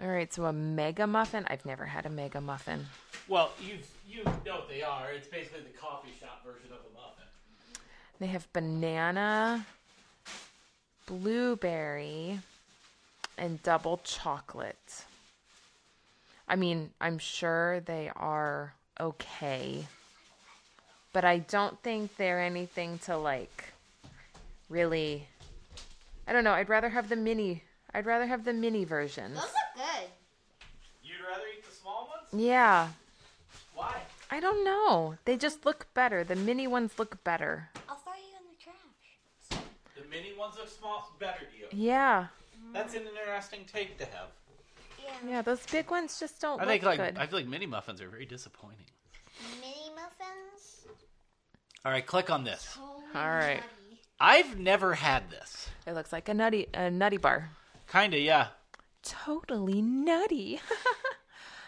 Speaker 2: All right, so a mega muffin. I've never had a mega muffin.
Speaker 3: well, you you know what they are. It's basically the coffee shop version of a muffin.
Speaker 2: They have banana, blueberry, and double chocolate. I mean, I'm sure they are okay, but I don't think they're anything to like really I don't know. I'd rather have the mini. I'd rather have the mini versions.
Speaker 6: Those look good.
Speaker 10: You'd rather eat the small ones?
Speaker 2: Yeah.
Speaker 10: Why?
Speaker 2: I don't know. They just look better. The mini ones look better.
Speaker 6: I'll throw you in the trash.
Speaker 10: The mini ones look small, better to you.
Speaker 2: Yeah.
Speaker 10: That's an interesting take to have.
Speaker 2: Yeah, those big ones just don't
Speaker 3: I
Speaker 2: look
Speaker 3: think like
Speaker 2: good.
Speaker 3: I feel like mini muffins are very disappointing.
Speaker 6: Mini muffins.
Speaker 3: All right, click on this.
Speaker 2: All right.
Speaker 3: I've never had this.
Speaker 2: It looks like a nutty a nutty bar.
Speaker 3: Kinda, yeah.
Speaker 2: Totally nutty. <laughs>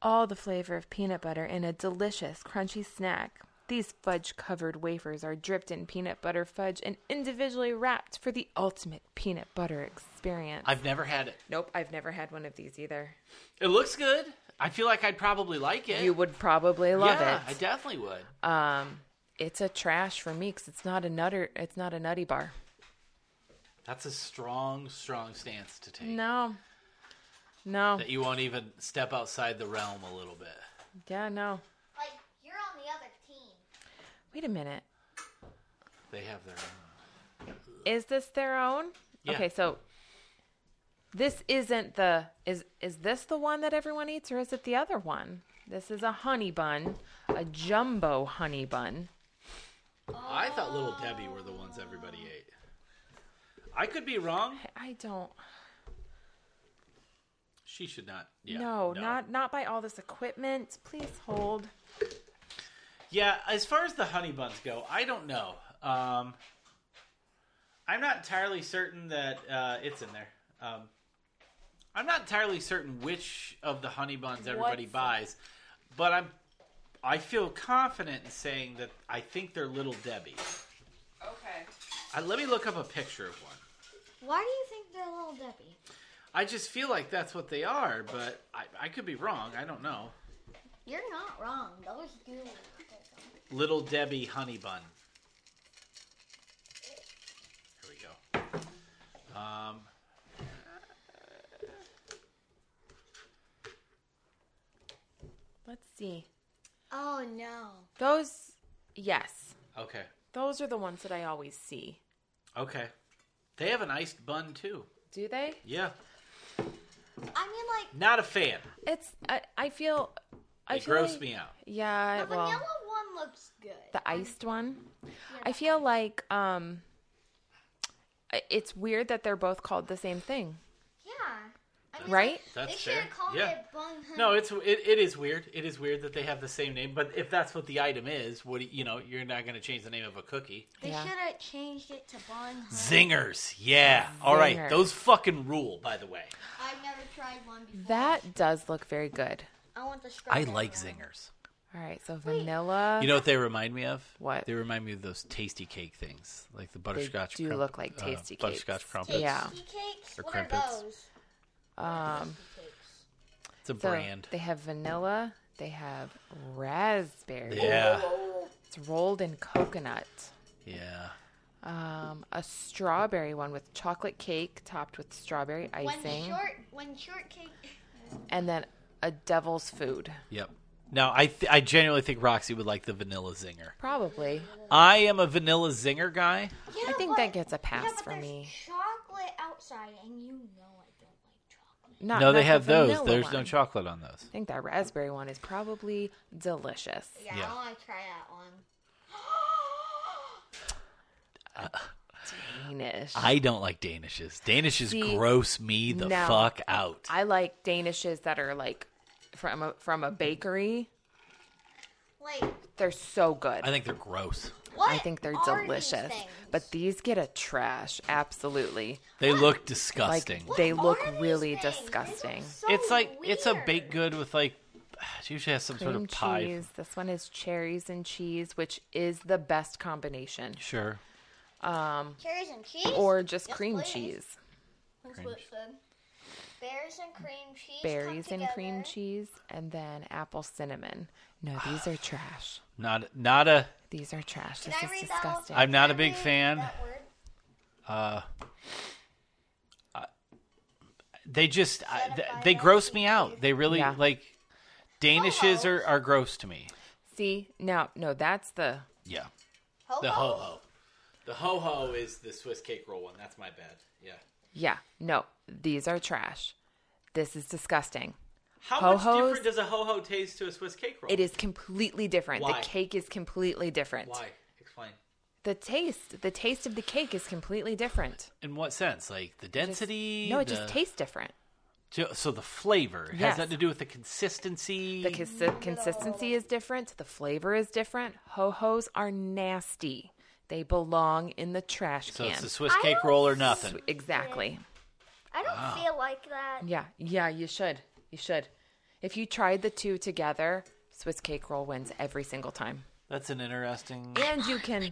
Speaker 2: All the flavor of peanut butter in a delicious, crunchy snack. These fudge covered wafers are dripped in peanut butter fudge and individually wrapped for the ultimate peanut butter experience.
Speaker 3: I've never had it.
Speaker 2: nope, I've never had one of these either.
Speaker 3: It looks good. I feel like I'd probably like it.
Speaker 2: You would probably love
Speaker 3: Eh. yeah, I
Speaker 2: it.
Speaker 3: definitely would.
Speaker 2: um, it's a trash for me because it's not a nutter. It's not a nutty bar.
Speaker 3: That's a strong, strong stance to take.
Speaker 2: No, no,
Speaker 3: That you won't even step outside the realm a little bit.
Speaker 2: yeah, no.
Speaker 6: Like you're on the other team.
Speaker 2: Wait a minute.
Speaker 3: They have their own.
Speaker 2: Is this their own?
Speaker 3: Yeah.
Speaker 2: Okay, so this isn't the is is this the one that everyone eats or is it the other one? This is a honey bun, a jumbo honey bun.
Speaker 3: I thought Little Debbie were the ones everybody ate. I could be wrong.
Speaker 2: I don't
Speaker 3: She should not. Yeah,
Speaker 2: no, not not by all this equipment. Please hold.
Speaker 3: Yeah, as far as the honey buns go, I don't know. Um, I'm not entirely certain that uh, it's in there. Um, I'm not entirely certain which of the honey buns everybody
Speaker 2: What's-
Speaker 3: buys, but I'm I feel confident in saying that I think they're Little Debbie.
Speaker 2: Okay.
Speaker 3: I, let me look up a picture of one.
Speaker 6: Why do you think they're little Debbie?
Speaker 3: I just feel like that's what they are, but I, I could be wrong. I don't know.
Speaker 6: You're not wrong. Those do. look good.
Speaker 3: Little Debbie honey bun. Here we go. Um,
Speaker 2: Let's see.
Speaker 6: Oh no.
Speaker 2: Those yes.
Speaker 3: okay.
Speaker 2: Those are the ones that I always see.
Speaker 3: Okay. They have an iced bun too.
Speaker 2: Do they?
Speaker 3: Yeah.
Speaker 6: I mean, like
Speaker 3: Not a fan.
Speaker 2: It's I, I feel I
Speaker 3: They
Speaker 2: feel
Speaker 3: gross
Speaker 2: like-
Speaker 3: me out.
Speaker 2: Yeah,
Speaker 6: the
Speaker 2: well.
Speaker 6: vanilla one looks good.
Speaker 2: the iced one. I feel like um I- it's weird that they're both called the same thing.
Speaker 6: yeah. I mean,
Speaker 2: Right?
Speaker 6: Like,
Speaker 3: That's
Speaker 6: they should
Speaker 3: fair.
Speaker 6: have called
Speaker 3: Yeah.
Speaker 6: it bun honey.
Speaker 3: No, it's it, it is weird. It is weird that they have the same name, but if that's what the item is, what do- you know, you're not going to change the name of a cookie.
Speaker 6: they
Speaker 2: yeah.
Speaker 6: should have changed it to bun honey.
Speaker 3: Zingers. Yeah. All right.
Speaker 2: Zingers.
Speaker 3: Those fucking rule, by the way.
Speaker 6: I've never tried one before.
Speaker 2: That does look very good.
Speaker 6: I want the
Speaker 3: I
Speaker 6: strawberry
Speaker 3: like
Speaker 6: one.
Speaker 3: zingers.
Speaker 2: All right, so vanilla.
Speaker 3: You know what they remind me of?
Speaker 2: What?
Speaker 3: They remind me of those tasty cake things, like the butterscotch.
Speaker 2: do
Speaker 3: crump-
Speaker 2: look like tasty
Speaker 3: Butterscotch
Speaker 2: cakes.
Speaker 3: crumpets.
Speaker 2: Yeah.
Speaker 6: Tasty cakes.
Speaker 3: Or
Speaker 6: what
Speaker 3: crimpets.
Speaker 6: are those?
Speaker 2: um
Speaker 6: Cakes.
Speaker 3: It's a
Speaker 2: so
Speaker 3: brand.
Speaker 2: they have vanilla, they have raspberry.
Speaker 3: Yeah.
Speaker 2: It's rolled in coconut.
Speaker 3: Yeah.
Speaker 2: Um, a strawberry one with chocolate cake topped with strawberry
Speaker 6: When
Speaker 2: icing
Speaker 6: short, when shortcake. <laughs>
Speaker 2: and then a devil's food.
Speaker 3: Yep. No, I th- I genuinely think Roxy would like the vanilla zinger.
Speaker 2: Probably.
Speaker 3: I am a vanilla zinger guy.
Speaker 6: Yeah,
Speaker 2: I think
Speaker 6: but-
Speaker 2: that gets a
Speaker 6: yeah,
Speaker 2: pass
Speaker 6: but
Speaker 2: for
Speaker 6: there's
Speaker 2: me.
Speaker 6: Chocolate outside, and you know I don't like chocolate.
Speaker 2: Not,
Speaker 3: no,
Speaker 2: Ah, not
Speaker 3: they
Speaker 2: the
Speaker 3: have those.
Speaker 2: vanilla
Speaker 3: There's no
Speaker 2: one.
Speaker 3: chocolate on those.
Speaker 2: I think that raspberry one is probably delicious.
Speaker 6: Yeah,
Speaker 3: Yeah.
Speaker 6: I want to try that
Speaker 2: <gasps>
Speaker 6: one.
Speaker 2: Danish.
Speaker 3: I don't like danishes. Danishes
Speaker 2: See,
Speaker 3: gross me the
Speaker 2: no.
Speaker 3: fuck out.
Speaker 2: I like danishes that are like from a, from a bakery.
Speaker 6: Like
Speaker 2: They're so good.
Speaker 3: I think they're gross.
Speaker 6: what?
Speaker 2: I think they're
Speaker 6: are these
Speaker 2: delicious.
Speaker 6: things?
Speaker 2: But these get a trash, absolutely.
Speaker 3: They look
Speaker 2: Like
Speaker 3: disgusting.
Speaker 6: What
Speaker 2: they
Speaker 6: are
Speaker 2: look
Speaker 6: these
Speaker 2: really
Speaker 6: things? They look
Speaker 2: disgusting.
Speaker 6: so
Speaker 3: it's like it's a
Speaker 6: weird.
Speaker 3: baked good with like <sighs> it usually has some
Speaker 2: Cream
Speaker 3: sort of pie.
Speaker 2: cheese. This one is cherries and cheese, which is the best combination.
Speaker 3: Sure.
Speaker 6: Cherries and cheese.
Speaker 2: Or just
Speaker 6: Yes,
Speaker 2: cream
Speaker 6: please.
Speaker 2: cheese.
Speaker 6: That's what it said. Berries and cream cheese. come
Speaker 2: Berries and cream
Speaker 6: together.
Speaker 2: cheese and then apple cinnamon. No, these
Speaker 3: <sighs>
Speaker 2: are trash.
Speaker 3: Not not a
Speaker 2: These are trash.
Speaker 6: Can
Speaker 2: This
Speaker 6: I
Speaker 2: is
Speaker 6: read that off?
Speaker 2: disgusting.
Speaker 3: I'm not a
Speaker 6: Can I
Speaker 3: big
Speaker 6: read
Speaker 3: fan.
Speaker 6: that word?
Speaker 3: they just I, th- they gross me out. They really
Speaker 2: Yeah.
Speaker 3: like danishes are, are gross to me.
Speaker 2: See, now, no, that's the
Speaker 3: Yeah.
Speaker 6: Ho-ho?
Speaker 3: The ho ho. The ho ho is the Swiss cake roll one. That's my bad. Yeah.
Speaker 2: Yeah, no, these are trash. This is disgusting.
Speaker 3: How much
Speaker 2: Ho-hos-
Speaker 3: different does a ho ho taste to a Swiss cake roll?
Speaker 2: It is completely different.
Speaker 3: Why?
Speaker 2: The cake is completely different.
Speaker 3: Why? Explain.
Speaker 2: The taste, the taste of the cake is completely different.
Speaker 3: In what sense? Like the density?
Speaker 2: No, it
Speaker 3: the-
Speaker 2: just tastes different.
Speaker 3: Jo- So the flavor has
Speaker 2: Yes.
Speaker 3: nothing to do with the consistency.
Speaker 2: The consi- consistency is different. The flavor is different. Ho hos are nasty. They belong in the trash
Speaker 3: so
Speaker 2: can.
Speaker 3: it's a Swiss
Speaker 11: I
Speaker 3: cake
Speaker 11: don't
Speaker 3: roll or nothing.
Speaker 2: exactly.
Speaker 11: I don't
Speaker 3: Wow.
Speaker 11: feel like that.
Speaker 2: Yeah, yeah, you should. You should. If you tried the two together, Swiss cake roll wins every single time.
Speaker 3: That's an interesting.
Speaker 2: And you can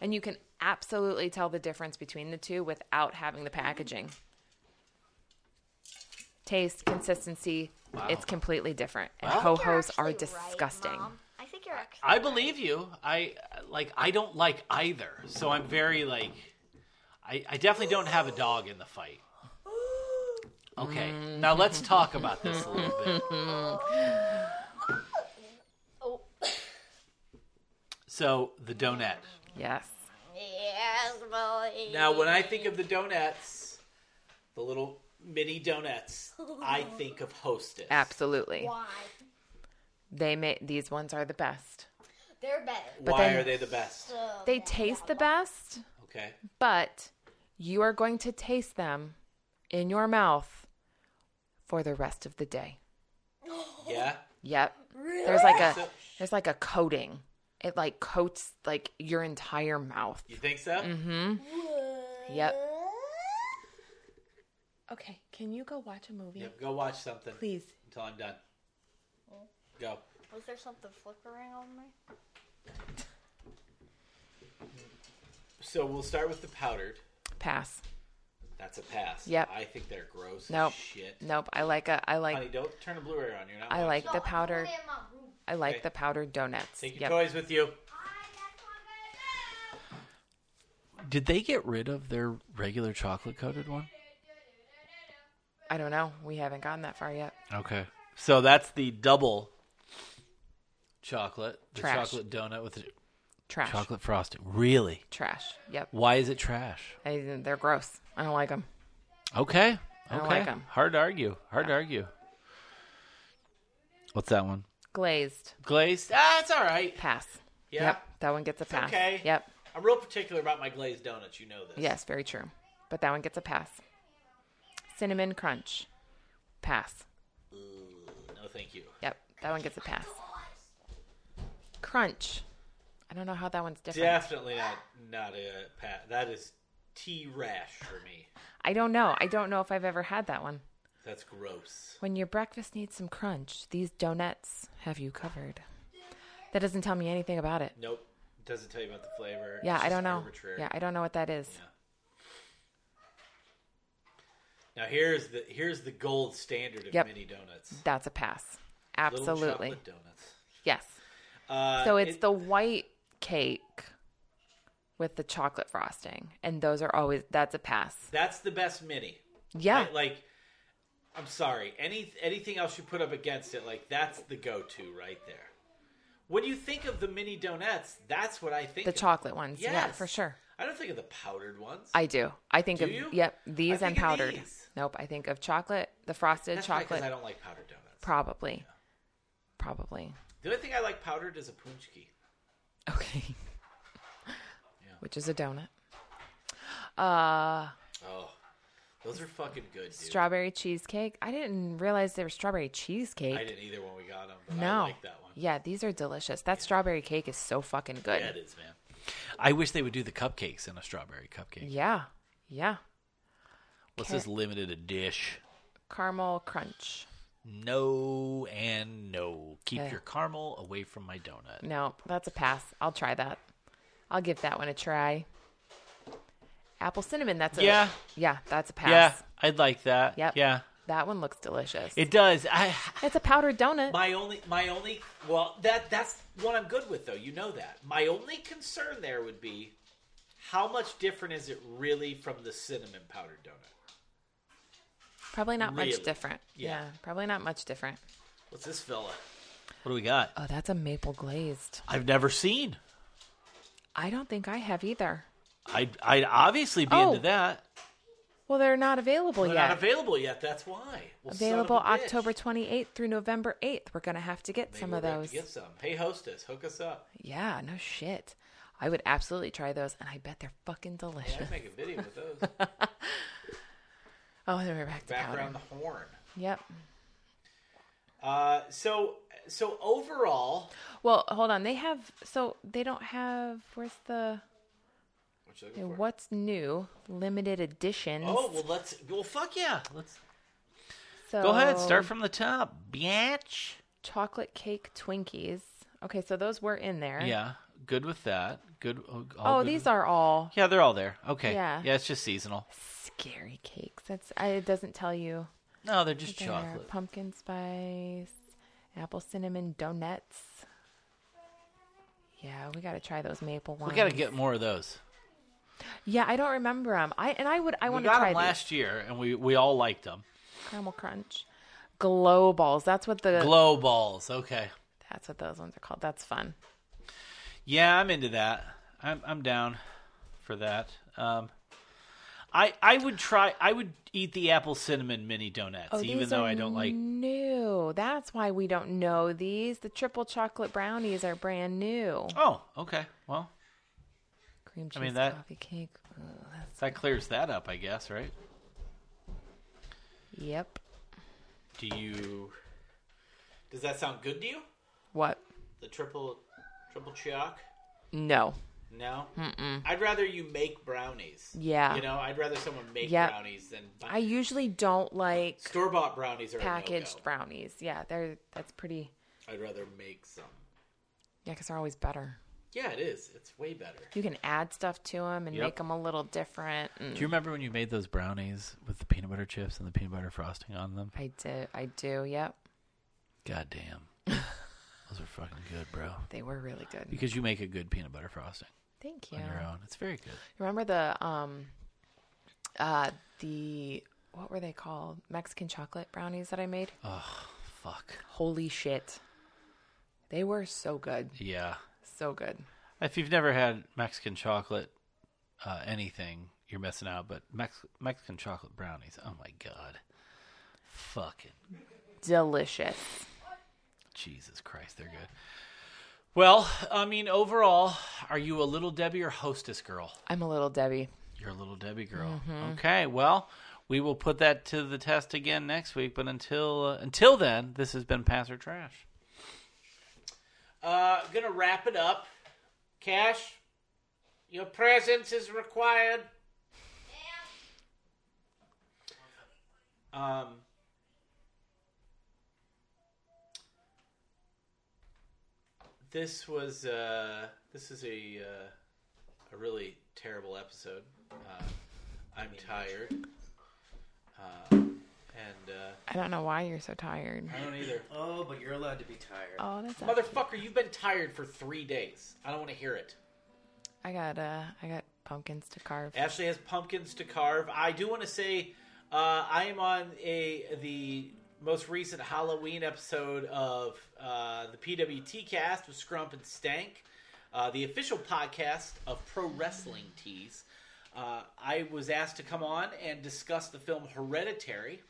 Speaker 2: And you can absolutely tell the difference between the two without having the packaging. Taste, consistency,
Speaker 3: Wow.
Speaker 2: it's completely different. And
Speaker 3: Wow. I
Speaker 2: ho
Speaker 3: think
Speaker 2: hos are disgusting.
Speaker 11: I think you're actually.
Speaker 3: I believe you. I like. I don't like either. So I'm very like. I, I definitely don't have a dog in the fight. Okay, now let's talk about this a little bit.
Speaker 6: Oh.
Speaker 3: So the donut.
Speaker 2: Yes.
Speaker 6: Yes, boy.
Speaker 3: Now, when I think of the donuts, the little mini donuts, I think of Hostess.
Speaker 2: Absolutely.
Speaker 6: Why?
Speaker 2: They may these ones are the best.
Speaker 6: They're better.
Speaker 2: But
Speaker 3: Why
Speaker 2: then- Uh.
Speaker 3: are they the best?
Speaker 6: So
Speaker 2: They taste the best,
Speaker 3: Okay.
Speaker 2: but you are going to taste them in your mouth for the rest of the day.
Speaker 3: Yeah.
Speaker 2: Yep. There's like a
Speaker 3: So-
Speaker 2: there's like a coating. It like coats like your entire mouth.
Speaker 3: You think so?
Speaker 2: Mm-hmm. Yep. Okay, can you go watch a movie?
Speaker 3: Yep, go watch something.
Speaker 2: Please.
Speaker 3: Until I'm done. Go.
Speaker 6: was there something flickering on me?
Speaker 3: So we'll start with the powdered.
Speaker 2: Pass.
Speaker 3: That's a pass.
Speaker 2: Yep.
Speaker 3: I think they're gross as
Speaker 2: Nope.
Speaker 3: shit.
Speaker 2: Nope. I like a I like
Speaker 3: Honey, don't turn a blue ray on. You're not
Speaker 2: I
Speaker 3: watching.
Speaker 2: like
Speaker 6: No,
Speaker 2: the
Speaker 6: I'm
Speaker 2: powder
Speaker 6: putting Oh, it in my room.
Speaker 2: I like
Speaker 3: Okay.
Speaker 2: the powdered donuts.
Speaker 3: Take your
Speaker 2: Yep.
Speaker 3: toys with you. Did they get rid of their regular chocolate coated one?
Speaker 2: I don't know. We haven't gotten that far yet.
Speaker 3: Okay. So that's the double chocolate, the
Speaker 2: Trash.
Speaker 3: chocolate donut with the
Speaker 2: Trash.
Speaker 3: chocolate frosting. Really?
Speaker 2: Trash. Yep.
Speaker 3: Why is it trash?
Speaker 2: I- they're gross. I don't like them.
Speaker 3: Okay. Okay.
Speaker 2: I don't like 'em.
Speaker 3: Hard to argue. Hard to argue. What's that one?
Speaker 2: Glazed.
Speaker 3: Glazed? Ah, it's all right.
Speaker 2: Pass.
Speaker 3: Yeah.
Speaker 2: Yep. That one gets a pass.
Speaker 3: okay.
Speaker 2: Yep.
Speaker 3: I'm real particular about my glazed donuts. You know this.
Speaker 2: Yes, very true. But that one gets a pass. Cinnamon crunch. Pass.
Speaker 3: No, thank you.
Speaker 2: Yep. That one gets a pass. Crunch. I don't know how that one's different.
Speaker 3: Definitely not not a pat. That is tea rash for me.
Speaker 2: I don't know. I don't know if I've ever had that one.
Speaker 3: That's gross.
Speaker 2: When your breakfast needs some crunch, these donuts have you covered. That doesn't tell me anything about it.
Speaker 3: Nope. Doesn't tell you about the flavor.
Speaker 2: Yeah,
Speaker 3: It's
Speaker 2: I
Speaker 3: just
Speaker 2: don't know.
Speaker 3: Arbitrary.
Speaker 2: Yeah, I don't know what that is.
Speaker 3: Now here's the here's the gold standard of
Speaker 2: Yep.
Speaker 3: mini donuts.
Speaker 2: That's a pass.
Speaker 3: Little
Speaker 2: Absolutely.
Speaker 3: chocolate donuts.
Speaker 2: Yes.
Speaker 3: Uh,
Speaker 2: So it's
Speaker 3: it-
Speaker 2: the white cake with the chocolate frosting, and those are always that's a pass.
Speaker 3: that's the best mini.
Speaker 2: Yeah.
Speaker 3: Like- like I'm sorry. Any anything else you put up against it, like that's the go-to right there. When you think of the mini donuts, that's what I think.
Speaker 2: The
Speaker 3: of.
Speaker 2: chocolate ones, yeah,
Speaker 3: Yes.
Speaker 2: for sure.
Speaker 3: I don't think of the powdered ones.
Speaker 2: I do. I think
Speaker 3: Do
Speaker 2: of
Speaker 3: you?
Speaker 2: yep,
Speaker 3: I
Speaker 2: these
Speaker 3: think
Speaker 2: and
Speaker 3: of
Speaker 2: powdered.
Speaker 3: these.
Speaker 2: Nope, I think of chocolate, the frosted
Speaker 3: That's
Speaker 2: chocolate.
Speaker 3: because I don't like powdered donuts.
Speaker 2: Probably. Probably. <laughs>
Speaker 3: The only thing I like powdered is a punchki.
Speaker 2: Okay. Which is a donut. Uh
Speaker 3: Oh, those are fucking good, dude.
Speaker 2: strawberry cheesecake. I didn't realize they were strawberry cheesecake.
Speaker 3: I didn't either when we got them. But
Speaker 2: no.
Speaker 3: I like that one.
Speaker 2: Yeah, these are delicious. That strawberry cake is so fucking good.
Speaker 3: Yeah, it is, man. I wish they would do the cupcakes in a strawberry cupcake.
Speaker 2: Yeah. Yeah.
Speaker 3: What's
Speaker 2: Okay.
Speaker 3: this limited a dish?
Speaker 2: Caramel crunch.
Speaker 3: No and no. Keep
Speaker 2: Yeah.
Speaker 3: your caramel away from my donut.
Speaker 2: No, that's a pass. I'll try that. I'll give that one a try. Apple cinnamon, that's a
Speaker 3: Yeah.
Speaker 2: Yeah, that's a pass.
Speaker 3: Yeah, I'd like that.
Speaker 2: Yep.
Speaker 3: Yeah,
Speaker 2: That one looks delicious.
Speaker 3: it does. I
Speaker 2: it's a powdered donut.
Speaker 3: my only my only well that that's what I'm good with though. You know that. My only concern there would be how much different is it really from the cinnamon powdered donut?
Speaker 2: Probably not
Speaker 3: Really?
Speaker 2: much different.
Speaker 3: Yeah.
Speaker 2: Yeah. Probably not much different.
Speaker 3: What's this fella? What do we got?
Speaker 2: Oh, that's a maple glazed.
Speaker 3: I've never seen.
Speaker 2: I don't think I have either.
Speaker 3: I'd, I'd obviously be
Speaker 2: Oh,
Speaker 3: into that.
Speaker 2: Well, they're not available
Speaker 3: They're
Speaker 2: yet.
Speaker 3: not available yet. That's why. Well, son of a
Speaker 2: available
Speaker 3: bitch.
Speaker 2: October 28th through November 8th. We're going to have to get
Speaker 3: Maybe
Speaker 2: some
Speaker 3: we'll
Speaker 2: of
Speaker 3: have to
Speaker 2: those.
Speaker 3: Get some. Hey, hostess, hook us up.
Speaker 2: Yeah, no shit. I would absolutely try those, and I bet they're fucking delicious.
Speaker 3: I'd make a video
Speaker 2: <laughs>
Speaker 3: with those.
Speaker 2: oh, then we're back to
Speaker 3: Back
Speaker 2: powder.
Speaker 3: around the horn.
Speaker 2: Yep.
Speaker 3: Uh, so so overall,
Speaker 2: Well, hold on. They have so they don't have. Where's the
Speaker 3: what you looking for?
Speaker 2: what's new? Limited editions.
Speaker 3: Oh well, let's. Well, fuck yeah. Let's
Speaker 2: so,
Speaker 3: go ahead. Start from the top, bitch.
Speaker 2: chocolate cake Twinkies. Okay, so those were in there.
Speaker 3: Yeah, good with that. Good. all
Speaker 2: Oh,
Speaker 3: good
Speaker 2: these
Speaker 3: with-
Speaker 2: are all
Speaker 3: Yeah, they're all there. Okay.
Speaker 2: Yeah.
Speaker 3: Yeah. it's just seasonal.
Speaker 2: scary cakes. That's I, it doesn't tell you.
Speaker 3: No, they're just
Speaker 2: There,
Speaker 3: chocolate.
Speaker 2: Pumpkin spice, apple cinnamon donuts. Yeah, we got to try those maple ones.
Speaker 3: We gotta get more of those.
Speaker 2: Yeah, I don't remember them. I and I would. I
Speaker 3: we
Speaker 2: want to
Speaker 3: got
Speaker 2: try
Speaker 3: them last year, and we we all liked them.
Speaker 2: these. caramel crunch, glow balls. That's what the
Speaker 3: Glow balls. Okay.
Speaker 2: That's what those ones are called. That's fun.
Speaker 3: Yeah, I'm into that. I'm I'm down for that. Um, I I would try. I would eat the apple cinnamon mini donuts,
Speaker 2: Oh,
Speaker 3: even
Speaker 2: these
Speaker 3: though
Speaker 2: are
Speaker 3: I don't like.
Speaker 2: new. That's why we don't know these. The triple chocolate brownies are brand new.
Speaker 3: Oh, okay. Well,
Speaker 2: cream cheese
Speaker 3: I mean that
Speaker 2: coffee cake. Uh, Ugh, that's-
Speaker 3: that clears that up, I guess, right?
Speaker 2: Yep.
Speaker 3: Do you? Does that sound good to you?
Speaker 2: What?
Speaker 3: The triple, triple chalk.
Speaker 2: No.
Speaker 3: No,
Speaker 2: Mm-mm.
Speaker 3: I'd rather you make brownies.
Speaker 2: Yeah.
Speaker 3: you know, I'd rather someone make
Speaker 2: Yep.
Speaker 3: brownies than buy.
Speaker 2: I usually don't like
Speaker 3: store bought brownies are a
Speaker 2: packaged
Speaker 3: no-go.
Speaker 2: brownies. Yeah, they're that's pretty.
Speaker 3: I'd rather make some.
Speaker 2: Yeah, because they're always better.
Speaker 3: Yeah, it is. It's way better.
Speaker 2: You can add stuff to them and
Speaker 3: Yep.
Speaker 2: make them a little different.
Speaker 3: Do you remember when you made those brownies with the peanut butter chips and the peanut butter frosting on them?
Speaker 2: I do. I do. Yep.
Speaker 3: God damn.
Speaker 2: <laughs>
Speaker 3: those are fucking good, bro.
Speaker 2: They were really good.
Speaker 3: Because you make a good peanut butter frosting
Speaker 2: Thank you.
Speaker 3: on your own. It's very good.
Speaker 2: Remember the um uh the what were they called? Mexican chocolate brownies that I made?
Speaker 3: Oh, fuck.
Speaker 2: Holy shit. They were so good.
Speaker 3: Yeah.
Speaker 2: So good.
Speaker 3: If you've never had Mexican chocolate uh, anything, you're missing out. But Mex- Mexican chocolate brownies, oh my God. Fucking
Speaker 2: Delicious.
Speaker 3: Jesus Christ, they're good. Well, I mean, overall, are you a little Debbie or hostess girl?
Speaker 2: I'm a little Debbie.
Speaker 3: You're a little Debbie girl.
Speaker 2: Mhm.
Speaker 3: Okay, well, we will put that to the test again next week. But until uh, until then, this has been Pass or Trash. Uh, gonna wrap it up. Cash, your presence is required. Um, this was uh, this is a uh, a really terrible episode. Uh, I'm tired, uh, and uh,
Speaker 2: I don't know why you're so tired.
Speaker 3: I don't either.
Speaker 4: Oh, but you're allowed to be tired.
Speaker 2: Oh, that's not
Speaker 3: motherfucker! You've been tired for three days. I don't want to hear it.
Speaker 2: I got uh I got pumpkins to carve.
Speaker 3: Ashley has pumpkins to carve. I do want to say uh, I am on a the most recent Halloween episode of uh, the PWT cast with Scrump and Stank, uh, the official podcast of Pro Wrestling Tees. Uh, I was asked to come on and discuss the film Hereditary,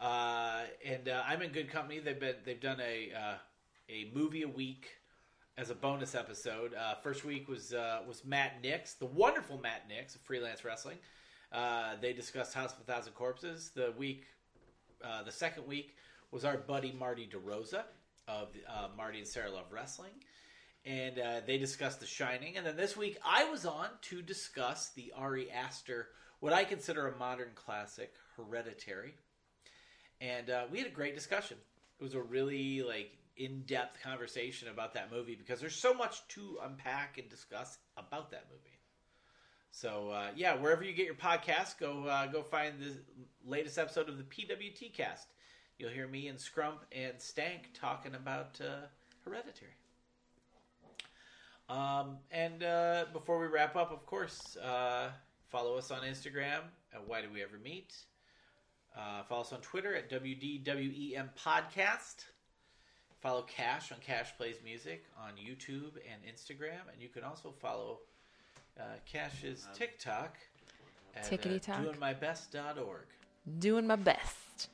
Speaker 3: uh, and uh, I'm in good company. They've been they've done a uh, a movie a week as a bonus episode. Uh, first week was uh, was Matt Nix, the wonderful Matt Nix of Freelance Wrestling. Uh, they discussed House of a Thousand Corpses. The week, uh, the second week was our buddy Marty DeRosa of uh, Marty and Sarah Love Wrestling, and uh, they discussed The Shining. And then this week, I was on to discuss the Ari Aster, what I consider a modern classic, Hereditary and uh, we had a great discussion. It was a really like in-depth conversation about that movie because there's so much to unpack and discuss about that movie. So uh, yeah, wherever you get your podcast, go uh, go find the latest episode of the PWT Cast. You'll hear me and Scrump and Stank talking about uh, Hereditary. Um, and uh, before we wrap up, of course, uh, follow us on Instagram at Why Do We Ever Meet. Uh, follow us on Twitter at WDWEM E Podcast. Follow Cash on Cash Plays Music on YouTube and Instagram, and you can also follow uh, Cash's TikTok at
Speaker 2: Tickety-tock.
Speaker 3: uh, doingmybest.org.
Speaker 2: Doing my best.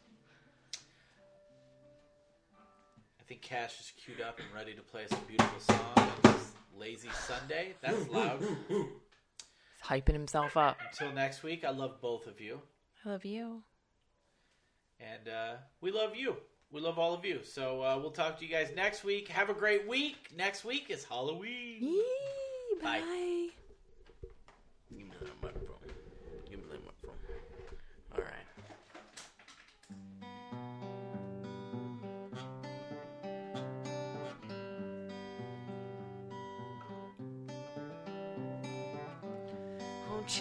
Speaker 3: I think Cash is queued up and ready to play us a beautiful song on this lazy Sunday. That's loud.
Speaker 2: He's hyping himself up.
Speaker 3: Until next week, I love both of you.
Speaker 2: I love you.
Speaker 3: And uh, we love you. We love all of you. So uh, we'll talk to you guys next week. Have a great week. Next week is Halloween. bye.
Speaker 12: Give me that microphone. Give me that microphone. All right. Won't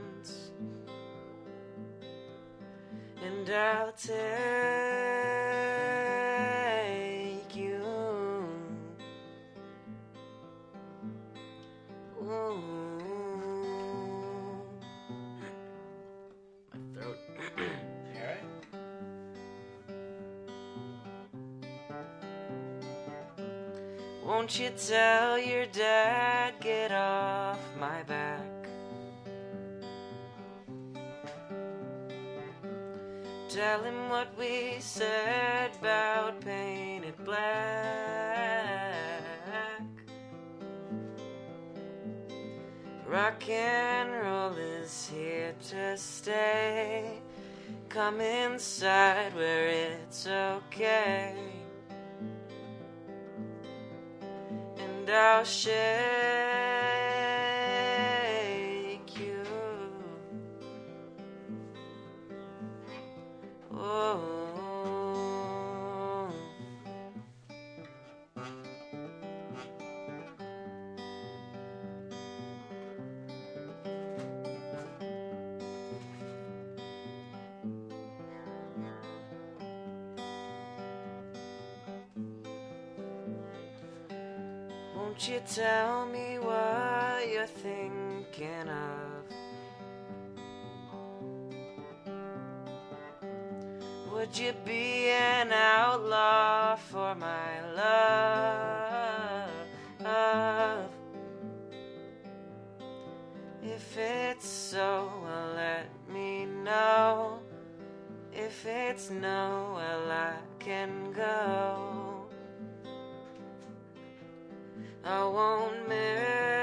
Speaker 12: and I'll take you. Ooh. My throat.
Speaker 3: Alright.
Speaker 12: Won't you tell your dad get off my back? Tell him what we said about painted black. Rock and roll is here to stay. Come inside where it's okay. And I'll shake you. Oh. Won't you tell me what you're thinking of? Would you be an outlaw for my love? If it's so, well, let me know. If it's no, well, I can go. I won't marry. Oh.